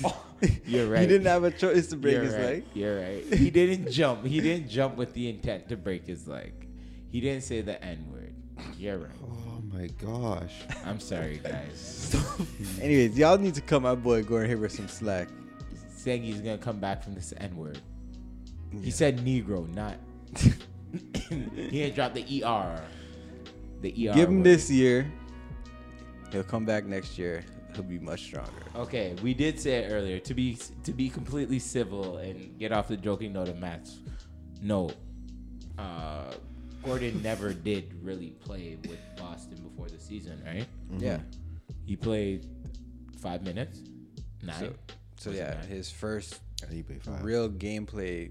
Speaker 2: Oh, You're right.
Speaker 1: He didn't have a choice to break
Speaker 2: You're
Speaker 1: his
Speaker 2: right.
Speaker 1: leg.
Speaker 2: You're right. *laughs* He didn't jump. He didn't jump with the intent to break his leg. He didn't say the N word. You're right.
Speaker 3: *laughs* Oh my gosh.
Speaker 2: I'm sorry, guys.
Speaker 1: Anyways, y'all need to cut my boy Gordon Hibbert some slack.
Speaker 2: saying he's gonna come back from this N word. He said Negro, not. he had dropped the ER. The ER.
Speaker 1: Give him
Speaker 2: word.
Speaker 1: this year. He'll come back next year. He'll be much stronger.
Speaker 2: Okay, we did say it earlier to be to be completely civil and get off the joking note of Matt's. No, uh, Gordon never did really play with Boston before the season, right?
Speaker 1: Yeah.
Speaker 2: He played five minutes, nine.
Speaker 1: So, so
Speaker 2: Was it
Speaker 1: yeah,
Speaker 2: nine?
Speaker 1: his first
Speaker 3: He played five.
Speaker 1: real gameplay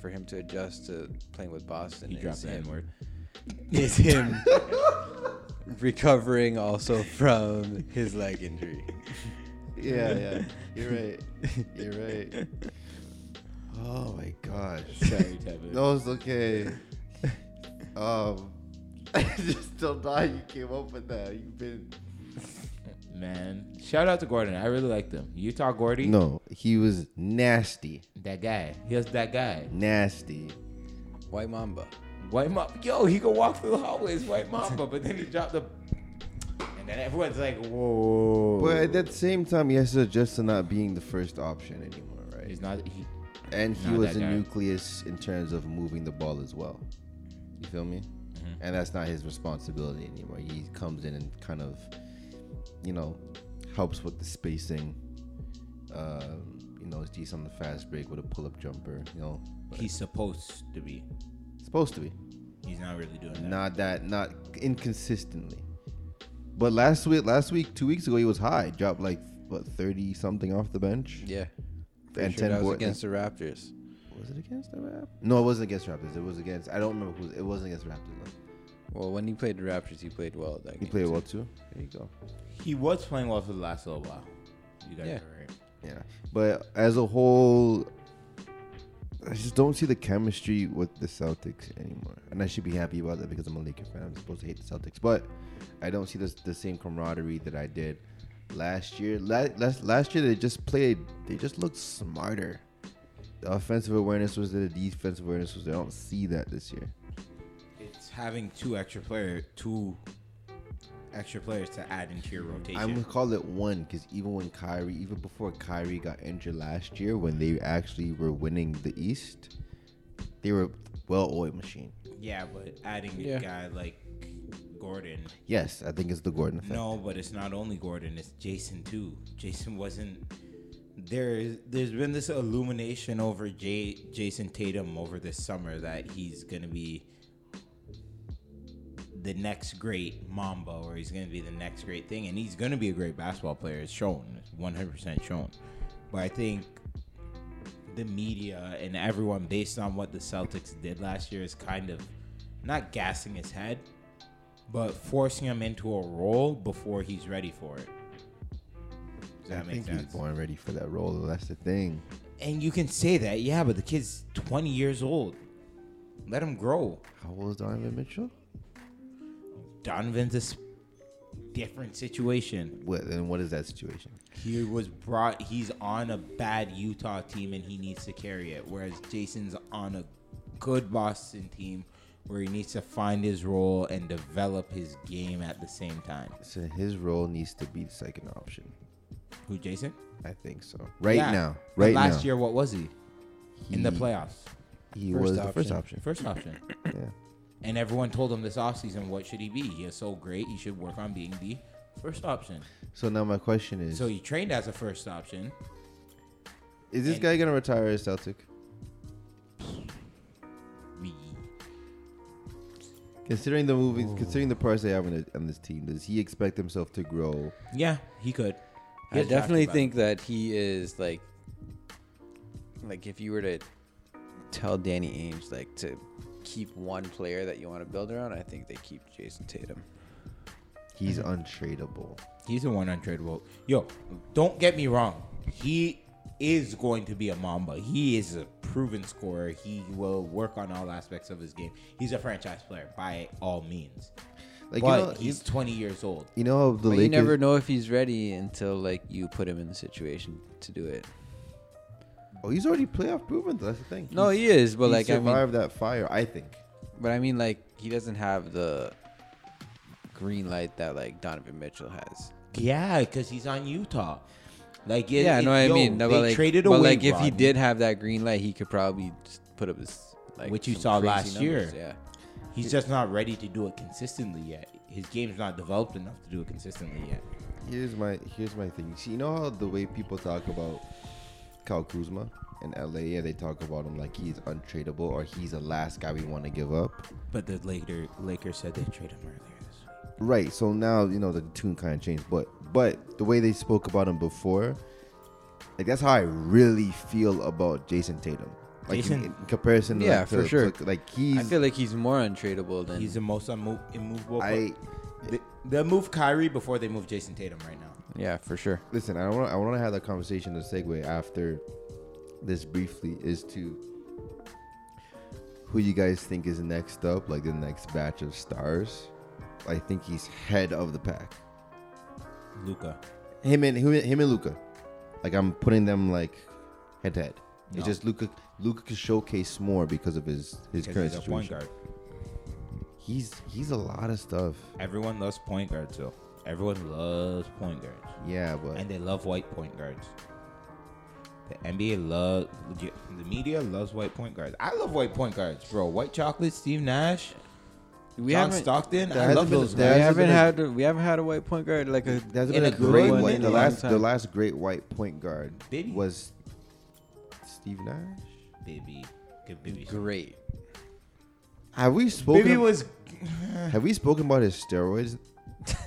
Speaker 1: for him to adjust to playing with Boston
Speaker 2: he
Speaker 1: is
Speaker 2: dropped the N
Speaker 1: him,
Speaker 3: *laughs*
Speaker 2: word.
Speaker 1: *laughs* is him recovering also from his leg injury.
Speaker 3: Yeah, yeah. You're right. You're right. *laughs* Oh my gosh.
Speaker 2: Sorry, Tevin.
Speaker 3: No, it's *laughs* okay. Um, I just don't know how you came up with that. You've been.
Speaker 2: Man, shout out to Gordon. I really liked him. Utah Gordy.
Speaker 3: No, he was nasty.
Speaker 2: That guy. He was that guy.
Speaker 3: Nasty.
Speaker 1: White Mamba.
Speaker 2: White Mamba. Yo, he could walk through the hallways, White Mamba, but then he dropped the. And then everyone's like, whoa.
Speaker 3: But at that same time, he has to adjust to not being the first option anymore, right?
Speaker 2: He's not. He,
Speaker 3: And he
Speaker 2: not
Speaker 3: was
Speaker 2: that
Speaker 3: a
Speaker 2: guy.
Speaker 3: nucleus in terms of moving the ball as well. You feel me?
Speaker 2: Mm-hmm.
Speaker 3: And that's not his responsibility anymore. He comes in and kind of, you know, helps with the spacing. Um, you know, is decent on the fast break with a pull-up jumper. You know,
Speaker 2: he's supposed to be.
Speaker 3: supposed to be.
Speaker 2: He's not really doing that.
Speaker 3: Not that, not inconsistently. But last week, last week, two weeks ago, he was high. Dropped like what thirty something off the bench.
Speaker 1: Yeah.
Speaker 3: And
Speaker 1: And sure
Speaker 3: 10
Speaker 1: that was
Speaker 3: boy-
Speaker 1: against the Raptors.
Speaker 3: Was it against the Raptors? No, it wasn't against Raptors. It was against. I don't remember who. It wasn't against Raptors. No.
Speaker 1: Well, when he played the Raptors, he played well. That
Speaker 3: He
Speaker 1: game,
Speaker 3: played
Speaker 1: too.
Speaker 3: well too. There you go.
Speaker 2: He was playing well for the last little while. You guys
Speaker 1: Yeah.
Speaker 2: are right.
Speaker 3: Yeah, but as a whole, I just don't see the chemistry with the Celtics anymore, and I should be happy about that because I'm a Laker fan. I'm supposed to hate the Celtics, but I don't see this the same camaraderie that I did last year. Last last, last year they just played. They just looked smarter. The offensive awareness was there. The defensive awareness was there. I don't see that this year.
Speaker 2: It's having two extra player, two extra players to add into your rotation.
Speaker 3: I'm gonna call it one because even when Kyrie, even before Kyrie got injured last year, when they actually were winning the East, they were well-oiled machine.
Speaker 2: yeah, but adding
Speaker 1: Yeah.
Speaker 2: a guy like Gordon.
Speaker 3: Yes, I think it's the Gordon effect.
Speaker 2: No, but it's not only Gordon. It's Jason too. Jason wasn't there. There's been this illumination over Jay, Jason Tatum over this summer that he's gonna be the next great Mamba, or he's gonna be the next great thing, and he's gonna be a great basketball player. It's shown, 100 percent shown. But I think the media and everyone based on what the Celtics did last year is kind of not gassing his head, but forcing him into a role before he's ready for it. Does
Speaker 3: I
Speaker 2: that make
Speaker 3: think
Speaker 2: sense?
Speaker 3: he's born ready for that role. That's the thing.
Speaker 2: And you can say that, yeah, but the kid's 20 years old. Let him grow.
Speaker 3: How old is Donovan Mitchell?
Speaker 2: Donovan's a s- different situation.
Speaker 3: What and what is that situation?
Speaker 2: He was brought, he's on a bad Utah team and he needs to carry it. Whereas Jason's on a good Boston team where he needs to find his role and develop his game at the same time.
Speaker 3: So his role needs to be the second option.
Speaker 2: Who, Jason?
Speaker 3: I think so. Right
Speaker 2: Yeah.
Speaker 3: now,
Speaker 2: But
Speaker 3: right
Speaker 2: last
Speaker 3: now,
Speaker 2: year, what was he? In the
Speaker 3: He-
Speaker 2: playoffs.
Speaker 3: he
Speaker 4: first
Speaker 3: was the first
Speaker 4: option.
Speaker 3: option.
Speaker 2: First option.
Speaker 3: Yeah.
Speaker 2: And everyone told him this offseason, what should he be? He is so great. He should work on being the first option.
Speaker 3: So now my question is:
Speaker 2: So he trained as a first option.
Speaker 3: Is this
Speaker 2: and-
Speaker 3: guy gonna retire as Celtic?
Speaker 2: We,
Speaker 3: Considering the movies, considering the parts they have on, it- on this team, does he expect himself to grow?
Speaker 2: yeah, he could. He
Speaker 1: I
Speaker 2: has
Speaker 1: definitely
Speaker 2: drafted
Speaker 1: think that he is like, like if you were to tell Danny Ainge like to keep one player that you want to build around, I think they keep Jason Tatum.
Speaker 3: He's
Speaker 1: Mm-hmm.
Speaker 3: untradeable.
Speaker 2: value. He's the one untradeable. Yo, don't get me wrong. He is going to be a Mamba. He is a proven scorer. He will work on all aspects of his game. He's a franchise player by all means.
Speaker 3: Like
Speaker 2: but
Speaker 3: you know,
Speaker 2: he's 20 years old.
Speaker 3: you know how the
Speaker 1: But
Speaker 3: Lakers.
Speaker 1: you never know if he's ready until like you put him in the situation to do it.
Speaker 3: Oh, he's already playoff proven. though, That's the thing.
Speaker 1: No, he is, but
Speaker 3: he
Speaker 1: like I
Speaker 3: survived
Speaker 1: mean,
Speaker 3: that fire. I think.
Speaker 1: but I mean like he doesn't have the green light that like Donovan Mitchell has.
Speaker 2: Yeah, because he's on Utah. Like it,
Speaker 1: Yeah, I
Speaker 2: it-
Speaker 1: know what I
Speaker 2: yo,
Speaker 1: mean. No,
Speaker 2: they
Speaker 1: but like,
Speaker 2: traded
Speaker 1: but
Speaker 2: away.
Speaker 1: like if he
Speaker 2: Rodman.
Speaker 1: did have that green light, he could probably just put up his like
Speaker 2: Which you
Speaker 1: some
Speaker 2: saw
Speaker 1: crazy
Speaker 2: last
Speaker 1: numbers,
Speaker 2: year.
Speaker 1: Yeah.
Speaker 2: He's just not ready to do it consistently yet. His game's not developed enough to do it consistently yet.
Speaker 3: Here's my here's my thing. See, you know how the way people talk about Kyle Kuzma in LA, and they talk about him like he's untradeable or he's the last guy we want to give up.
Speaker 2: But the later Lakers said they trade him earlier this week.
Speaker 3: Right. So now you know the tune kind of changed, but but the way they spoke about him before, like that's how I really feel about Jason Tatum. Like
Speaker 2: Jason-
Speaker 3: in, in comparison, to,
Speaker 1: Yeah,
Speaker 3: like, to-
Speaker 1: for sure.
Speaker 3: to- like he's,
Speaker 1: I feel like he's more untradeable than
Speaker 2: He's the most unmo- immovable.
Speaker 3: I
Speaker 2: they, they move Kyrie before they move Jason Tatum right now.
Speaker 1: yeah, for sure.
Speaker 3: listen. I want I want to have that conversation. The segue after this briefly is to who you guys think is next up, like the next batch of stars. I think he's head of the pack.
Speaker 2: Luca.
Speaker 3: Him and him, him and Luca. Like I'm putting them like head to head.
Speaker 2: No.
Speaker 3: It's just Luca. Luca can showcase more because of his his current
Speaker 2: Because he's a point
Speaker 3: situation.
Speaker 2: guard.
Speaker 3: He's he's a lot of stuff.
Speaker 2: Everyone loves point guards, though. Everyone loves point guards.
Speaker 3: Yeah, but
Speaker 2: and they love white point guards. The NBA love the media loves white point guards. I love white point guards, bro. White chocolate, Steve Nash,
Speaker 1: We
Speaker 2: John
Speaker 1: haven't
Speaker 2: Stockton.
Speaker 3: there
Speaker 2: I
Speaker 3: hasn't
Speaker 2: love
Speaker 3: been a-
Speaker 2: those
Speaker 1: we
Speaker 3: there
Speaker 2: guys.
Speaker 3: hasn't
Speaker 1: haven't
Speaker 3: been a-
Speaker 1: had we haven't had a white point guard like a
Speaker 4: *laughs*
Speaker 3: that's
Speaker 1: in
Speaker 3: been a,
Speaker 1: a
Speaker 3: great
Speaker 1: good
Speaker 3: one. The
Speaker 1: long
Speaker 3: last the
Speaker 1: time.
Speaker 3: last great white point guard
Speaker 2: Bibby.
Speaker 3: was Steve Nash.
Speaker 2: Baby, give baby.
Speaker 4: *laughs*
Speaker 1: great.
Speaker 3: Have we spoken?
Speaker 2: Baby was
Speaker 3: have we spoken about his steroids?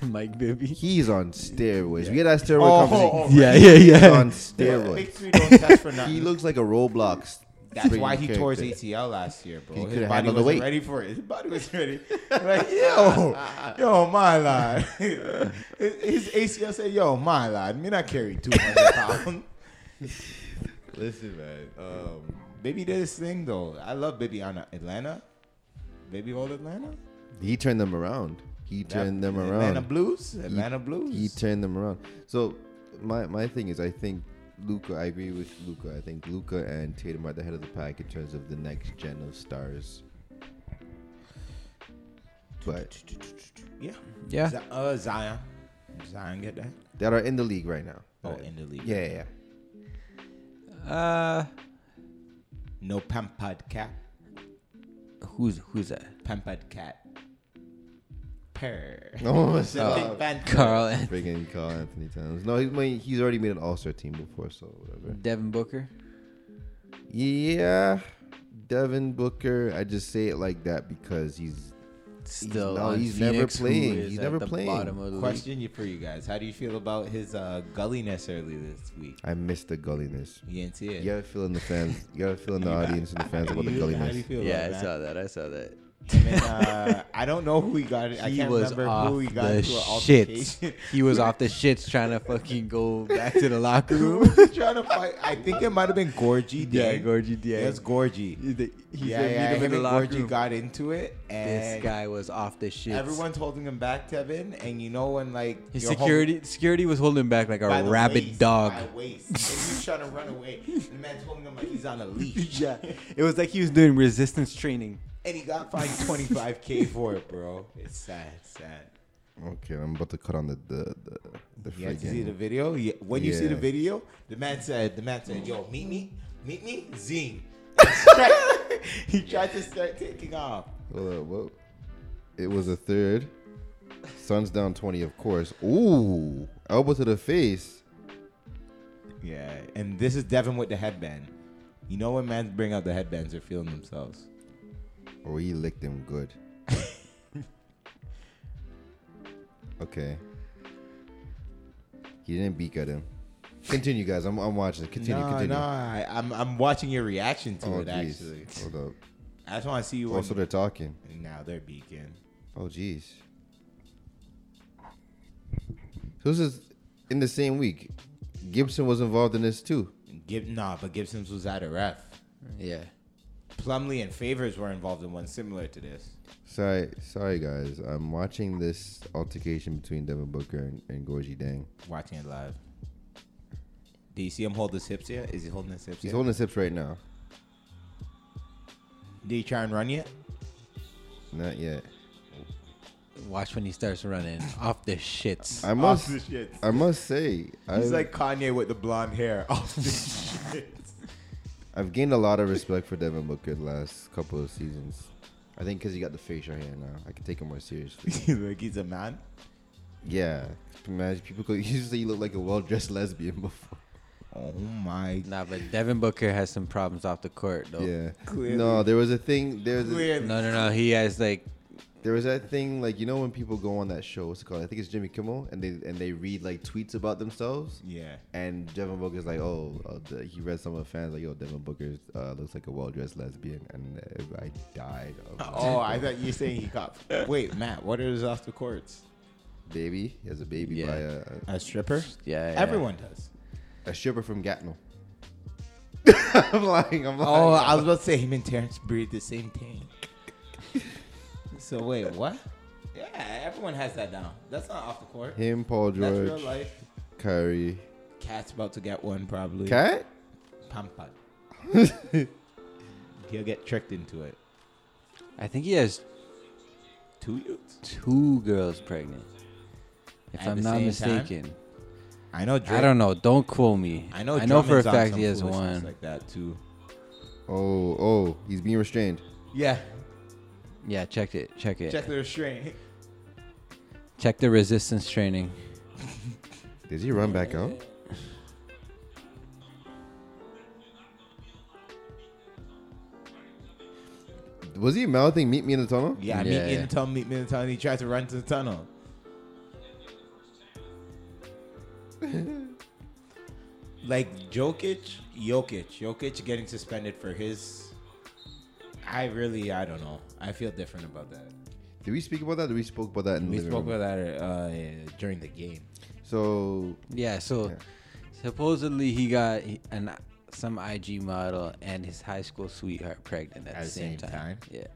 Speaker 1: Mike
Speaker 3: *laughs*
Speaker 4: *laughs*
Speaker 1: Bibby.
Speaker 3: He's on steroids. We had that steroid
Speaker 2: Oh,
Speaker 3: conversation.
Speaker 2: oh,
Speaker 1: Yeah, yeah,
Speaker 2: *laughs*
Speaker 3: He's
Speaker 1: yeah.
Speaker 3: on steroids.
Speaker 2: Big three don't test for
Speaker 3: He
Speaker 2: nothing.
Speaker 3: looks like a Roblox.
Speaker 2: That's why he
Speaker 3: freaking
Speaker 2: tore his
Speaker 3: character.
Speaker 2: ACL last year, bro.
Speaker 3: He
Speaker 2: his
Speaker 3: couldn't
Speaker 2: body
Speaker 3: handle the
Speaker 2: wasn't
Speaker 3: weight.
Speaker 2: ready for it. His body
Speaker 3: *laughs*
Speaker 2: was ready. like, yo, yo, my lad. *laughs* his ACL said, yo, my lad, me not carry
Speaker 3: *laughs*
Speaker 2: 200 pounds. Listen, man. Um, Baby did his thing, though. I love Baby on Atlanta. Baby old Atlanta.
Speaker 3: He turned them around. He turned them around.
Speaker 2: Atlanta Blues. Atlanta Blues.
Speaker 3: he turned them around. So my my thing is, I think Luca. I agree with Luca. I think Luca and Tatum are at the head of the pack in terms of the next gen of stars. But
Speaker 2: yeah.
Speaker 1: Yeah.
Speaker 2: Z- uh, Zion. Zion get that?
Speaker 3: that are in the league right now.
Speaker 2: Oh,
Speaker 3: Right.
Speaker 2: in the league.
Speaker 3: yeah, yeah, yeah.
Speaker 1: Uh
Speaker 2: No pampered cat.
Speaker 1: who's who's that?
Speaker 2: pampered cat. Per.
Speaker 3: *laughs* No, Uh,
Speaker 2: Big
Speaker 3: stop.
Speaker 2: fan.
Speaker 1: Carl and
Speaker 3: Oh, Freaking Carl Anthony Towns. No, he's made, he's already made an All Star team before, so whatever.
Speaker 1: Devin Booker.
Speaker 3: Yeah, Devin Booker. I just say it like that because he's
Speaker 4: still
Speaker 3: no,
Speaker 4: on
Speaker 3: he's never
Speaker 4: Phoenix, who
Speaker 3: playing.
Speaker 4: is
Speaker 3: He's
Speaker 4: at
Speaker 3: never
Speaker 4: the
Speaker 3: playing.
Speaker 4: Bottom of the league.
Speaker 2: Question for you guys: How do you feel about his uh, gulliness early this week?
Speaker 3: I miss the gulliness.
Speaker 2: You didn't see it.
Speaker 3: You gotta feel in the fans. You gotta feel in the
Speaker 2: *laughs* You got-
Speaker 3: audience and the fans about the
Speaker 2: You- How do you
Speaker 3: gulliness.
Speaker 2: feel
Speaker 4: Yeah, I
Speaker 2: about
Speaker 4: saw
Speaker 2: that?
Speaker 4: that. I saw that.
Speaker 2: And then, uh, I don't know who he got. It. I
Speaker 4: he
Speaker 2: can't
Speaker 4: was
Speaker 2: remember
Speaker 4: off
Speaker 2: who he got
Speaker 4: the
Speaker 2: into an
Speaker 4: shits.
Speaker 2: altercation. *laughs*
Speaker 4: *laughs* he was off the shits trying to fucking go back to the locker
Speaker 2: Who
Speaker 4: room. *laughs*
Speaker 2: was *laughs* trying to fight? I think it might have been Gorgie.
Speaker 4: yeah,
Speaker 2: Dang.
Speaker 4: Gorgie Dieng.
Speaker 2: Yes, Gorgie.
Speaker 4: He- the- he
Speaker 2: yeah,
Speaker 4: said meet
Speaker 2: yeah.
Speaker 4: him in
Speaker 2: him
Speaker 4: the
Speaker 2: and
Speaker 4: locker
Speaker 2: Gorgie
Speaker 4: room.
Speaker 2: got into it,
Speaker 4: This
Speaker 2: and
Speaker 4: guy was off the shits.
Speaker 2: everyone's holding him back, Tevin. And you know when like
Speaker 4: His
Speaker 2: your home-
Speaker 4: security security was holding him back like
Speaker 2: by
Speaker 4: a
Speaker 2: the
Speaker 4: rabid
Speaker 2: waist,
Speaker 4: dog.
Speaker 2: by waist.
Speaker 3: *laughs*
Speaker 2: and he's trying to run away. The man's holding him like he's on a
Speaker 3: *laughs*
Speaker 2: leash.
Speaker 4: yeah, it was like he was doing resistance training.
Speaker 2: and he got fined 25k for it, bro. It's sad, sad.
Speaker 3: Okay, I'm about to cut on the the the, the
Speaker 2: You have to see the
Speaker 3: friggin'
Speaker 2: video. Yeah, When you see the
Speaker 3: Yeah.
Speaker 2: video, the man said, the man said, "Yo, meet me, meet me,
Speaker 3: *laughs*
Speaker 2: zing." he tried to start taking off.
Speaker 3: Hold up, whoa. It was a third. Suns down 20, of course. Ooh, elbow to the face.
Speaker 2: Yeah, and this is Devin with the headband. You know when men bring out the headbands, they're feeling themselves.
Speaker 3: Oh, he licked him
Speaker 2: *laughs*
Speaker 3: good. okay. He didn't beak at him. Continue, guys. I'm, I'm watching. Continue,
Speaker 2: no,
Speaker 3: continue.
Speaker 2: no, I, I'm I'm watching your reaction to
Speaker 3: Oh,
Speaker 2: it actually.
Speaker 3: jeez. Hold up.
Speaker 2: I just want to see you.
Speaker 3: Also,
Speaker 2: when-
Speaker 3: they're talking.
Speaker 2: now they're beacon.
Speaker 3: Oh, jeez. So this is in the same week. Gibson was involved in this too.
Speaker 2: Gib- nah, but Gibson's was at a ref.
Speaker 4: Yeah,
Speaker 2: Plumley and Favors were involved in one similar to this.
Speaker 3: Sorry, sorry, guys. I'm watching this altercation between Devin Booker and, and Gorgie Dang.
Speaker 2: Watching it live. Do you see him hold his hips yet? Is he holding his hips
Speaker 3: He's
Speaker 2: yet?
Speaker 3: holding his hips right now.
Speaker 2: Did he try and run yet?
Speaker 3: Not yet.
Speaker 4: watch when he starts running off the shits.
Speaker 3: I must.
Speaker 2: Off the shits.
Speaker 3: I must say,
Speaker 2: *laughs*
Speaker 3: I've,
Speaker 2: He's like Kanye with the blonde hair. *laughs* Off the shit.
Speaker 3: I've gained a lot of respect for Devin Booker the last couple of seasons. I think because he got the facial hair now, I can take him
Speaker 2: *laughs*
Speaker 3: more seriously.
Speaker 2: He's like he's a man.
Speaker 3: yeah, imagine people could used to say *laughs* you look like a well-dressed lesbian before.
Speaker 2: Oh my.
Speaker 4: Nah, but Devin Booker has some problems off the court though.
Speaker 3: Yeah.
Speaker 2: Clearly.
Speaker 3: No, there was a thing. There's a,
Speaker 2: Clearly.
Speaker 4: No, no, no. He has like
Speaker 3: There was that thing like you know when people go on that show, what's it called? I think it's Jimmy Kimmel, and they and they read like tweets about themselves.
Speaker 2: Yeah.
Speaker 3: And Devin Booker's like, oh, uh, the, he read some of the fans like, yo, Devin Booker uh, looks like a well dressed lesbian, and uh, I died. Of that.
Speaker 2: Oh, I thought you were saying he got. *laughs* Wait, Matt, what is off the courts?
Speaker 3: baby, he has a baby
Speaker 4: Yeah.
Speaker 3: by a,
Speaker 2: A stripper?
Speaker 4: yeah, yeah.
Speaker 2: Everyone does.
Speaker 3: a stripper from Gatineau. *laughs* I'm lying. I'm lying.
Speaker 2: Oh, I was about to say him and Terrence breathe the same thing.
Speaker 4: *laughs*
Speaker 2: so wait, what? Yeah, everyone has that down. That's not off the court.
Speaker 3: him, Paul
Speaker 2: uh, That's real
Speaker 3: George,
Speaker 2: life.
Speaker 3: Kyrie,
Speaker 2: Cat's about to get one probably.
Speaker 3: Cat.
Speaker 2: Pampa.
Speaker 4: *laughs*
Speaker 2: He'll get tricked into it.
Speaker 4: I think he has
Speaker 2: Two youths.
Speaker 4: two girls pregnant, if
Speaker 2: At
Speaker 4: I'm
Speaker 2: the
Speaker 4: not
Speaker 2: same time?
Speaker 4: mistaken.
Speaker 2: I know. Drake,
Speaker 4: I don't know. Don't quote me.
Speaker 2: I know.
Speaker 4: I know for a
Speaker 2: Drummond's on
Speaker 4: fact
Speaker 2: some
Speaker 4: he has
Speaker 2: foolishness
Speaker 4: one.
Speaker 2: like that too.
Speaker 3: Oh, oh, he's being restrained.
Speaker 2: Yeah.
Speaker 4: yeah, check it. Check it.
Speaker 2: Check
Speaker 4: Check,
Speaker 2: the restraint.
Speaker 4: the resistance training.
Speaker 3: Does he run back out? Was he mouthing "Meet me in the tunnel"?
Speaker 2: Yeah,
Speaker 4: Yeah.
Speaker 2: meet me in the tunnel. Meet me in the tunnel. He tried to run to the
Speaker 4: *laughs*
Speaker 2: tunnel. like Jokic, Jokic, Jokic getting suspended for his. I really, I don't know. I feel different about that.
Speaker 3: Did we speak about that? Did we spoke about that in
Speaker 2: We
Speaker 3: the living
Speaker 2: spoke
Speaker 3: room?
Speaker 2: about that uh, during the game.
Speaker 3: So
Speaker 4: Yeah. So
Speaker 3: Yeah.
Speaker 4: supposedly he got he- an some IG model and his high school sweetheart pregnant at, the same, time. Yeah.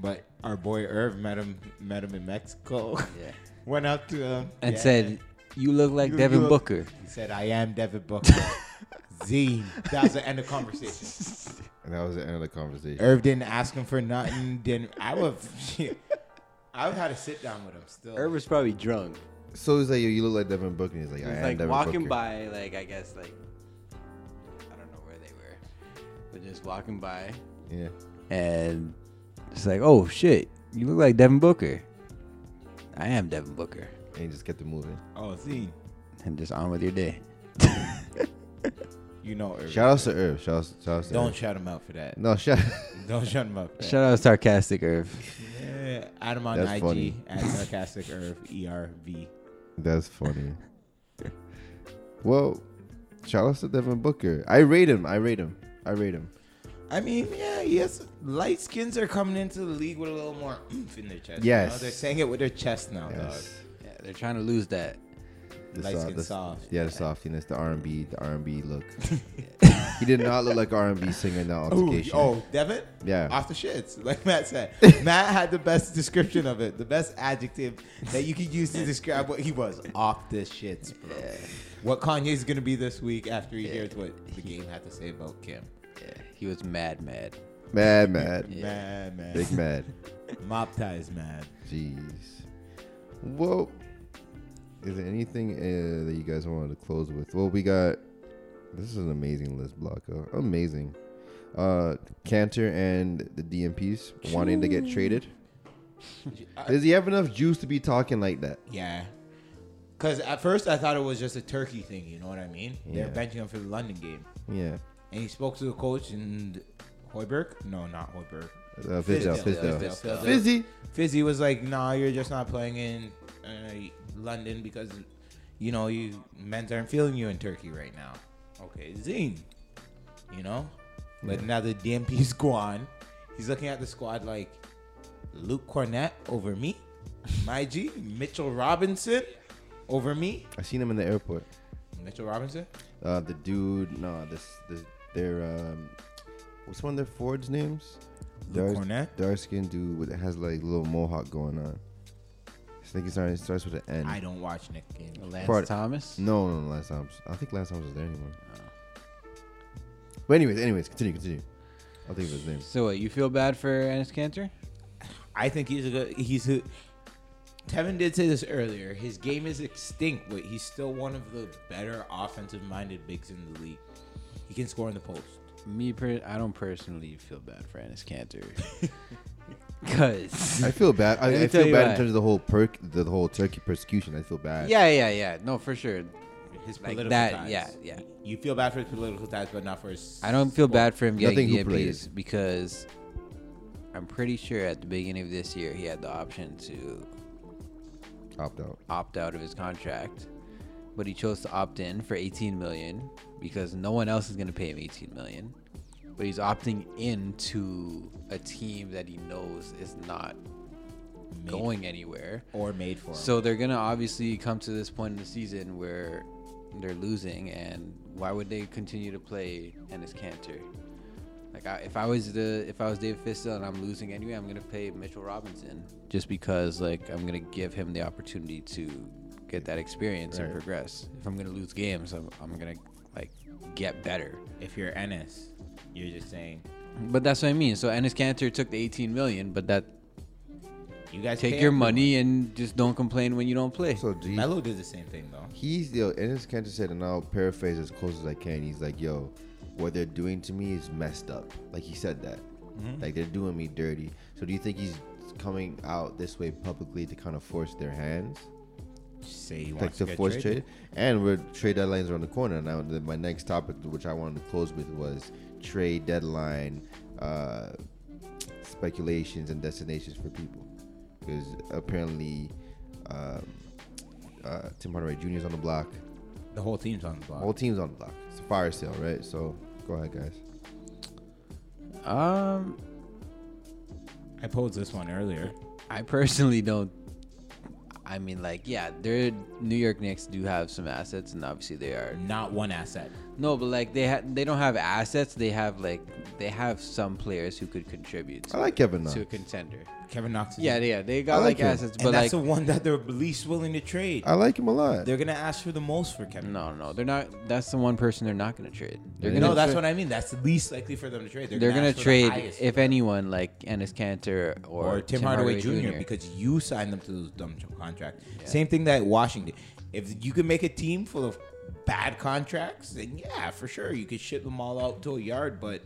Speaker 2: But our boy Irv met him, met him in Mexico.
Speaker 4: Yeah.
Speaker 2: *laughs* Went up to him
Speaker 4: And
Speaker 2: yeah.
Speaker 4: said, "You look like
Speaker 2: You
Speaker 4: Devin
Speaker 2: look-
Speaker 4: Booker."
Speaker 2: He said, "I am Devin
Speaker 4: *laughs*
Speaker 2: Booker." Zine. That was the end of conversation.
Speaker 3: and that was the end of the conversation.
Speaker 2: Irv didn't ask him for nothing. Didn't I would shit. *laughs* I would have had to sit down with him still.
Speaker 4: Irv was probably drunk.
Speaker 3: So he's like, "Yo, you look like Devin Booker." And Er- he's like,
Speaker 4: He
Speaker 3: "I
Speaker 4: was
Speaker 3: am
Speaker 4: like
Speaker 3: Devin
Speaker 4: walking
Speaker 3: Booker."
Speaker 4: by, like I guess like I don't know where they were, but just walking by,
Speaker 3: Yeah.
Speaker 4: and it's like, oh shit, you look like Devin Booker. I am Devin Booker,
Speaker 3: And he just kept it moving.
Speaker 2: oh, Zine.
Speaker 4: and just on with your day.
Speaker 2: You know Irv.
Speaker 3: Shout outs to Irv. Shout outs, shout outs to
Speaker 2: Don't
Speaker 3: Irv.
Speaker 2: shout him out for that.
Speaker 3: No, shout.
Speaker 2: Don't shut him up. For that.
Speaker 4: Shout out sarcastic Irv.
Speaker 2: Yeah, to add him on
Speaker 3: That's
Speaker 2: IG
Speaker 3: funny.
Speaker 2: at sarcastic erv e r v.
Speaker 3: *laughs* That's funny. well, shout out to Devin Booker. I rate him. I rate him. I rate him.
Speaker 2: I mean, yeah, yes. Light skins are coming into the league with a little more oomph in their chest. You know?
Speaker 3: Yes.
Speaker 2: They're saying it with their chest now,
Speaker 3: Yes.
Speaker 4: Yeah, they're trying to lose that.
Speaker 2: dog.
Speaker 3: The
Speaker 2: light
Speaker 3: soft-
Speaker 2: skin
Speaker 3: the-
Speaker 2: soft.
Speaker 3: uh, Yeah, the softiness, the R and B, the R and
Speaker 2: *laughs*
Speaker 3: B look. he did not look like R and B singer in that
Speaker 2: Ooh,
Speaker 3: altercation.
Speaker 2: oh, Devin?
Speaker 3: Yeah.
Speaker 2: Off the shits. *laughs* Like Matt
Speaker 3: *laughs*
Speaker 2: said. Matt had the best description of it, the best adjective that you could use to describe what he was. Off the shits, bro. What Kanye's going to be this week after he hears what the game had to say about Kim.
Speaker 4: Yeah, he was mad, mad.
Speaker 3: mad, mad,
Speaker 2: Man, man.
Speaker 3: big mad.
Speaker 2: Mop tie is mad.
Speaker 3: Jeez. Well, is there anything uh, that you guys wanted to close with? Well, we got this is an amazing list, Blocko. Amazing. Uh, Cantor and the DMPs wanting to get
Speaker 2: *laughs*
Speaker 3: traded. Does he have enough juice to be talking like that?
Speaker 2: Yeah. Because at first I thought it was just a turkey thing, you know what I mean? They're
Speaker 3: Yeah.
Speaker 2: benching him for the London game.
Speaker 3: Yeah.
Speaker 2: And he spoke to the coach and Hoiberg? No, not Hoiberg.
Speaker 3: Uh, Fisdale,
Speaker 2: Fisdale,
Speaker 3: Fisdale.
Speaker 2: Fisdale.
Speaker 3: Fizzy.
Speaker 2: Fizzy was like, "Nah, you're just not playing in uh, London because, you know, you men's aren't feeling you in Turkey right now." Okay, zing, you know. But now the DMP's gone. He's looking at the squad like Luke Cornett over me, my G Mitchell Robinson over me.
Speaker 3: I seen him in the airport.
Speaker 2: Mitchell Robinson.
Speaker 3: Uh, the dude, no, this, this, their, um, what's one of their Ford's names?
Speaker 2: Luke
Speaker 3: Dark-
Speaker 2: Cornett.
Speaker 3: dark skinned dude with has like little mohawk going on. I think it starts, it starts with an N.
Speaker 2: I don't watch Nick games.
Speaker 4: Lance
Speaker 3: Part-
Speaker 4: Thomas.
Speaker 3: No, no, no, last time. I think last time was there anymore.
Speaker 4: Oh.
Speaker 3: But anyways, anyways, continue, continue. I'll think of his name.
Speaker 4: So what, you feel bad for Ennis Cantor?
Speaker 2: I think he's a good. He's a. Tevin did say this earlier. His game is extinct, but he's still one of the better offensive-minded bigs in the league. He can score in the post.
Speaker 4: Me, per- I don't personally feel bad for Ennis *laughs* Cantor. Cause *laughs*
Speaker 3: I feel bad.
Speaker 4: Let
Speaker 3: I,
Speaker 4: me
Speaker 3: I
Speaker 4: tell
Speaker 3: feel
Speaker 4: you
Speaker 3: bad
Speaker 4: why.
Speaker 3: in terms of the whole perk, the whole turkey persecution. I feel bad.
Speaker 4: yeah, yeah, yeah. No, for sure.
Speaker 2: His
Speaker 4: Like
Speaker 2: political
Speaker 4: that,
Speaker 2: ties.
Speaker 4: yeah, yeah.
Speaker 2: You feel bad for his political ties, but not for his.
Speaker 4: I don't feel bad for him getting
Speaker 3: Nothing hoop
Speaker 4: DMPs because I'm pretty sure at the beginning of this year he had the option to
Speaker 3: Opt out.
Speaker 4: opt out of his contract, but he chose to opt in for 18 million because no one else is going to pay him 18 million. But he's opting in to a team that he knows is not
Speaker 2: made,
Speaker 4: going anywhere.
Speaker 2: or made for him.
Speaker 4: So they're going to obviously come to this point in the season where they're losing, and why would they continue to play Ennis Cantor? Like I, if I was the if I was David Fisdale and I'm losing anyway, I'm gonna pay Mitchell Robinson just because like I'm gonna give him the opportunity to get that experience and progress. If I'm gonna lose games, I'm, I'm gonna like get better.
Speaker 2: if you're Ennis, you're just saying
Speaker 4: But that's what I mean. So Ennis Cantor took the 18 million, but that
Speaker 2: you guys
Speaker 4: take
Speaker 2: pay
Speaker 4: your
Speaker 2: everyone."
Speaker 4: money and just don't complain when you don't play.
Speaker 3: So do you,
Speaker 2: Melo did the same thing though.
Speaker 3: he's the Ennis Cantor said, and I'll paraphrase as close as I can. He's like, "Yo, what they're doing to me is messed up." Like he said that.
Speaker 2: Mm-hmm.
Speaker 3: Like they're doing me dirty. So do you think he's coming out this way publicly to kind of force their hands?
Speaker 2: Just say he wants
Speaker 3: like
Speaker 2: to
Speaker 3: the
Speaker 2: get
Speaker 3: force
Speaker 2: traded.
Speaker 3: trade, and we're trade deadlines around the corner. Now, the, my next topic, which I wanted to close with, was trade deadline uh, speculations and destinations for people, because apparently um, uh, Tim Hardaway Jr. is on the block.
Speaker 2: The whole team's on the block.
Speaker 3: Whole team's on the block. It's a fire sale, right? So go ahead, guys.
Speaker 4: Um,
Speaker 2: I posed this one earlier.
Speaker 4: I personally don't. I mean, like, yeah, they're New York Knicks do have some assets, and obviously they are.
Speaker 2: Not one asset.
Speaker 4: No, but like they ha- they don't have assets. They have like they have some players who could contribute
Speaker 3: I
Speaker 4: to,
Speaker 3: like Kevin
Speaker 2: Uh.
Speaker 3: Knox.
Speaker 4: to a contender.
Speaker 2: Kevin Knox. Is
Speaker 4: Yeah, yeah, they got
Speaker 3: I
Speaker 4: like,
Speaker 3: like him.
Speaker 4: assets,
Speaker 2: and
Speaker 4: but
Speaker 2: that's
Speaker 4: like
Speaker 2: the one that they're least willing to trade.
Speaker 3: I like him a lot.
Speaker 2: They're gonna ask for the most for Kevin.
Speaker 4: no, no, they're not. That's the one person they're not gonna trade. They're
Speaker 3: Yeah.
Speaker 4: gonna
Speaker 2: No, that's
Speaker 4: tra-
Speaker 2: what I mean. That's the least likely for them to trade.
Speaker 4: They're gonna
Speaker 2: ask for the
Speaker 4: trade
Speaker 2: highest.
Speaker 4: if anyone like Ennis Cantor or,
Speaker 2: or Tim, Hardaway, Jr. because you signed them to those dumb ch- contracts. Same thing that Washington. If you can make a team full of bad contracts, then yeah, for sure you could ship them all out to a yard. But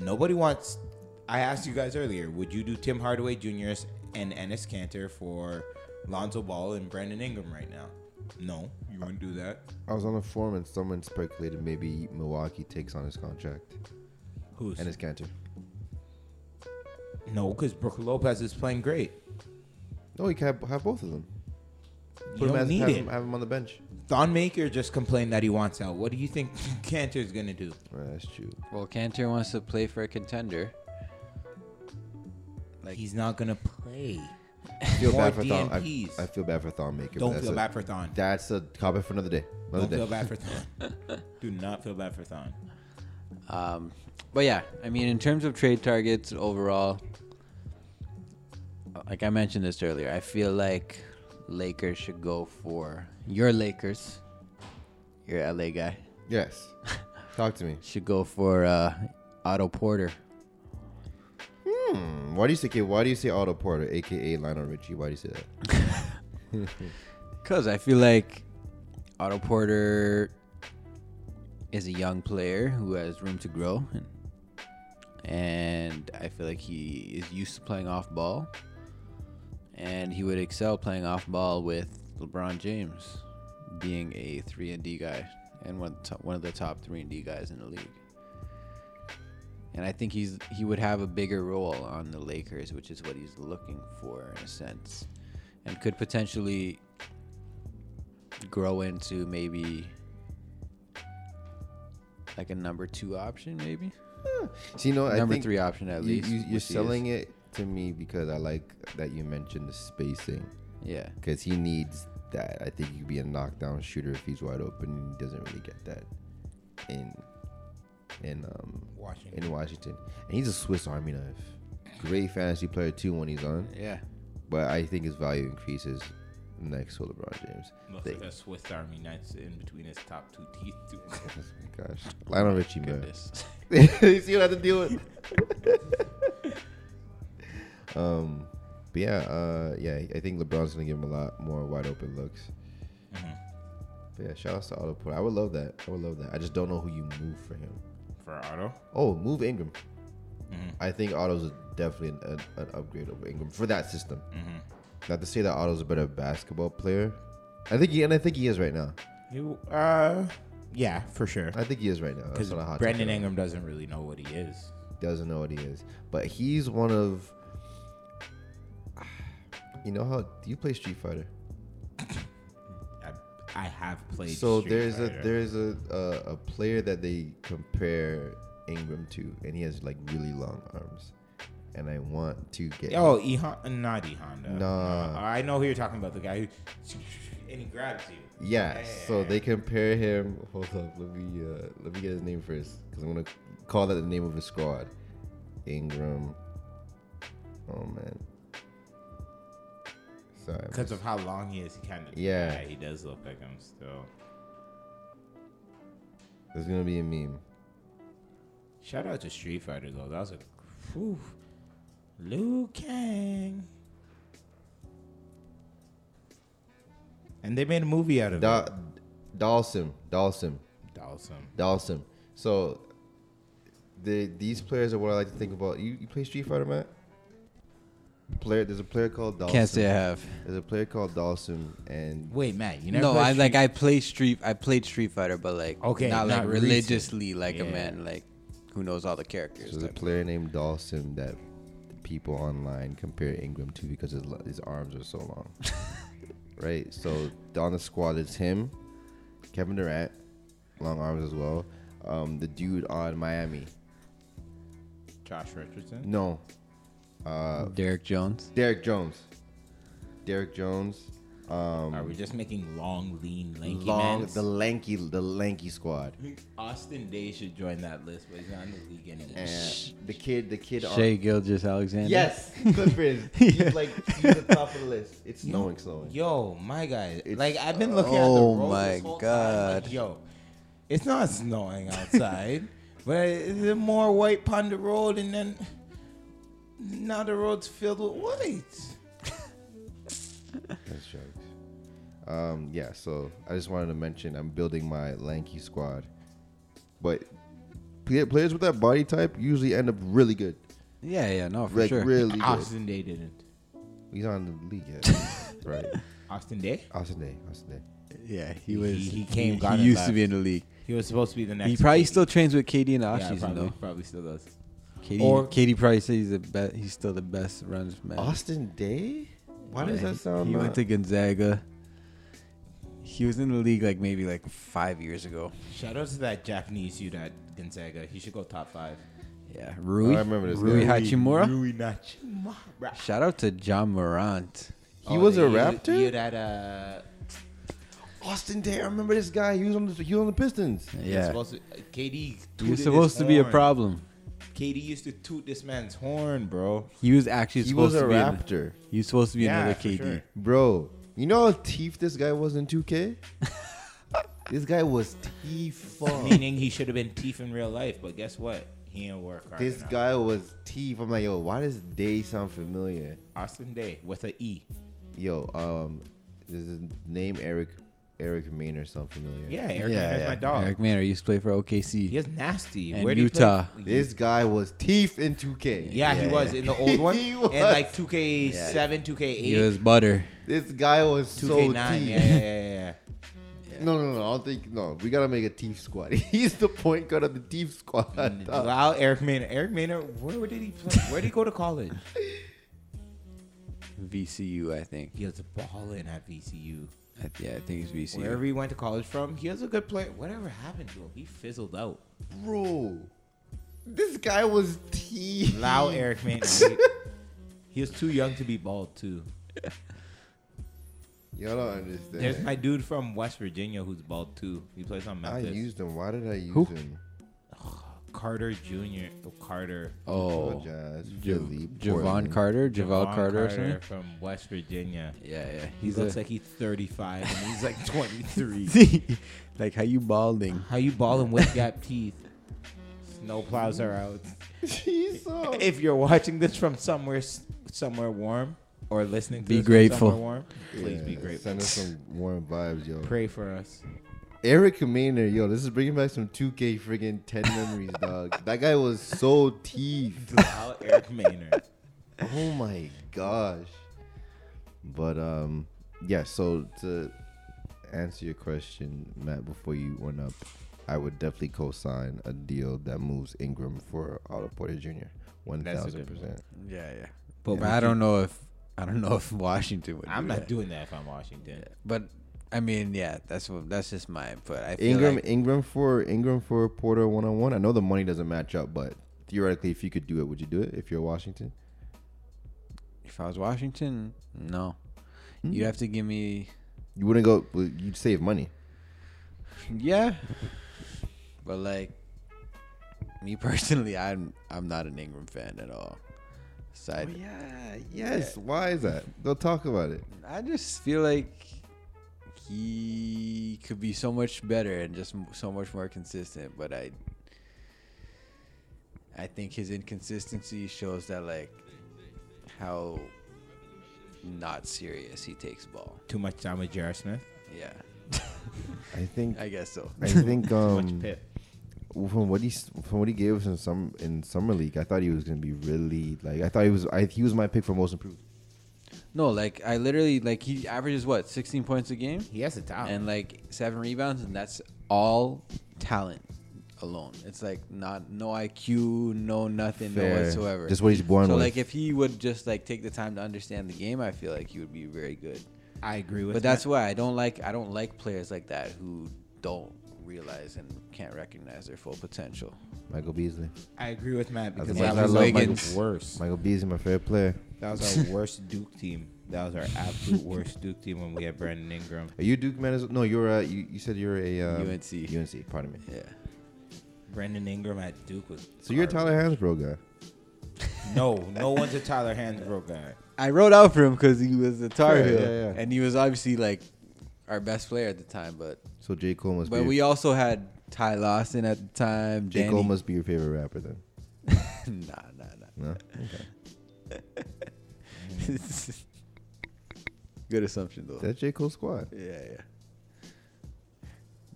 Speaker 2: nobody wants. I asked you guys earlier. Would you do Tim Hardaway Jr. and Ennis Cantor for Lonzo Ball and Brandon Ingram right now? No, you wouldn't do that.
Speaker 3: I was on a forum and someone speculated maybe Milwaukee takes on his contract
Speaker 2: Who's
Speaker 3: and his Cantor.
Speaker 2: No, because Brooke Lopez is playing great.
Speaker 3: No, you can have, have both of them.
Speaker 2: You
Speaker 3: him
Speaker 2: don't
Speaker 3: as-
Speaker 2: need
Speaker 3: have
Speaker 2: it.
Speaker 3: Him, have him on the bench.
Speaker 2: Don Maker just complained that he wants out. What do you think *laughs* Cantor is gonna do?
Speaker 3: Right, that's true.
Speaker 4: Well, Cantor wants to play for a contender.
Speaker 2: Like he's not gonna play.
Speaker 3: I feel
Speaker 2: More
Speaker 3: bad for Thon. I,
Speaker 2: DNPs.
Speaker 3: I feel bad for Thon Maker. but
Speaker 2: Don't
Speaker 3: that's
Speaker 2: feel
Speaker 3: a,
Speaker 2: bad for Thon.
Speaker 3: That's a topic for another day. Another
Speaker 2: Don't
Speaker 3: day.
Speaker 2: feel bad for Thon.
Speaker 3: *laughs*
Speaker 2: do not feel bad for Thon.
Speaker 4: Um, but yeah, I mean, in terms of trade targets overall, uh, like I mentioned this earlier, I feel like Lakers should go for your Lakers, your LA guy,
Speaker 3: Yes. Talk to me.
Speaker 4: should go for uh, Otto Porter.
Speaker 3: Hmm. Why do you say? okay, Why do you say Otto Porter, aka Lionel Richie? Why do you say that?
Speaker 4: Because I feel like Otto Porter is a young player who has room to grow. And, and I feel like he is used to playing off ball. And he would excel playing off ball with LeBron James being a 3 and D guy and one, to, one of the top 3 and D guys in the league. And I think he's he would have a bigger role on the Lakers, which is what he's looking for in a sense. And could potentially grow into maybe like a number two option, maybe
Speaker 3: See, no, I
Speaker 4: number
Speaker 3: think
Speaker 4: three option at
Speaker 3: you,
Speaker 4: least.
Speaker 3: you, you're
Speaker 4: which he is.
Speaker 3: selling it to me because I like that you mentioned the spacing
Speaker 4: Yeah,
Speaker 3: because he needs that. I think he'd be a knockdown shooter if he's wide open. and He doesn't really get that in in um
Speaker 2: Washington.
Speaker 3: in Washington, and he's a Swiss Army knife. Great fantasy player too when he's on,
Speaker 4: yeah.
Speaker 3: but I think his value increases next to LeBron James.
Speaker 2: Looks like a Swiss Army knife's in between his top two teeth. Too.
Speaker 3: Oh my gosh, Lionel Richie, man.
Speaker 4: Goodness.
Speaker 3: you see what I have to deal with. *laughs* um, but yeah, uh, yeah, I think LeBron's gonna give him a lot more wide open looks.
Speaker 2: Mm-hmm.
Speaker 3: But yeah, shout out to Otto Porter. I would love that. I would love that. I just don't know who you move for him.
Speaker 2: For Otto,
Speaker 3: Oh, move Ingram.
Speaker 2: Mhm.
Speaker 3: I think Otto's definitely an, an, an upgrade over Ingram for that system.
Speaker 2: Mhm.
Speaker 3: Not to say that Otto's a better basketball player. I think he and I think he is right now.
Speaker 2: you uh, yeah, for sure.
Speaker 3: I think he is right now. That's
Speaker 2: Because
Speaker 3: not a hot take
Speaker 2: Brandon
Speaker 3: at all.
Speaker 2: Ingram doesn't really know what he is.
Speaker 3: doesn't know what he is. But he's one of you know how do you play Street Fighter?
Speaker 2: I, I have played.
Speaker 3: so
Speaker 2: Street
Speaker 3: there's
Speaker 2: Fighter.
Speaker 3: a there's a, a a player that they compare Ingram to, and he has like really long arms, and I want to get.
Speaker 2: Oh, E Hon- not E Honda.
Speaker 3: No.
Speaker 2: I know who you're talking about. The guy who and he grabs you.
Speaker 3: yeah. So
Speaker 2: yeah.
Speaker 3: they compare him. Hold up, let me uh, let me get his name first, because I'm gonna call that the name of his squad. Ingram. Oh man. Sorry. I'm
Speaker 2: Because of how long he is, he kind of
Speaker 3: Yeah.
Speaker 2: He does look like him still.
Speaker 3: There's gonna be a meme.
Speaker 2: Shout out to Street Fighter though. That was a whew, Liu Kang. And they made a movie out of
Speaker 3: Da- Dalsim, Dalsim,
Speaker 2: it. Awesome.
Speaker 3: Dalsim. So the these players are what I like to think about. You, you play Street Fighter, Matt? Player, there's a player called Dalsim.
Speaker 4: Can't say I have.
Speaker 3: There's a player called Dalsim, and
Speaker 2: Wait, Matt, you never
Speaker 4: No,
Speaker 2: played
Speaker 4: I like
Speaker 2: Street-
Speaker 4: I play Street. I played Street Fighter, but like
Speaker 2: Okay,
Speaker 4: not,
Speaker 2: not
Speaker 4: like
Speaker 2: recent.
Speaker 4: religiously, like a
Speaker 2: Yeah.
Speaker 4: man like who knows all the characters.
Speaker 3: there's a
Speaker 4: type.
Speaker 3: player named Dalsim that people online compare Ingram to because his, lo- his arms are so
Speaker 4: *laughs*
Speaker 3: long. right. So on the squad, it's him, Kevin Durant, long arms as well. Um, the dude on Miami.
Speaker 2: Josh Richardson.
Speaker 3: No. Uh,
Speaker 4: Derek Jones.
Speaker 3: Derek Jones. Derek Jones.
Speaker 2: Are we
Speaker 3: Um,
Speaker 2: just making long, lean, lanky
Speaker 3: long
Speaker 2: mans?
Speaker 3: the lanky the lanky squad.
Speaker 2: Austin Day should join that list, but he's not in the league anymore.
Speaker 3: And the kid, the kid. on-
Speaker 4: Shea Gilgis Alexander. *laughs*
Speaker 3: yes, Clippers. He's like he's the top of the list. It's snowing, snowing.
Speaker 2: Yo, my guy.
Speaker 3: It's-
Speaker 2: like I've been looking at the
Speaker 4: Oh
Speaker 2: road
Speaker 4: my
Speaker 2: this whole time, like,
Speaker 4: God.
Speaker 2: yo, it's not snowing outside, *laughs* but it's a more white on the road, and then now the road's filled with whites.
Speaker 3: That's jokes. Um, yeah. So I just wanted to mention I'm building my lanky squad, but play- players with that body type usually end up really good.
Speaker 4: Yeah, yeah, no, for
Speaker 3: Like
Speaker 4: sure.
Speaker 3: really good.
Speaker 2: Austin Day didn't.
Speaker 3: He's on the league, yeah.
Speaker 4: *laughs*
Speaker 3: right?
Speaker 2: Austin Day.
Speaker 3: Austin Day. Austin Day.
Speaker 4: yeah,
Speaker 2: He-
Speaker 4: he was.
Speaker 2: he came, got
Speaker 4: He,
Speaker 2: it
Speaker 4: used to
Speaker 2: left.
Speaker 4: be in the league.
Speaker 2: He was supposed to be the next.
Speaker 4: He probably
Speaker 2: Kobe.
Speaker 4: still trains with KD and the off
Speaker 2: yeah,
Speaker 4: season
Speaker 2: probably,
Speaker 4: though.
Speaker 2: probably still does.
Speaker 4: Katie,
Speaker 5: Or-
Speaker 4: Katie Price says he's the best. He's still the best runs man.
Speaker 5: Austin Day? Why does
Speaker 4: Yeah,
Speaker 5: that
Speaker 4: he-
Speaker 5: sound?
Speaker 4: He
Speaker 5: uh,
Speaker 4: went to Gonzaga.
Speaker 1: He was in the league like maybe like five years ago.
Speaker 2: Shout out to that Japanese dude at Gonzaga. He should go top five.
Speaker 1: Yeah,
Speaker 5: oh,
Speaker 1: Rui.
Speaker 5: I remember this.
Speaker 1: Rui
Speaker 5: guy.
Speaker 1: Hachimura.
Speaker 2: Rui Nachimura. Oh,
Speaker 1: Shout out to John Morant.
Speaker 5: He was a
Speaker 2: the year-
Speaker 5: Raptor?
Speaker 2: year that, uh,
Speaker 5: Austin Day.
Speaker 3: I remember this guy. He was on the he was on the Pistons.
Speaker 2: he was
Speaker 1: Yeah,
Speaker 2: supposed to, KD.
Speaker 4: He was
Speaker 2: tooted
Speaker 4: supposed
Speaker 2: his
Speaker 4: to be a
Speaker 2: horn.
Speaker 4: problem.
Speaker 2: KD used to toot this man's horn, bro.
Speaker 4: He was actually
Speaker 3: He was
Speaker 4: supposed
Speaker 3: a
Speaker 4: to be. an-
Speaker 3: Raptor,
Speaker 4: he was supposed to be
Speaker 2: Yeah,
Speaker 4: another
Speaker 2: for
Speaker 4: KD.
Speaker 2: sure.
Speaker 3: bro. You know how teeth this guy was
Speaker 2: *laughs*
Speaker 3: in 2K. this guy was teeth.
Speaker 2: *laughs* Meaning he should have been teeth in real life, but guess what? He didn't work hard.
Speaker 3: This
Speaker 2: enough.
Speaker 3: guy was teeth. I'm like, yo, why does day sound familiar?
Speaker 2: Austin Day with an E.
Speaker 3: Yo, um, does his name Eric Eric Maynor sound familiar?
Speaker 2: Yeah, Eric
Speaker 4: Yeah,
Speaker 2: yeah,
Speaker 4: yeah.
Speaker 2: my dog.
Speaker 4: Eric Manor used to play for OKC.
Speaker 2: He is nasty.
Speaker 4: And
Speaker 2: do you play?
Speaker 4: Utah.
Speaker 3: This guy was teeth in 2K.
Speaker 2: Yeah, he was in the old one.
Speaker 3: *laughs* He
Speaker 2: And
Speaker 3: was.
Speaker 2: like 2K7, 2K8,
Speaker 4: He was butter.
Speaker 3: This guy was so
Speaker 2: 2K9.
Speaker 3: teeth.
Speaker 2: yeah, yeah, yeah, yeah.
Speaker 3: No, no, no. I don't think. No, we gotta make a teeth squad. *laughs* He's the point guard of the teeth squad. *laughs*
Speaker 2: Wow, Eric Maynard. Eric Maynard, where, where did he play? Where did he go to college?
Speaker 1: VCU, I think.
Speaker 2: He was balling at VCU.
Speaker 1: I th- yeah, I think it's VCU.
Speaker 2: Wherever he went to college from, he was a good player. Whatever happened to him, he fizzled out.
Speaker 3: Bro, this guy was teeth.
Speaker 2: Loud Eric Maynard. He, Mm. *laughs* he was too young to be bald, too.
Speaker 3: Y'all don't understand.
Speaker 2: There's my dude from West Virginia who's bald, too. He plays on
Speaker 3: I
Speaker 2: Memphis.
Speaker 3: used him. Why did I use him?
Speaker 2: Carter Jr. Oh, Carter.
Speaker 3: Oh,
Speaker 1: Oh,
Speaker 3: Jazz,
Speaker 4: Ja-
Speaker 3: Philly,
Speaker 4: Javon
Speaker 3: Portland. *laughs*
Speaker 4: Carter, Javon
Speaker 2: Javon
Speaker 4: Carter, or something.
Speaker 2: from West Virginia.
Speaker 4: Yeah, yeah.
Speaker 2: He
Speaker 4: He's
Speaker 2: looks
Speaker 4: a,
Speaker 2: like he's 35 and he's *laughs* like 23.
Speaker 4: *laughs* like how you balding?
Speaker 2: How you balling with gap teeth? Snow plows are out.
Speaker 3: Jesus.
Speaker 2: If you're watching this from somewhere s- somewhere warm or listening to
Speaker 4: Be
Speaker 2: this from
Speaker 4: grateful.
Speaker 2: somewhere warm, please be
Speaker 3: Yeah,
Speaker 2: grateful.
Speaker 3: Send us
Speaker 2: *laughs*
Speaker 3: some warm vibes, yo.
Speaker 2: Pray for us.
Speaker 3: Eric Maynard, yo, this is bringing back some 2K friggin' 10 memories, dog. That guy was so teeth.
Speaker 2: Lyle Eric Maynard. *laughs*
Speaker 3: Oh my gosh. But um, yeah. So to answer your question, Matt, before you went up, I would definitely co-sign a deal that moves Ingram for Otto Porter Jr. One
Speaker 2: That's a
Speaker 3: thousand
Speaker 2: good
Speaker 3: percent.
Speaker 4: Yeah, yeah.
Speaker 2: But
Speaker 4: But, I don't know if I don't know if *laughs* Washington would.
Speaker 2: I'm
Speaker 4: do
Speaker 2: not
Speaker 4: that.
Speaker 2: doing that if I'm Washington.
Speaker 4: But I mean, yeah, that's what that's just my input. I feel
Speaker 3: Ingram,
Speaker 4: like
Speaker 3: Ingram for Ingram for Porter one on one. I know the money doesn't match up, but theoretically, if you could do it, would you do it? If you're Washington,
Speaker 4: if I was Washington, no, you'd have to give me
Speaker 3: you wouldn't go. well, You'd save money.
Speaker 4: yeah. But like me *laughs* personally, I'm I'm not an Ingram fan at all. So I,
Speaker 3: yeah. Yes. Why is that? Go talk about it.
Speaker 4: I just feel like he could be so much better and just m- so much more consistent. But I, I think his inconsistency shows that like how not serious he takes ball.
Speaker 2: Too much time with J.R. Smith.
Speaker 4: Yeah, *laughs*
Speaker 3: I think.
Speaker 4: I guess so.
Speaker 3: I think.
Speaker 2: Too
Speaker 3: Um,
Speaker 2: much pip.
Speaker 3: from what he s- from what he gave us in some in summer league, I thought he was gonna be really like I thought he was I, he was my pick for most improved.
Speaker 4: No, like I literally like he averages what sixteen points a game
Speaker 2: He has a
Speaker 3: Oh.
Speaker 2: talent.
Speaker 4: and like seven rebounds, and that's all talent alone. It's like not no IQ, no nothing, no
Speaker 3: Fair.
Speaker 4: whatsoever.
Speaker 3: Just what he's born
Speaker 4: so
Speaker 3: with.
Speaker 4: like if he would just like take the time to understand the game, I feel like he would be very good.
Speaker 2: I agree with
Speaker 4: But that's why I don't like I don't like players like that who don't realize and can't recognize their full potential.
Speaker 3: Michael Beasley,
Speaker 2: I agree with Matt because
Speaker 3: As
Speaker 2: that
Speaker 3: much as
Speaker 2: was
Speaker 3: I love
Speaker 4: Wiggins.
Speaker 2: our worst.
Speaker 3: Michael Beasley, my favorite player.
Speaker 2: That was our *laughs* worst Duke team. That was our absolute worst Duke team when we had Brandon Ingram.
Speaker 3: Are you Duke man? as- No, you're uh, you, you said you're a um,
Speaker 4: UNC.
Speaker 3: UNC, pardon
Speaker 4: *laughs*
Speaker 3: me.
Speaker 4: Yeah.
Speaker 2: Brandon Ingram at Duke was.
Speaker 3: So you're a
Speaker 2: garbage.
Speaker 3: Tyler Hansbrough guy.
Speaker 2: No, no one's a Tyler Hansbrough guy.
Speaker 4: I wrote out for him because he was a Tar
Speaker 3: Yeah,
Speaker 4: Heel,
Speaker 3: yeah, yeah.
Speaker 4: and he was obviously like our best player at the time. But
Speaker 3: So J Cole must
Speaker 4: but
Speaker 3: be.
Speaker 4: we also had Ty Lawson at the time.
Speaker 3: J
Speaker 4: Danny.
Speaker 3: Cole must be your favorite rapper then.
Speaker 1: *laughs*
Speaker 4: nah, nah, nah.
Speaker 3: No,
Speaker 1: *laughs*
Speaker 4: Good assumption though.
Speaker 3: that's J Cole squad.
Speaker 4: Yeah, yeah.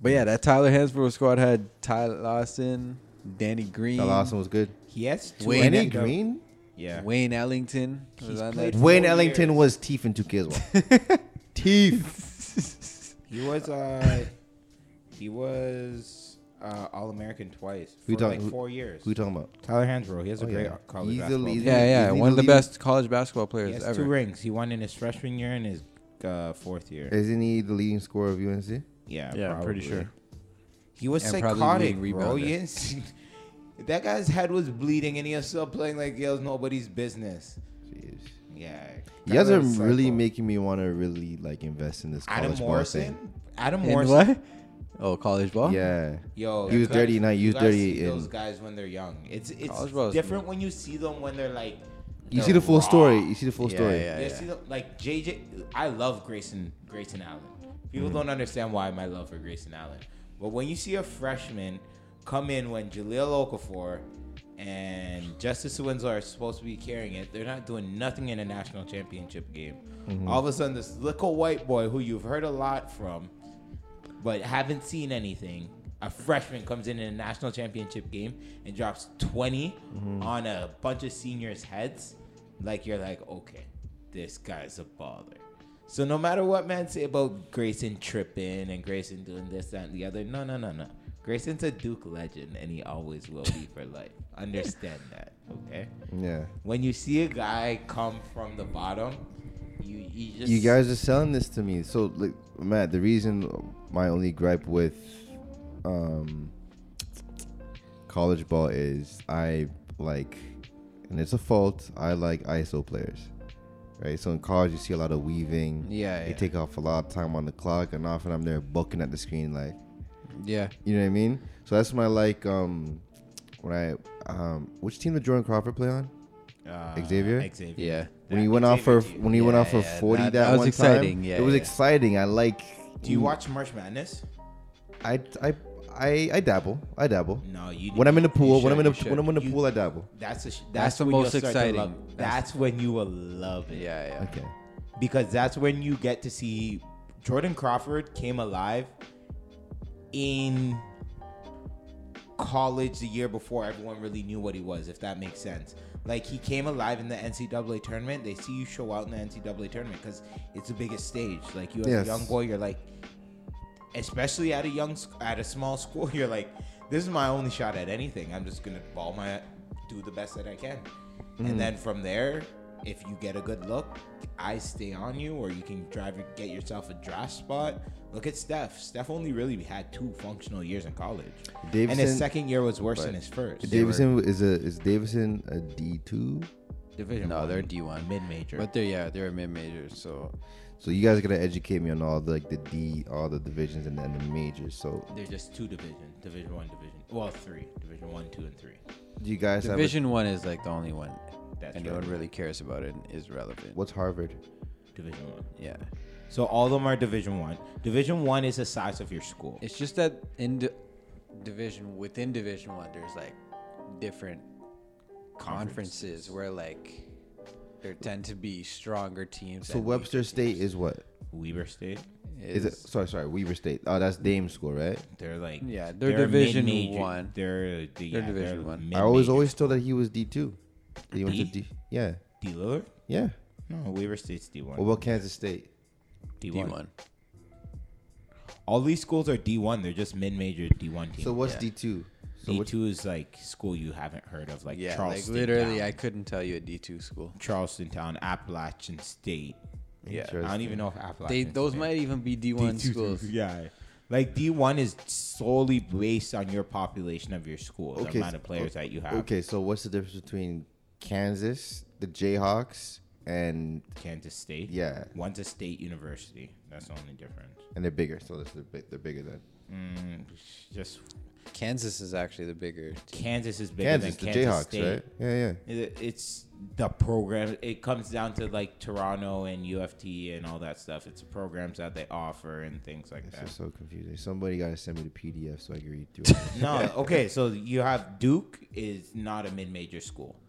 Speaker 4: But yeah, that Tyler Hansborough squad had Ty Lawson, Danny Green,
Speaker 3: That Lawson was good.
Speaker 2: He has two
Speaker 4: Wayne
Speaker 2: and
Speaker 3: Danny
Speaker 2: a dub-
Speaker 3: Green,
Speaker 2: Yeah.
Speaker 4: Wayne Ellington.
Speaker 2: He's
Speaker 4: was on
Speaker 2: played-
Speaker 4: that.
Speaker 3: Wayne
Speaker 2: Four
Speaker 3: Ellington
Speaker 2: years.
Speaker 3: was teeth in two K as
Speaker 4: *laughs*
Speaker 3: well. teeth.
Speaker 2: He was uh he was uh, All American twice
Speaker 3: Who
Speaker 2: for
Speaker 3: talk-
Speaker 2: like
Speaker 3: who-
Speaker 2: four years.
Speaker 3: Who you talking about?
Speaker 2: Tyler Hansbrough, he has
Speaker 3: Oh,
Speaker 2: a great
Speaker 3: yeah.
Speaker 2: college
Speaker 3: He's a
Speaker 2: basketball.
Speaker 3: lead-
Speaker 2: career.
Speaker 1: *laughs*
Speaker 3: Yeah,
Speaker 1: Yeah,
Speaker 3: yeah,
Speaker 1: yeah,
Speaker 3: he's
Speaker 1: one of the
Speaker 3: the leader.
Speaker 1: best college basketball
Speaker 2: He
Speaker 1: players
Speaker 2: has two
Speaker 1: ever.
Speaker 2: rings. He won in his freshman year and his uh, fourth year.
Speaker 3: Isn't he the leading scorer of UNC?
Speaker 2: yeah,
Speaker 6: Yeah, I'm pretty
Speaker 2: probably.
Speaker 6: sure.
Speaker 2: He was
Speaker 1: And probably
Speaker 2: psychotic,
Speaker 1: leading
Speaker 2: bro. *laughs*
Speaker 1: rebounder.
Speaker 2: You didn't see- that guy's head was bleeding, and he was still playing like it was nobody's business.
Speaker 3: Jeez.
Speaker 2: Yeah,
Speaker 3: You guys are
Speaker 2: Tyler's
Speaker 3: really
Speaker 2: psycho.
Speaker 3: making me want to really like invest in this
Speaker 2: Adam
Speaker 3: college eh? bar
Speaker 2: Morrison.
Speaker 3: thing.
Speaker 2: Adam
Speaker 1: In
Speaker 2: Morrison.
Speaker 1: what? Oh, college ball.
Speaker 3: Yeah.
Speaker 2: Yo,
Speaker 3: He was
Speaker 2: you
Speaker 3: 39, you was
Speaker 2: guys
Speaker 3: 38
Speaker 2: see Those
Speaker 3: and-
Speaker 2: guys when they're young, it's it's
Speaker 1: College ball is-
Speaker 2: different when you see them when they're like.
Speaker 3: You
Speaker 2: they're
Speaker 3: see the full
Speaker 2: raw.
Speaker 3: story. You see the full
Speaker 1: Yeah,
Speaker 3: story.
Speaker 1: yeah.
Speaker 2: You see the- like JJ, I love Grayson Grayson Allen.
Speaker 1: Mm-hmm.
Speaker 2: People don't understand why my love for Grayson Allen. But when you see a freshman come in when Jaleel Okafor and Justice Winslow are supposed to be carrying it, they're not doing nothing in a national championship game.
Speaker 1: Mm-hmm.
Speaker 2: All of a sudden, this little white boy who you've heard a lot from, but haven't seen anything. A freshman comes in in a national championship game and drops 20
Speaker 3: Mm-hmm.
Speaker 2: on a bunch of seniors' heads. Like, you're like, okay, this guy's a baller. So, no matter what man say about Grayson tripping and Grayson doing this, that, and the other, no, no, no, no. Grayson's a Duke legend and he always will be for life. Understand that, okay?
Speaker 3: Yeah.
Speaker 2: When you see a guy come from the bottom, you, you just.
Speaker 3: You guys are selling this to me. So, like, Matt, the reason my only gripe with um, college ball is I like, and it's a fault, I like ISO players. Right? So, in college, you see a lot of weaving.
Speaker 1: Yeah,
Speaker 3: They
Speaker 1: yeah.
Speaker 3: take off a lot of time on the clock, and often I'm there booking at the screen, like,
Speaker 1: Yeah.
Speaker 3: you know what I mean? So, that's my like, um, when I, um, which team did Jordan Crawford play on?
Speaker 2: Uh,
Speaker 3: Xavier?
Speaker 2: Xavier.
Speaker 1: Yeah.
Speaker 3: When he
Speaker 2: That
Speaker 3: went out for
Speaker 2: Xavier team.
Speaker 3: when he went
Speaker 1: Yeah,
Speaker 3: out for
Speaker 1: yeah,
Speaker 3: forty that,
Speaker 1: that- that was
Speaker 3: one
Speaker 1: exciting.
Speaker 3: time,
Speaker 1: Yeah,
Speaker 3: it was
Speaker 1: yeah.
Speaker 3: exciting. I like.
Speaker 2: Do
Speaker 1: Mm.
Speaker 2: you watch March Madness?
Speaker 3: I I I, I dabble. I dabble.
Speaker 2: No, you.
Speaker 3: When I'm in the pool, when
Speaker 2: should,
Speaker 3: I'm in the
Speaker 2: you should.
Speaker 3: when I'm in the
Speaker 2: You-
Speaker 3: pool, I dabble.
Speaker 2: that's a, sh- that's,
Speaker 1: That's the
Speaker 2: when you'll
Speaker 1: most
Speaker 2: start to
Speaker 1: exciting.
Speaker 2: love-
Speaker 1: That's-
Speaker 2: that's when you will love it.
Speaker 1: Yeah, yeah.
Speaker 3: Okay.
Speaker 2: because that's when you get to see Jordan Crawford came alive in college the year before everyone really knew what he was, if that makes sense. Like he came alive in the NCAA tournament. They see you show out in the NCAA tournament because it's the biggest stage. Like you as
Speaker 3: Yes.
Speaker 2: a young boy, you're like, especially at a young sc- at a small school, *laughs* you're like, this is my only shot at anything. I'm just gonna ball my do the best that I can,
Speaker 1: Mm.
Speaker 2: and then from there, if you get a good look, I stay on you, or you can drive get yourself a draft spot. Look at Steph. Steph only really had two functional years in college, and his
Speaker 3: Davidson-
Speaker 2: second year was worse than his first.
Speaker 3: Davison is a is Davison a D two?
Speaker 2: Division
Speaker 1: No,
Speaker 2: one,
Speaker 1: they're D1.
Speaker 2: mid major.
Speaker 1: But they're yeah, they're a mid major, so
Speaker 3: So you guys are gonna educate me on all the like the D, all the divisions, and then the majors. So
Speaker 2: They're just two division, division one, division well three, division one, two, and three.
Speaker 3: do you guys
Speaker 1: Division One is like the only one
Speaker 2: That's
Speaker 1: anyone
Speaker 2: right.
Speaker 1: really cares about it and is relevant.
Speaker 3: have? A, what's Harvard?
Speaker 2: Division one.
Speaker 1: Yeah,
Speaker 2: So all of them are Division One. Division One is the size of your school.
Speaker 1: it's just that in di- division within Division One, there's like different conferences where like there tend to be stronger teams.
Speaker 3: So
Speaker 1: and
Speaker 3: Webster
Speaker 1: weaker
Speaker 3: State is what?
Speaker 2: Weber State.
Speaker 1: teams.
Speaker 3: Is it? Sorry, sorry, Weaver State. Oh,
Speaker 2: Mm-hmm.
Speaker 3: that's Dame school, right?
Speaker 2: They're like
Speaker 1: Yeah, they're Division
Speaker 2: mid-major-
Speaker 1: One.
Speaker 2: They're the yeah,
Speaker 1: Division One. I
Speaker 3: I always
Speaker 2: mid-major.
Speaker 3: always thought that he was D two. He went to
Speaker 2: D?
Speaker 3: D. Yeah,
Speaker 2: D Lillard.
Speaker 3: yeah.
Speaker 2: No, Weber State's D one.
Speaker 3: What about Kansas State?
Speaker 2: D
Speaker 1: D1.
Speaker 2: one. All these schools are D one. They're just mid major D one teams.
Speaker 3: So what's
Speaker 1: Yeah.
Speaker 3: D two? So
Speaker 2: D
Speaker 3: what's
Speaker 2: two is like school you haven't heard of, like
Speaker 1: Yeah,
Speaker 2: Charleston.
Speaker 1: like literally,
Speaker 2: Town,
Speaker 1: I couldn't tell you a D two school.
Speaker 2: Charleston Town, Appalachian State.
Speaker 1: Yeah,
Speaker 3: Interesting.
Speaker 2: I don't even know if Appalachian.
Speaker 1: they those
Speaker 2: State-
Speaker 1: might even be D one
Speaker 2: D2,
Speaker 1: schools.
Speaker 2: Yeah. Like D one is solely based on your population of your school, the
Speaker 3: Okay,
Speaker 2: amount
Speaker 3: so-
Speaker 2: of players that you have.
Speaker 3: Okay, so what's the difference between Kansas, the Jayhawks, and
Speaker 2: Kansas State.
Speaker 3: Yeah.
Speaker 2: One's a state university. That's the only difference.
Speaker 3: and they're bigger? So that's- they're bi- they're bigger than
Speaker 2: Mm, just
Speaker 1: Kansas is actually the bigger. Team.
Speaker 2: Kansas is bigger
Speaker 3: Kansas,
Speaker 2: than
Speaker 3: the
Speaker 2: Kansas
Speaker 3: Jayhawks,
Speaker 2: State.
Speaker 3: right? Yeah, yeah.
Speaker 2: It- It's the program. It comes down to like Toronto and UFT and all that stuff. It's the programs that they offer and things like
Speaker 3: This
Speaker 2: that.
Speaker 3: is so confusing. Somebody gotta send me the PDF so I can read through. it.
Speaker 2: *laughs* no, okay. So you have Duke is not a mid-major school.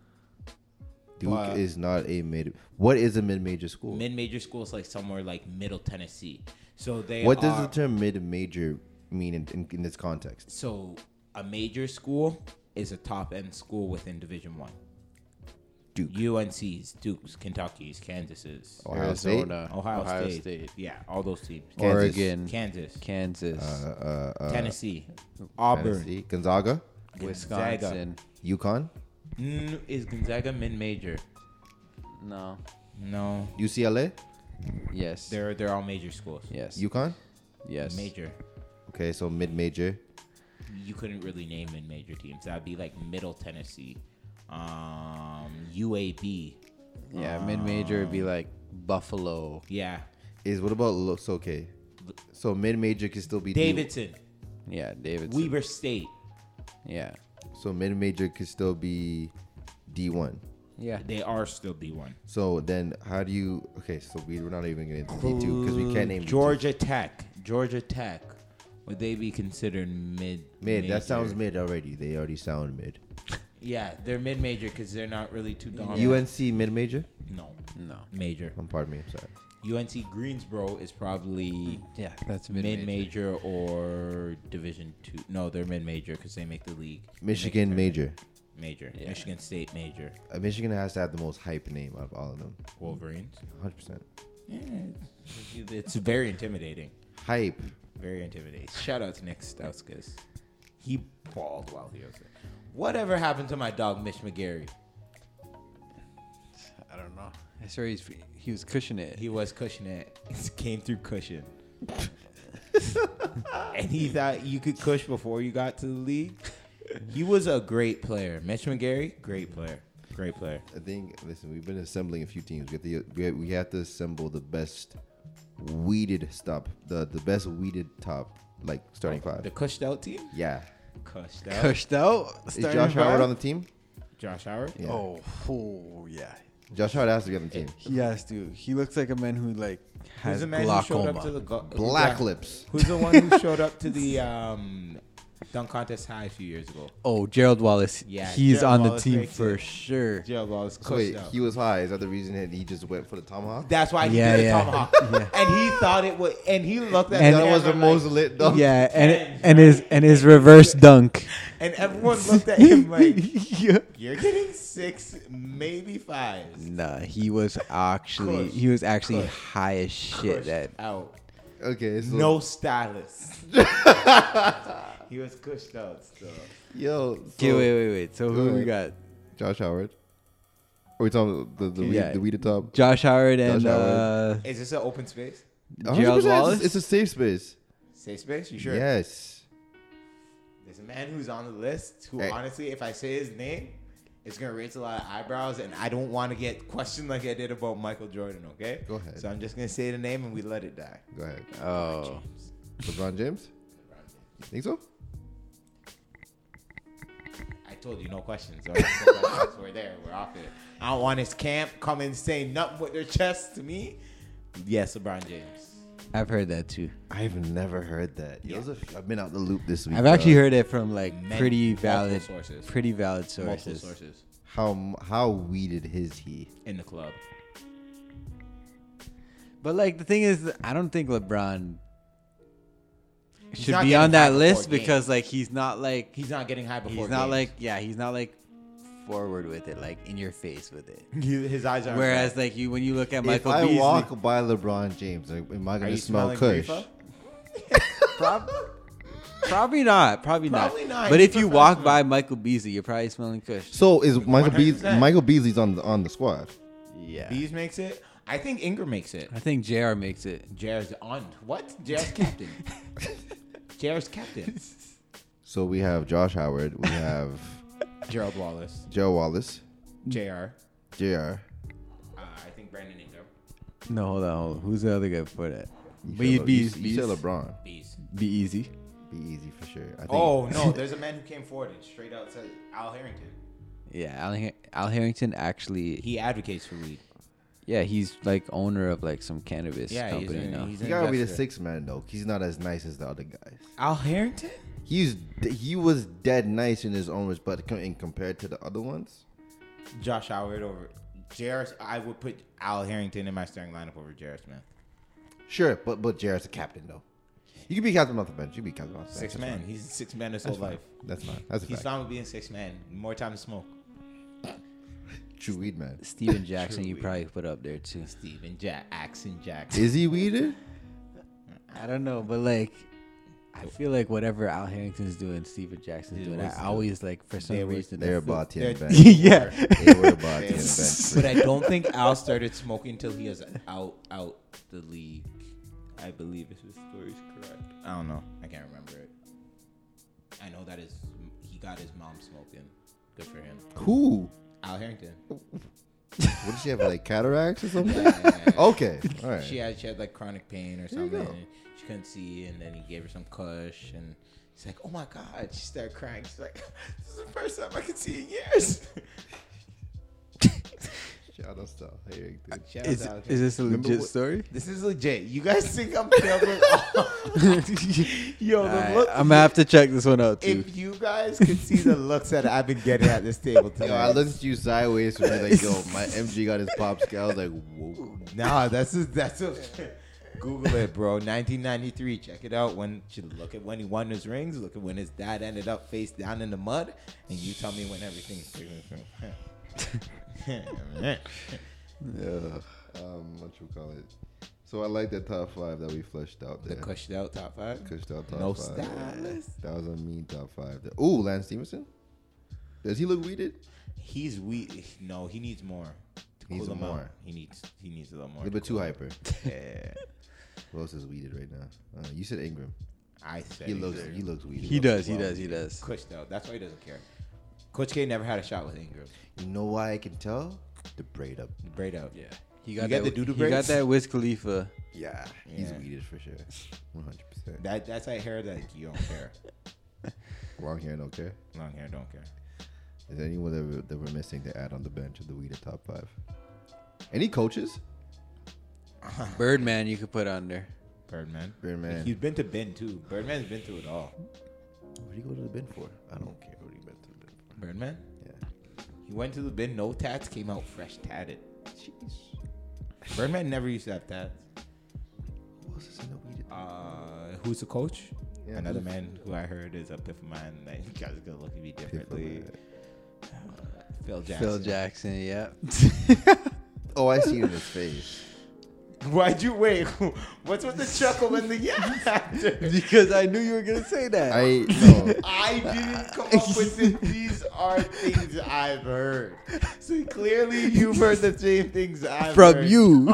Speaker 3: Duke
Speaker 2: Wow.
Speaker 3: is not a mid. What is a mid-major school?
Speaker 2: Mid-major school is like somewhere like Middle Tennessee. So they
Speaker 3: what does
Speaker 2: are-
Speaker 3: the term mid-major mean in, in, in this context?
Speaker 2: so a major school is a top end school within division one
Speaker 3: Duke.
Speaker 2: UNC's, Duke's, Kentucky's, Kansas's,
Speaker 3: Ohio State?
Speaker 4: Arizona,
Speaker 2: Ohio,
Speaker 4: Oh, Ohio
Speaker 2: State.
Speaker 4: State,
Speaker 2: Yeah, all those teams.
Speaker 3: Kansas.
Speaker 4: Oregon,
Speaker 2: Kansas,
Speaker 4: Kansas,
Speaker 3: Uh, uh, uh,
Speaker 2: Tennessee, Auburn,
Speaker 3: Tennessee. Gonzaga,
Speaker 4: Wisconsin.
Speaker 3: Yukon,
Speaker 2: Mm, is Gonzaga mid-major?
Speaker 4: No.
Speaker 2: No,
Speaker 3: UCLA,
Speaker 4: Yes.
Speaker 2: they're they're all major schools.
Speaker 4: yes.
Speaker 3: Yukon.
Speaker 4: yes.
Speaker 2: Major.
Speaker 3: Okay, so mid major.
Speaker 2: You couldn't really name mid-major teams. That'd be like Middle Tennessee, um, UAB.
Speaker 4: Yeah, mid major would be like Buffalo.
Speaker 2: Yeah,
Speaker 3: Is what about looks okay? So mid major can still be D-
Speaker 2: Davidson,
Speaker 4: Yeah, Davidson.
Speaker 2: Weber State.
Speaker 4: Yeah.
Speaker 3: So mid major could still be D one.
Speaker 4: Yeah.
Speaker 2: They are still D one.
Speaker 3: So then how do you? Okay, so we, we're not even gonna into D two because we can't name D2.
Speaker 2: Georgia Tech. Georgia Tech. Would they be considered mid?
Speaker 3: Mid. That sounds
Speaker 2: major?
Speaker 3: mid already. They already sound mid.
Speaker 2: Yeah, they're mid major because they're not really too dominant.
Speaker 3: UNC mid major.
Speaker 2: no
Speaker 4: No.
Speaker 2: major.
Speaker 3: Um, pardon me. I'm sorry.
Speaker 2: UNC Greensboro is probably
Speaker 4: Yeah, that's
Speaker 2: mid major or Division two. No, they're mid major because they make the league.
Speaker 3: Michigan major.
Speaker 2: major.
Speaker 4: Yeah.
Speaker 2: Michigan State major.
Speaker 3: Uh, Michigan has to have the most hype name out of all of them.
Speaker 2: Wolverines.
Speaker 3: 100 percent
Speaker 2: Yeah, it's, it's very intimidating.
Speaker 3: hype.
Speaker 2: Very intimidating. Shout out to Nick Stauskas. He balled while he was there. Whatever happened to my dog Mitch McGarry?
Speaker 4: I don't know. I swear he's, he was cushioning it.
Speaker 2: He was cushion it. *laughs* It came through cushion. *laughs* and he thought you could cush before you got to the league. He was a great player. Mitch McGarry, great player. Great player.
Speaker 3: I think. Listen, we've been assembling a few teams. We have to we have, we have to assemble the best weeded stop the the best weeded top like starting five.
Speaker 2: The cushed out team?
Speaker 3: Yeah.
Speaker 2: Cushed out.
Speaker 4: Cushed out.
Speaker 3: Is Josh Howard on the team?
Speaker 2: Josh Howard?
Speaker 3: Yeah.
Speaker 7: Oh, oh, yeah.
Speaker 3: Josh Howard has to be on the team.
Speaker 7: He has to. He looks like a man who like
Speaker 2: Who's
Speaker 7: has
Speaker 2: the man who showed up to
Speaker 7: glaucoma.
Speaker 2: the go-
Speaker 3: Black
Speaker 2: who-
Speaker 3: lips.
Speaker 2: Who's the one
Speaker 3: *laughs*
Speaker 2: who showed up to the um, dunk contest high a few years ago?
Speaker 4: Oh, Gerald Wallace.
Speaker 2: Yeah,
Speaker 4: he's
Speaker 2: Gerald
Speaker 4: on the
Speaker 2: Wallace
Speaker 4: team
Speaker 2: makes
Speaker 4: for
Speaker 2: it.
Speaker 4: sure.
Speaker 2: Joe Wallace
Speaker 3: So wait,
Speaker 2: cushed out.
Speaker 3: he was high. Is that the reason that he just went for the tomahawk?
Speaker 2: That's why he
Speaker 4: Yeah,
Speaker 2: did
Speaker 4: yeah.
Speaker 2: a tomahawk, and he thought it was, and he looked at
Speaker 4: And-
Speaker 2: the
Speaker 3: that was
Speaker 2: camera
Speaker 3: the most
Speaker 2: like-
Speaker 3: lit dunk.
Speaker 4: Yeah, and and his and his reverse *laughs* dunk.
Speaker 2: and everyone looked at him like,
Speaker 4: *laughs* yeah.
Speaker 2: "You're getting six, maybe five.
Speaker 4: Nah, he was actually
Speaker 2: Cush.
Speaker 4: he was actually
Speaker 2: Cush.
Speaker 4: high as shit.
Speaker 2: Pushed
Speaker 4: That
Speaker 2: out,
Speaker 3: Okay. So,
Speaker 2: no stylist. he was cushed out still.
Speaker 3: Yo. So
Speaker 4: Okay, wait, wait, wait. So who
Speaker 3: Go
Speaker 4: we
Speaker 3: ahead.
Speaker 4: got?
Speaker 3: Josh Howard. Are we talking the the, weed,
Speaker 4: Yeah.
Speaker 3: the weeded top?
Speaker 4: Josh Howard and
Speaker 3: Josh
Speaker 2: Is this an open space?
Speaker 4: uh,
Speaker 3: 100%,
Speaker 4: Gerald
Speaker 3: it's a-
Speaker 4: Wallace.
Speaker 3: It's, a safe space.
Speaker 2: Safe space? You sure?
Speaker 3: Yes.
Speaker 2: There's a man who's on the list who,
Speaker 3: Hey.
Speaker 2: honestly, if I say his name, it's gonna raise a lot of eyebrows, and I don't want to get questioned like I did about Michael Jordan. Okay.
Speaker 3: Go ahead.
Speaker 2: So I'm just gonna say the name, and we let it die.
Speaker 3: Go ahead.
Speaker 4: oh,
Speaker 3: LeBron James. Think so?
Speaker 2: I told you no questions. All right? No questions. We're there. We're off it. I don't want his camp coming and saying nothing with their chest to me. Yes, LeBron James.
Speaker 4: I've heard that too.
Speaker 3: I've never heard that. Yo, those are- I've been out the loop this week.
Speaker 4: I've actually
Speaker 3: bro.
Speaker 4: heard it from like
Speaker 2: Many-
Speaker 4: pretty
Speaker 2: multiple
Speaker 4: valid,
Speaker 2: sources.
Speaker 4: pretty valid
Speaker 2: Multiple
Speaker 4: sources.
Speaker 2: sources
Speaker 3: how m- how weeded is he?
Speaker 2: in the club.
Speaker 4: But like the thing is, I don't think LeBron should
Speaker 2: not
Speaker 4: be
Speaker 2: getting
Speaker 4: on that
Speaker 2: five or
Speaker 4: list
Speaker 2: four games.
Speaker 4: because like he's not like
Speaker 2: He's not getting high before.
Speaker 4: he's not
Speaker 2: games.
Speaker 4: like yeah he's not like forward with it like in your face with it.
Speaker 2: He- his eyes are.
Speaker 4: Whereas like you when you look at Michael
Speaker 3: if I
Speaker 4: Beasley,
Speaker 3: walk by LeBron James, like, am I
Speaker 2: are
Speaker 3: gonna
Speaker 2: you
Speaker 3: smell
Speaker 2: smelling
Speaker 3: Kush?
Speaker 2: Reefer?
Speaker 4: prob- *laughs* probably not, probably not.
Speaker 2: Probably not,
Speaker 4: But
Speaker 2: he's
Speaker 4: if you walk by Michael Beasley, you're probably smelling Kush.
Speaker 3: So is Michael Beasley?
Speaker 2: 100%.
Speaker 3: Michael Beasley's on the on the squad.
Speaker 4: Yeah,
Speaker 2: Bees makes it. I think Ingram makes it.
Speaker 4: I think Jr. makes it.
Speaker 2: Jared's on. What? Jared's
Speaker 4: *laughs*
Speaker 2: captain. Jared's captain.
Speaker 3: So we have Josh Howard, we have
Speaker 2: Gerald Wallace.
Speaker 3: Joe Wallace,
Speaker 2: JR.
Speaker 3: Jr.
Speaker 2: Uh, I think Brandon Ingram.
Speaker 4: No, hold on, hold on. Who's the other guy for that? But
Speaker 3: You
Speaker 4: you
Speaker 3: said Le-
Speaker 4: be,
Speaker 3: you,
Speaker 4: be,
Speaker 3: you said LeBron.
Speaker 2: Bees.
Speaker 4: be easy.
Speaker 3: Be easy for sure. I think
Speaker 2: Oh no, there's a man who came forward and straight out said Al Harrington.
Speaker 4: Yeah, Al, Har- Al Harrington actually.
Speaker 2: He advocates for weed.
Speaker 4: Yeah, he's like owner of like some cannabis
Speaker 2: Yeah, he's
Speaker 4: company
Speaker 2: in,
Speaker 4: now.
Speaker 2: he's
Speaker 3: he
Speaker 2: an
Speaker 3: gotta be the
Speaker 2: investor.
Speaker 3: sixth man though. 'cause He's not as nice as the other guys.
Speaker 2: Al Harrington?
Speaker 3: He's d- he was dead nice in his own ways, but co- in compared to the other ones,
Speaker 2: Josh Howard over Jarrett. I would put Al Harrington in my starting lineup over Jarrett Smith.
Speaker 3: sure. But but Jr's a captain though. You can be captain off the bench. You can be captain off the bench.
Speaker 2: Six
Speaker 3: That's
Speaker 2: man.
Speaker 3: fine.
Speaker 2: He's six man his
Speaker 3: That's
Speaker 2: whole
Speaker 3: fine.
Speaker 2: life.
Speaker 3: That's fine. That's a
Speaker 2: He's
Speaker 3: fact.
Speaker 2: fine with being six man. More time to smoke.
Speaker 3: True weed man.
Speaker 1: Steven Jackson, you probably put up there too.
Speaker 2: Steven Jackson Jackson.
Speaker 3: Is he weeded?
Speaker 1: I don't know, but like, I feel like whatever Al Harrington's doing, Steven Jackson's doing. I always like for some reason.
Speaker 3: They're
Speaker 1: feel-
Speaker 4: *laughs*
Speaker 3: about
Speaker 2: they're-
Speaker 3: ten bands.
Speaker 1: yeah.
Speaker 3: *laughs* They were about ten
Speaker 2: *laughs*
Speaker 3: bands.
Speaker 2: but I don't think Al started smoking till he was out out the league. I believe if his story's correct. I don't know. I can't remember it. I know that his he got his mom smoking. Good for him.
Speaker 3: Who?
Speaker 2: Al Harrington.
Speaker 3: What did she have? Like cataracts or something?
Speaker 2: Yeah.
Speaker 3: Okay. All
Speaker 2: She
Speaker 3: right.
Speaker 2: had she had like chronic pain or
Speaker 3: There you
Speaker 2: something.
Speaker 3: go.
Speaker 2: and She couldn't see, and then he gave her some Kush, and he's like, "Oh my God!" She started crying. She's like, "This is the first time I can see in years."
Speaker 3: Shout out to Al Harrington.
Speaker 2: Shout out
Speaker 4: Is,
Speaker 2: to Al
Speaker 4: is this a
Speaker 3: Remember
Speaker 4: legit
Speaker 3: what- *laughs*
Speaker 4: story?
Speaker 2: *laughs* This is legit. You guys think *laughs* I'm filming? Yo, the
Speaker 4: I,
Speaker 2: look.
Speaker 4: am gonna have to check this one out too.
Speaker 2: if you guys could see the looks that I've been getting at this table
Speaker 3: Yo,
Speaker 2: today.
Speaker 3: I looked at you sideways and was like, yo, my MG got his pop scout. I was
Speaker 2: *laughs*
Speaker 3: like, whoa.
Speaker 2: Nah, that's a, that's a, *laughs* Google it, bro. 1993. Check it out. When should look at when he won his rings. Look at when his dad ended up face down in the mud, and you tell me when everything's
Speaker 3: Yeah. Um, what you call it? So I like the top five that we fleshed
Speaker 2: *laughs*
Speaker 3: out
Speaker 2: the
Speaker 3: there.
Speaker 2: question out top five.
Speaker 3: Cushed out top
Speaker 2: No
Speaker 3: five.
Speaker 2: stylist.
Speaker 3: That was a mean top five. there. Ooh, Lance Stevenson. Does he look weeded?
Speaker 2: He's we. No, he needs more. To
Speaker 3: Needs
Speaker 2: cool him
Speaker 3: more.
Speaker 2: out. He needs. He needs a little
Speaker 3: A
Speaker 2: more.
Speaker 3: little bit too hyper. *laughs*
Speaker 2: Yeah.
Speaker 3: Who else is weeded right now? Uh, you said Ingram.
Speaker 2: I said
Speaker 3: He
Speaker 2: it.
Speaker 3: looks. He looks weeded.
Speaker 4: He does, he does, he does.
Speaker 2: Kush though. That's why he doesn't care. Coach K never had a shot with Ingram.
Speaker 3: You know why I can tell? The braid up.
Speaker 2: Braid up. Yeah.
Speaker 1: He
Speaker 2: You
Speaker 1: got that.
Speaker 2: got the doo-doo
Speaker 1: he got
Speaker 2: braids?
Speaker 1: that Wiz Khalifa.
Speaker 3: Yeah, he's
Speaker 2: Yeah.
Speaker 3: weeded for sure. One hundred percent.
Speaker 2: That that's like hair that you don't care.
Speaker 3: Long hair, no care.
Speaker 2: Long hair don't care.
Speaker 3: Is there anyone that we're, that we're missing to add on the bench of the weeded top five? Any coaches? Uh-huh.
Speaker 1: Birdman, you could put under.
Speaker 2: Birdman.
Speaker 3: Birdman.
Speaker 2: He's been to Ben too. Birdman's been through it all.
Speaker 3: What do you go to the bin for? I don't care what he went to the bin for.
Speaker 2: Birdman.
Speaker 3: Yeah.
Speaker 2: He went to the bin, no tats, came out fresh tatted.
Speaker 3: Jeez.
Speaker 2: Birdman never used to have tats.
Speaker 3: Who else is in the weeded?
Speaker 2: Uh, who's the coach?
Speaker 3: Yeah,
Speaker 2: Another
Speaker 3: who's-
Speaker 2: man who I heard is up there for mine. Like, you guys are gonna look at me differently. Phil Jackson.
Speaker 1: Phil Jackson, yeah.
Speaker 3: *laughs* Oh, I see it in his face.
Speaker 2: Why'd you wait? *laughs* What's with the chuckle and the yeah? after?
Speaker 1: because I knew you were gonna say that.
Speaker 3: I no.
Speaker 2: I didn't come up with
Speaker 3: *laughs*
Speaker 2: it. These are things I've heard. So clearly you've heard the same things I've
Speaker 4: From
Speaker 2: heard.
Speaker 3: *laughs*
Speaker 4: you.
Speaker 1: *laughs*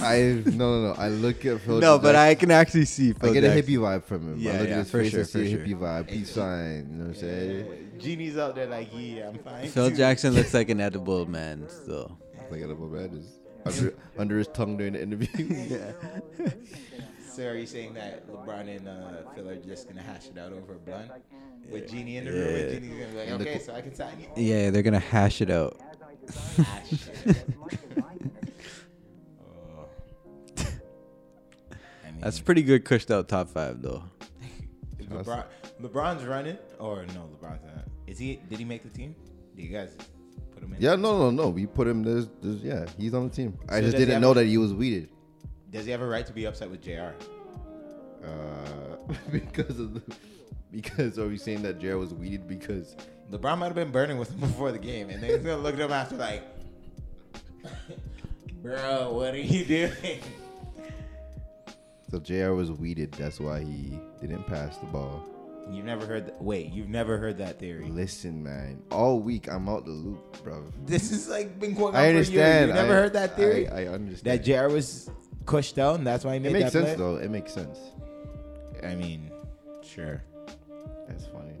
Speaker 3: I no no no. I look at Phil.
Speaker 4: no, but
Speaker 3: Jackson.
Speaker 4: I can actually see.
Speaker 3: I
Speaker 4: Phil
Speaker 3: get a
Speaker 4: Jackson.
Speaker 3: hippie vibe from him. I
Speaker 4: Yeah,
Speaker 3: look
Speaker 4: yeah,
Speaker 3: at his
Speaker 4: for
Speaker 3: face
Speaker 4: sure,
Speaker 3: and see
Speaker 4: for
Speaker 3: a hippie vibe. Peace sign. You know what I'm saying?
Speaker 2: Genie's out there like, yeah, I'm fine.
Speaker 1: Phil
Speaker 2: too.
Speaker 1: Jackson looks like an
Speaker 3: *laughs*
Speaker 1: edible man still.
Speaker 3: Like a little bit just under, under his tongue during the
Speaker 4: *laughs*
Speaker 3: interview.
Speaker 2: So are you saying that LeBron and uh, Phil are just gonna hash it out over a blunt with Genie in the room? And
Speaker 1: Yeah.
Speaker 2: Genie's gonna be like,
Speaker 3: And the
Speaker 2: okay,
Speaker 3: co-
Speaker 2: so I can sign you.
Speaker 1: Yeah, they're gonna hash it out.
Speaker 2: Hash it. Oh. I mean,
Speaker 1: That's pretty good cushed out top five though.
Speaker 2: If LeBron, LeBron's running, or no, LeBron's not. Is he? Did he make the team? Do you guys put him in?
Speaker 3: *laughs* yeah, no, no, no. We put him. There's, there's yeah. He's on the team. I
Speaker 2: So does
Speaker 3: just
Speaker 2: he
Speaker 3: didn't
Speaker 2: have
Speaker 3: know
Speaker 2: a-
Speaker 3: that he was weeded.
Speaker 2: Does he have a right to be upset with Jr.?
Speaker 3: Uh, *laughs* because of the, because are we saying that Jared was weeded because
Speaker 2: LeBron might have been burning with him *laughs* before the game, and they're gonna look at him after like, *laughs* bro, what are you *laughs* doing?
Speaker 3: so Jr was weeded. That's why he didn't pass the ball.
Speaker 2: You've never heard that. Wait, you've never heard that theory.
Speaker 3: Listen, man. All week I'm out the loop, bro.
Speaker 2: This is like been going on for
Speaker 3: I
Speaker 2: years.
Speaker 3: understand.
Speaker 2: You never
Speaker 3: I-
Speaker 2: heard that theory?
Speaker 3: I, I
Speaker 2: that
Speaker 3: understand.
Speaker 2: Jr. was cushed out, and that's why he made
Speaker 3: it makes
Speaker 2: that
Speaker 3: sense
Speaker 2: play?
Speaker 3: though. It makes sense.
Speaker 2: I mean, sure.
Speaker 3: That's funny.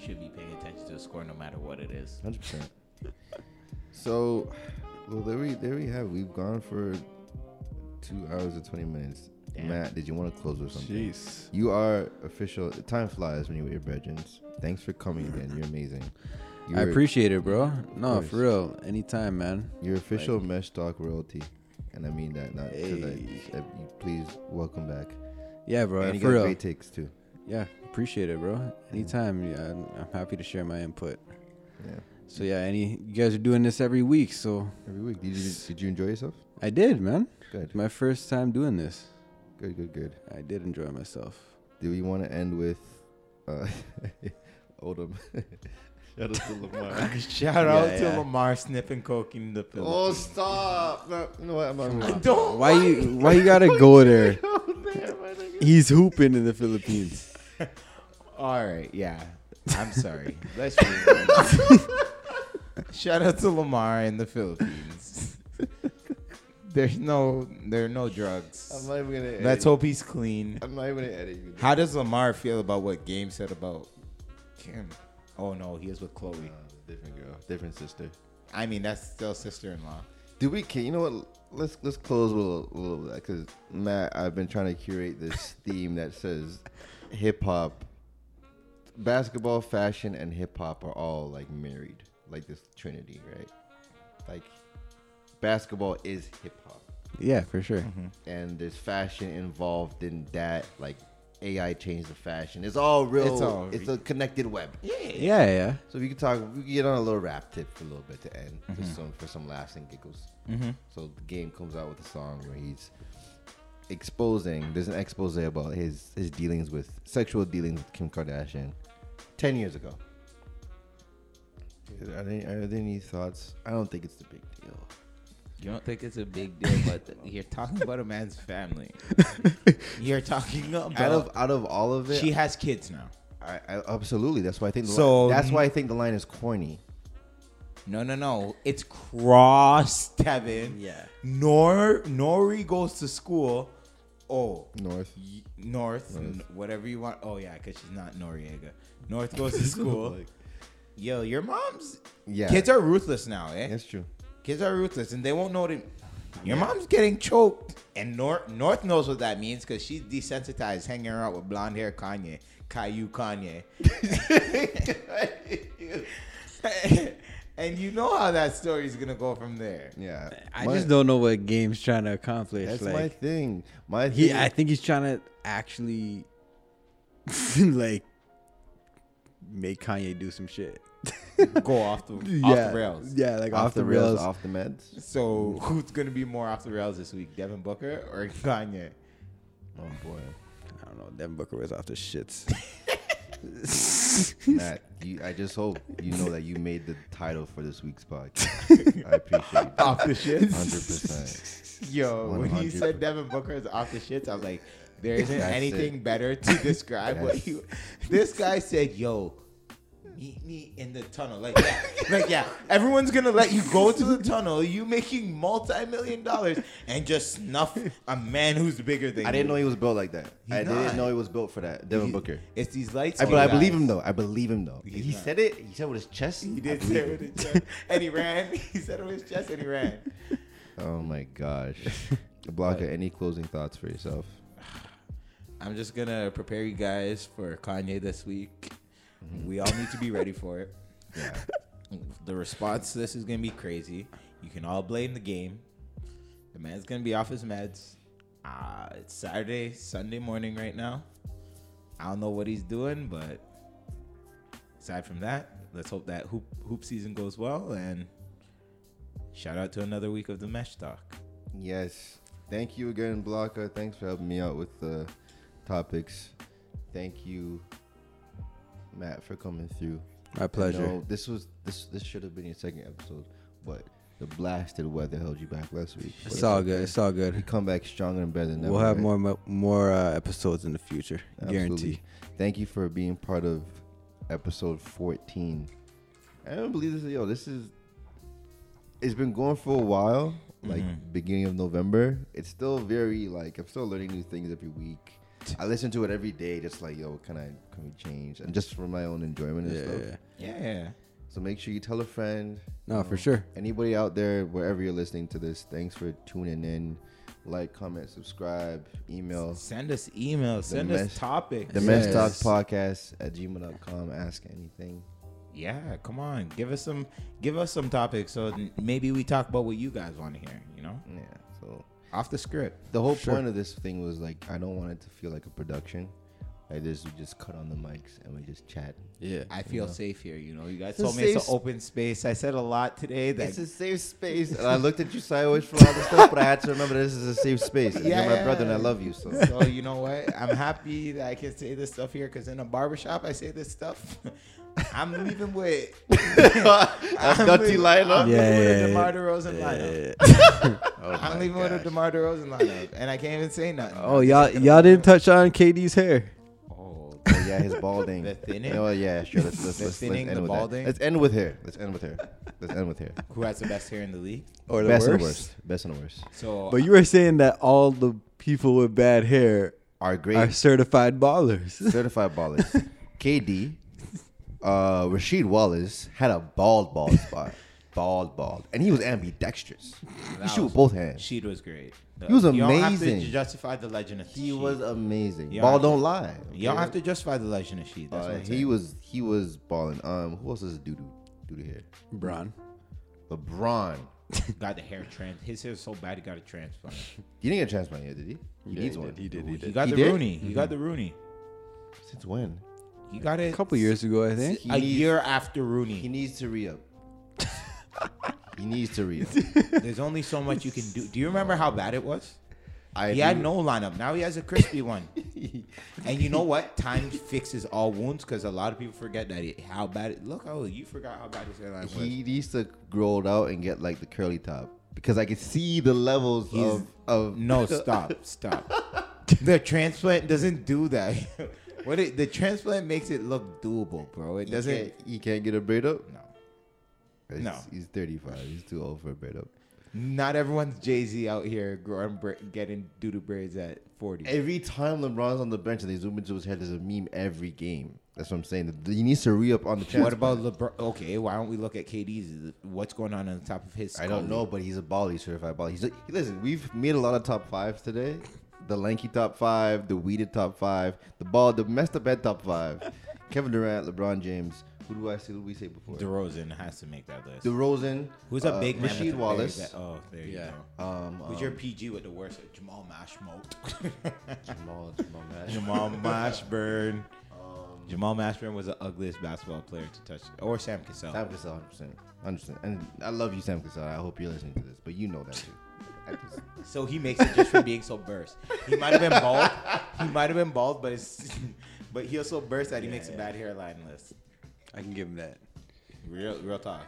Speaker 2: Should be paying attention to the score no matter what it is.
Speaker 3: Hundred percent. So, well, there we there we have. We've gone for two hours and twenty minutes.
Speaker 2: Damn.
Speaker 3: Matt, did you want to close with something?
Speaker 4: Jeez.
Speaker 3: You are official. Time flies when you're with your brethrens. Thanks for coming again. You're amazing. You're,
Speaker 1: I appreciate it, bro. No,
Speaker 3: course.
Speaker 1: for real. Anytime, man.
Speaker 3: your official mesh talk royalty, and I mean that not. 'cause I-
Speaker 1: Hey.
Speaker 3: I- you- please welcome back.
Speaker 1: Yeah, bro.
Speaker 3: and you
Speaker 1: for
Speaker 3: got
Speaker 1: real.
Speaker 3: great takes too.
Speaker 1: Yeah, appreciate it, bro. Anytime. Yeah, I'm- I'm happy to share my input.
Speaker 3: Yeah,
Speaker 1: So yeah, any you guys are doing this every week, so
Speaker 3: every week. Did you did you enjoy yourself?
Speaker 1: I did, man.
Speaker 3: Good,
Speaker 1: My first time doing this.
Speaker 3: good, good, good.
Speaker 1: I did enjoy myself.
Speaker 3: *laughs* Do we want to end with uh, Odom? Shout out to
Speaker 2: *laughs*
Speaker 3: Lamar.
Speaker 2: Shout out
Speaker 1: Yeah,
Speaker 2: to
Speaker 1: yeah.
Speaker 2: Lamar sniffing coke in the
Speaker 3: oh,
Speaker 2: Philippines.
Speaker 3: stop. No, you know what? I'm not
Speaker 2: I
Speaker 3: gonna-
Speaker 2: don't.
Speaker 4: Why you why you gotta go there? He's hooping in the Philippines.
Speaker 2: All right, yeah. I'm *laughs* sorry. Let's move on. Shout out to Lamar in the *laughs* Philippines. There's no, there are no
Speaker 3: I'm
Speaker 2: drugs.
Speaker 3: not even going to edit.
Speaker 2: Let's hope he's clean.
Speaker 3: I'm not even going to edit you.
Speaker 2: How does Lamar feel about what Game said about Kim? Oh no, he is with Chloe.
Speaker 3: Uh, different girl, different sister.
Speaker 2: I mean, that's still sister-in-law.
Speaker 3: Do we? Can you know what? Let's let's close with a little bit because Matt, I've been trying to curate *laughs* this theme that says hip hop, basketball, fashion, and hip hop are all like married, like this trinity, right? Like basketball is hip hop,
Speaker 4: Yeah, for sure.
Speaker 3: and there's fashion involved in that. Like AI changed the fashion. It's all real.
Speaker 2: It's
Speaker 3: It's,
Speaker 2: all re-
Speaker 3: a connected web.
Speaker 4: Yeah, yeah.
Speaker 3: So we could talk. We could get on a little rap tip for a little bit to end, just some, for some laughs and giggles. Mm-hmm. So the game comes out with a song where he's exposing. There's an expose about his his dealings with sexual dealings with Kim Kardashian, ten years ago. Are there, are there any thoughts? I don't think it's the big deal.
Speaker 2: You don't think it's a big deal, *laughs* but you're talking about a man's family.
Speaker 3: *laughs*
Speaker 2: you're talking about.
Speaker 3: Out of out of all of it,
Speaker 2: she has kids now.
Speaker 3: I, I, absolutely. That's why I think. The
Speaker 2: So-
Speaker 3: line, that's why I think the line is corny.
Speaker 2: No, no, no. It's cross Tevin.
Speaker 4: Yeah.
Speaker 2: Nor Nori goes to school. Oh,
Speaker 3: North.
Speaker 2: y- North, n- whatever you want. Oh yeah, because she's not Noriega. North goes *laughs* to school.
Speaker 3: Like-
Speaker 2: Yo, your mom's
Speaker 3: Yeah.
Speaker 2: kids are ruthless now, eh?
Speaker 3: That's true.
Speaker 2: Kids are ruthless, and they won't know that your mom's getting choked. And North North knows what that means because she's desensitized, hanging around with blonde hair Kanye, Caillou Kanye. *laughs* and you know how that story is gonna go from there.
Speaker 3: Yeah.
Speaker 4: I
Speaker 3: My-
Speaker 4: just don't know what game's trying to accomplish.
Speaker 3: That's
Speaker 4: like
Speaker 3: my thing. My thing
Speaker 4: he,
Speaker 3: is-
Speaker 4: I think he's trying to actually *laughs* like make Kanye do some shit.
Speaker 2: Go off the
Speaker 4: yeah,
Speaker 2: off the rails.
Speaker 4: Yeah, like
Speaker 3: off, the rails, off the
Speaker 4: *laughs*
Speaker 3: meds.
Speaker 2: So who's gonna be more off the rails this week, Devin Booker or Kanye?
Speaker 3: Oh boy,
Speaker 4: I don't know. Devin Booker was off the shits.
Speaker 3: Matt, you, I just hope you know that you made the title for this week's
Speaker 4: *laughs*
Speaker 3: podcast. I appreciate it.
Speaker 4: Oh,
Speaker 2: Off the shit.
Speaker 3: Hundred percent.
Speaker 2: Yo, when you
Speaker 3: 100.
Speaker 2: said Devin Booker is off the shits, I was like, there isn't
Speaker 3: That's
Speaker 2: anything better
Speaker 3: *laughs*
Speaker 2: to describe what he. This guy said, "Yo, meet me in the tunnel." Like, yeah, like yeah, everyone's gonna let you go to the tunnel. You making multi-million dollars and just snuff a man who's bigger than.
Speaker 3: I didn't know
Speaker 2: you.
Speaker 3: he was built like that.
Speaker 2: He's
Speaker 3: I
Speaker 2: not.
Speaker 3: didn't know he was built for that. Devin
Speaker 2: He-
Speaker 3: Booker.
Speaker 2: It's these lights.
Speaker 3: I, but I believe him though. I believe him though.
Speaker 2: He's
Speaker 3: he
Speaker 2: not.
Speaker 3: said it. He said it with his chest.
Speaker 2: He
Speaker 3: I
Speaker 2: did
Speaker 3: believe
Speaker 2: say it
Speaker 3: him.
Speaker 2: with his chest, and he ran. *laughs* He said it with his chest, and he ran.
Speaker 3: Oh my gosh. Blanca, any closing thoughts for yourself?
Speaker 2: I'm just gonna prepare you guys for Kanye this week. We all need to be ready for it.
Speaker 3: Mm-hmm. *laughs* Yeah.
Speaker 2: The response to this is gonna be crazy. You can all blame the game. The man's gonna be off his meds. Uh, it's Saturday, Sunday morning right now. I don't know what he's doing, but aside from that, let's hope that hoop hoop season goes well. And shout out to another week of the mesh talk.
Speaker 3: Yes. Thank you again, Blanca. Thanks for helping me out with the topics. Thank you, Matt, for coming through.
Speaker 4: my pleasure.
Speaker 3: No, this was this this should have been your second episode, but the blasted weather held you back last week. But
Speaker 4: It's all good. It's all
Speaker 3: You
Speaker 4: good.
Speaker 3: come back stronger and better than ever.
Speaker 4: We'll have
Speaker 3: right?
Speaker 4: more mo- more uh, episodes in the future.
Speaker 3: Absolutely.
Speaker 4: Guarantee.
Speaker 3: Thank you for being part of episode 14. I don't believe this. Yo, this is. It's been going for a while, like
Speaker 4: Mm-hmm.
Speaker 3: beginning of November. It's still very like I'm still learning new things every week. I listen to it every day, just like yo, what can I can we change? And just for my own enjoyment and
Speaker 4: Yeah,
Speaker 3: stuff.
Speaker 4: yeah.
Speaker 2: Yeah.
Speaker 3: So make sure you tell a friend.
Speaker 4: No, for sure.
Speaker 3: Anybody out there, wherever you're listening to this, thanks for tuning in. Like, comment, subscribe, email.
Speaker 2: Send us emails. Send us
Speaker 3: mesh-
Speaker 2: topics.
Speaker 3: The
Speaker 4: Yes.
Speaker 3: Mesh Talk Podcast at gmail.com. Ask anything.
Speaker 2: Yeah, come on. Give us some give us some topics so n- maybe we talk about what you guys want to hear, you know?
Speaker 3: Yeah. So
Speaker 2: Off the script.
Speaker 3: the whole
Speaker 4: Sure.
Speaker 3: point of this thing was like I don't want it to feel like a production. Like this, we just cut on the mics and we just chat.
Speaker 4: Yeah.
Speaker 2: I feel safe here. You know, you guys
Speaker 3: It's a
Speaker 2: told me it's
Speaker 3: safe
Speaker 2: an open space. I said a lot today. That *laughs*
Speaker 3: It's a safe space, and I looked at you sideways for all this stuff, but I had to remember this is a safe space. And you're my brother, and I love you. So
Speaker 2: So you know what? I'm happy that I can say this stuff here because in a barbershop I say this stuff. *laughs* I'm leaving with
Speaker 3: that's
Speaker 2: *laughs* I'm
Speaker 3: Dutty
Speaker 2: leaving-
Speaker 3: lineup.
Speaker 2: I'm leaving with
Speaker 4: Yeah.
Speaker 2: a DeMar DeRozan lineup. *laughs*
Speaker 1: Oh
Speaker 2: I'm
Speaker 1: my
Speaker 2: leaving with
Speaker 1: gosh.
Speaker 2: a DeMar DeRozan lineup, and I can't even say nothing.
Speaker 4: Oh y'all y'all didn't touch on KD's hair.
Speaker 2: Oh,
Speaker 3: Oh, yeah, his balding.
Speaker 2: The thinning?
Speaker 3: Oh yeah, sure. Let's let's,
Speaker 2: The
Speaker 3: let's, let's
Speaker 2: thinning,
Speaker 3: end
Speaker 2: the
Speaker 3: with
Speaker 2: balding?
Speaker 3: That. Let's end with her. Let's end with her. Let's end with her.
Speaker 2: who has the best hair in the league?
Speaker 4: Or the
Speaker 3: Best
Speaker 4: worst.
Speaker 3: and worst. Best and worst.
Speaker 2: So,
Speaker 4: But you were saying that all the people with bad hair
Speaker 3: Our
Speaker 4: are
Speaker 3: great
Speaker 4: certified
Speaker 1: *laughs*
Speaker 4: ballers.
Speaker 3: certified *laughs* ballers, KD, uh, Rasheed Wallace had a bald *laughs* bald spot, bald bald, and he was ambidextrous. He
Speaker 2: That
Speaker 3: shoot
Speaker 2: was-
Speaker 3: with both hands.
Speaker 2: Sheed was great.
Speaker 3: He was
Speaker 2: You don't have to
Speaker 3: amazing.
Speaker 2: justify the legend of
Speaker 3: He
Speaker 2: Sheed.
Speaker 3: was amazing.
Speaker 2: Yeah.
Speaker 3: Ball don't lie.
Speaker 2: You don't
Speaker 3: okay?
Speaker 2: have to justify the legend of Sheed. That's
Speaker 3: Uh,
Speaker 2: what I'm
Speaker 3: he
Speaker 2: saying.
Speaker 3: was he was balling. Um, who else is doo doo doo doo here?
Speaker 4: Bron.
Speaker 3: LeBron.
Speaker 2: got the hair trans. His hair is so bad he got a
Speaker 3: *laughs*
Speaker 2: transplant.
Speaker 3: He didn't get a transplant here, did he? He needs one.
Speaker 4: He did.
Speaker 2: He,
Speaker 4: He did.
Speaker 2: got
Speaker 3: He
Speaker 2: the
Speaker 3: did? Mm-hmm.
Speaker 2: Rooney. He got the Rooney.
Speaker 3: Since when?
Speaker 2: He got
Speaker 4: A
Speaker 2: it
Speaker 4: couple years ago, I think.
Speaker 3: He
Speaker 2: a
Speaker 3: needs-
Speaker 2: year after Rooney.
Speaker 3: He needs to re up. he needs to re up.
Speaker 2: There's only so much you can do. Do you remember how bad it was?
Speaker 3: I
Speaker 2: he had no lineup. Now he has a crispy
Speaker 3: *laughs*
Speaker 2: one. *laughs* and you know what? Time fixes all wounds because a lot of people forget that it, how bad it. Look, oh, you forgot how bad his hairline was.
Speaker 3: He needs to grow it out and get like the curly top because I can see the levels
Speaker 2: He's-
Speaker 3: of *laughs* of
Speaker 2: No, stop,
Speaker 3: *laughs*
Speaker 2: stop. the transplant doesn't do that. *laughs* what it, the transplant makes it look doable, bro. It
Speaker 3: He
Speaker 2: doesn't.
Speaker 3: can't, he can't get a braid up.
Speaker 2: No,
Speaker 3: He's-
Speaker 2: No.
Speaker 3: he's thirty five. He's too old for a braid up.
Speaker 2: not everyone's Jay Z out here growing, bra- getting doo doo braids at forty.
Speaker 3: Every time LeBron's on the bench and they zoom into his head, there's a meme every game. That's what I'm saying. He needs to re up on the chance.
Speaker 2: what about LeBron? Okay, why don't we look at KD's? What's going on on the top of his?
Speaker 3: I don't
Speaker 2: skull?
Speaker 3: know, but he's a baller. He's certified baller. He's a, listen. We've made a lot of top fives today. The lanky top five, the weeded top five, the ball, the messed up head top *laughs* five. Kevin Durant, LeBron James. Who do I say? Who did we say before?
Speaker 2: DeRozan has to make that list.
Speaker 3: DeRozan.
Speaker 2: Who's a
Speaker 3: uh,
Speaker 2: big man? with
Speaker 3: Rasheed
Speaker 2: the
Speaker 3: Wallace.
Speaker 2: braids that- oh, there you
Speaker 1: Yeah.
Speaker 2: go.
Speaker 3: um,
Speaker 2: Who's
Speaker 3: um,
Speaker 2: your PG with the worst? Jamal *laughs* Mashmo.
Speaker 3: Jamal, *laughs* Jamal
Speaker 2: *laughs*
Speaker 3: Nash.
Speaker 2: Jamal Mashburn. Jamal Mashburn was the ugliest basketball player to touch, or Sam Cassell.
Speaker 3: Sam Cassell, 100%. 100%. And I love you, Sam Cassell. I hope you're listening to this, but you know that too. I just-
Speaker 2: So he makes it just from being so burst. He might have been bald. He might have been bald, but it's, *laughs* but he also burst that he makes a bad hairline list.
Speaker 1: I can give him that.
Speaker 2: Real, real talk.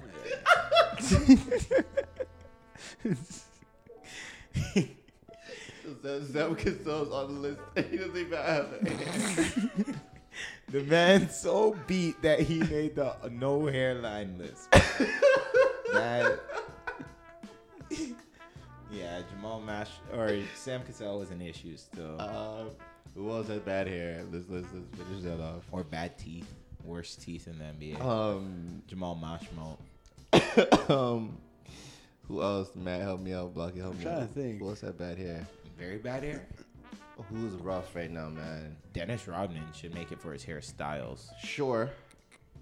Speaker 3: Sam Cassell's on the list. *laughs* He doesn't even have *laughs*
Speaker 2: The man so beat that he made the no hairline *laughs* list. that. Yeah, Jamal Mash or Sam Cassell was an issue still.
Speaker 3: Um, who else had bad hair? Let's, let's, let's finish that off.
Speaker 2: or bad teeth, worst teeth in the NBA.
Speaker 3: Um, *laughs*
Speaker 2: Jamal Mashmo.
Speaker 3: um, who else? Matt, help me out. Blocky, help me
Speaker 4: trying
Speaker 3: out.
Speaker 4: to think.
Speaker 3: Who else had bad hair?
Speaker 2: Very bad hair.
Speaker 3: Who's rough right now, man?
Speaker 2: Dennis Rodman should make it for his hairstyles.
Speaker 3: Sure.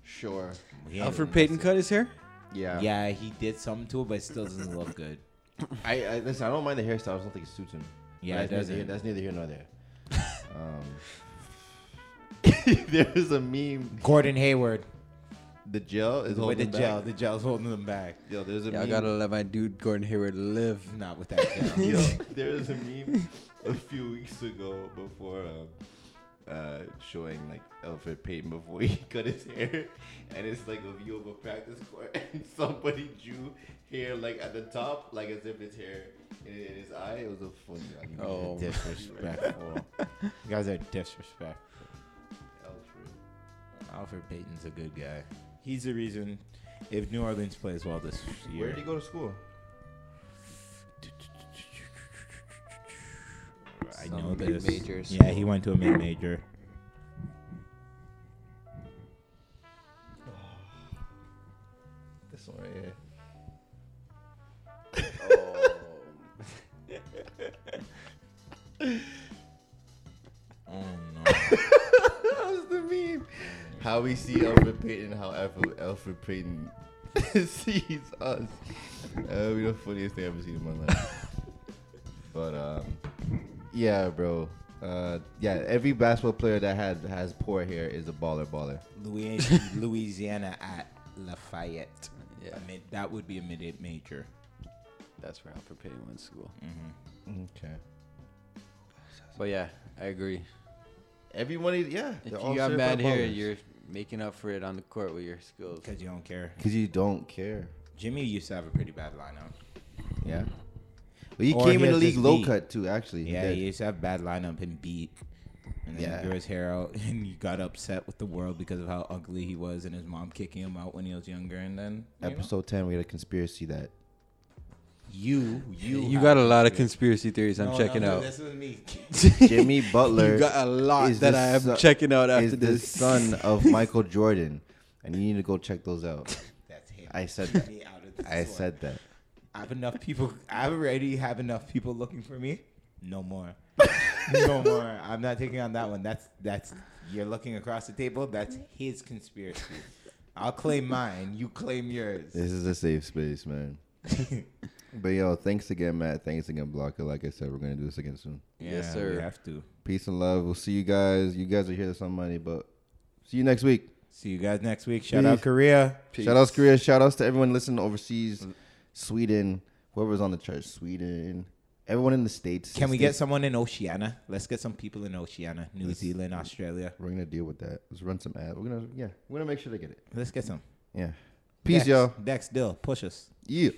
Speaker 3: Sure.
Speaker 2: He ain't-
Speaker 4: Alfred Payton cut his hair.
Speaker 3: Yeah.
Speaker 2: Yeah, he did something to it, but it still doesn't look good.
Speaker 3: I, I listen. I don't mind the hairstyle. I just don't think it suits him.
Speaker 2: Yeah,
Speaker 3: But
Speaker 2: it
Speaker 3: that's neither
Speaker 2: doesn't.
Speaker 3: here- That's neither here nor
Speaker 2: *laughs*
Speaker 3: there. um, *laughs* there's a meme.
Speaker 2: Gordon Hayward
Speaker 3: The gel is
Speaker 2: with the
Speaker 3: holding
Speaker 2: gel.
Speaker 3: back.
Speaker 2: The gel's holding them back.
Speaker 3: Yo, there's a
Speaker 1: Yeah, I
Speaker 3: meme.
Speaker 1: gotta let my dude Gordon Hayward live.
Speaker 2: Not with that gel. *laughs*
Speaker 3: *laughs* Yo, there was a meme a few weeks ago before um, uh, showing like Alfred Payton before *laughs* he cut his hair, and it's like a view of a practice court, *laughs* and somebody drew hair like at the top, like as if it's hair in, in his eye. It was a funny.
Speaker 1: Oh.
Speaker 2: disrespectful. you guys are disrespectful.
Speaker 3: Alfred.
Speaker 2: Alfred Payton's a good guy. He's the reason if New Orleans plays well this year.
Speaker 3: Where did he go to school?
Speaker 2: I
Speaker 1: Some
Speaker 2: know this.
Speaker 1: mid-major
Speaker 2: Yeah,
Speaker 1: school.
Speaker 2: he went to a mid major.
Speaker 3: *laughs* This one right here.
Speaker 2: Oh no.
Speaker 3: *laughs* That's the meme. How we see Alfred Payton, how Alfred, Alfred Payton *laughs* sees us. That would be *laughs* the funniest thing I've ever seen in my life. But um, yeah, bro. Uh, yeah, every basketball player that had has poor hair is a baller baller.
Speaker 2: Louisiana, Louisiana at Lafayette.
Speaker 1: Yeah.
Speaker 2: A mid, that would be a mid major.
Speaker 1: That's where Alfred Payton went to school.
Speaker 3: Okay.
Speaker 1: But yeah, I agree.
Speaker 3: Everybody, yeah.
Speaker 1: If
Speaker 3: they're
Speaker 1: you
Speaker 3: all
Speaker 1: got
Speaker 3: certified
Speaker 1: bad hair,
Speaker 3: ballers.
Speaker 1: you're making up for it on the court with your skills.
Speaker 2: Because you don't care.
Speaker 3: Cause you don't care.
Speaker 2: Jimmy used to have a pretty bad lineup.
Speaker 3: Yeah. Well, he
Speaker 2: Or
Speaker 3: came
Speaker 2: he'll
Speaker 3: in the league
Speaker 2: just
Speaker 3: low
Speaker 2: be-
Speaker 3: cut too. Actually, he
Speaker 2: Yeah,
Speaker 3: did.
Speaker 2: he used to have bad lineup and beat. And then
Speaker 3: Yeah.
Speaker 2: he grew his hair out *laughs* and he got upset with the world because of how ugly he was and his mom kicking him out when he was younger. And then you know,
Speaker 3: Episode ten, we had a conspiracy that
Speaker 2: you, you,
Speaker 1: You
Speaker 2: have
Speaker 1: got a lot of
Speaker 2: conspiracy-
Speaker 1: conspiracy theories I'm
Speaker 2: No, no,
Speaker 1: checking
Speaker 2: no,
Speaker 1: out.
Speaker 2: This is me. *laughs*
Speaker 1: *laughs*
Speaker 3: Jimmy Butler
Speaker 1: You got a lot
Speaker 3: is
Speaker 1: that
Speaker 3: the
Speaker 1: I am
Speaker 3: son-
Speaker 1: checking out
Speaker 3: is
Speaker 1: after
Speaker 3: the
Speaker 1: this.
Speaker 3: son
Speaker 1: *laughs*
Speaker 3: of Michael Jordan, and you need to go check those out.
Speaker 2: That's him.
Speaker 3: I said that.
Speaker 2: Me out of this
Speaker 3: I
Speaker 2: one.
Speaker 3: said that.
Speaker 2: I have enough people. I already have enough people looking for me. No more. no more. I'm not taking on that one. That's that's you're looking across the table. That's his conspiracy. I'll claim mine. You claim yours.
Speaker 3: This is a safe space,
Speaker 1: *laughs*
Speaker 3: man. but yo, thanks again, Matt. Thanks again, Blocker. Like I said, we're gonna do this again soon.
Speaker 1: Yes,
Speaker 2: Yeah,
Speaker 1: sir.
Speaker 2: We have to.
Speaker 3: Peace and love. We'll see you guys. You guys are here this on Monday, but see you next week.
Speaker 2: See you guys next week. Shout out Korea.
Speaker 3: Shout outs Korea. Shout outs to everyone listening overseas,
Speaker 1: Mm.
Speaker 3: Sweden, whoever's on the chart, Sweden, everyone in the states.
Speaker 2: Can
Speaker 3: The
Speaker 2: we get
Speaker 3: States-
Speaker 2: someone in Oceania? Let's get some people in Oceania, New Zealand, Australia.
Speaker 3: We're gonna deal with that. Let's run some ads. We're gonna yeah. We're gonna make sure they get it.
Speaker 2: Let's get some.
Speaker 3: Yeah. Peace,
Speaker 2: Dex,
Speaker 3: y'all.
Speaker 2: Dex, Dill, push us.
Speaker 3: Yeah.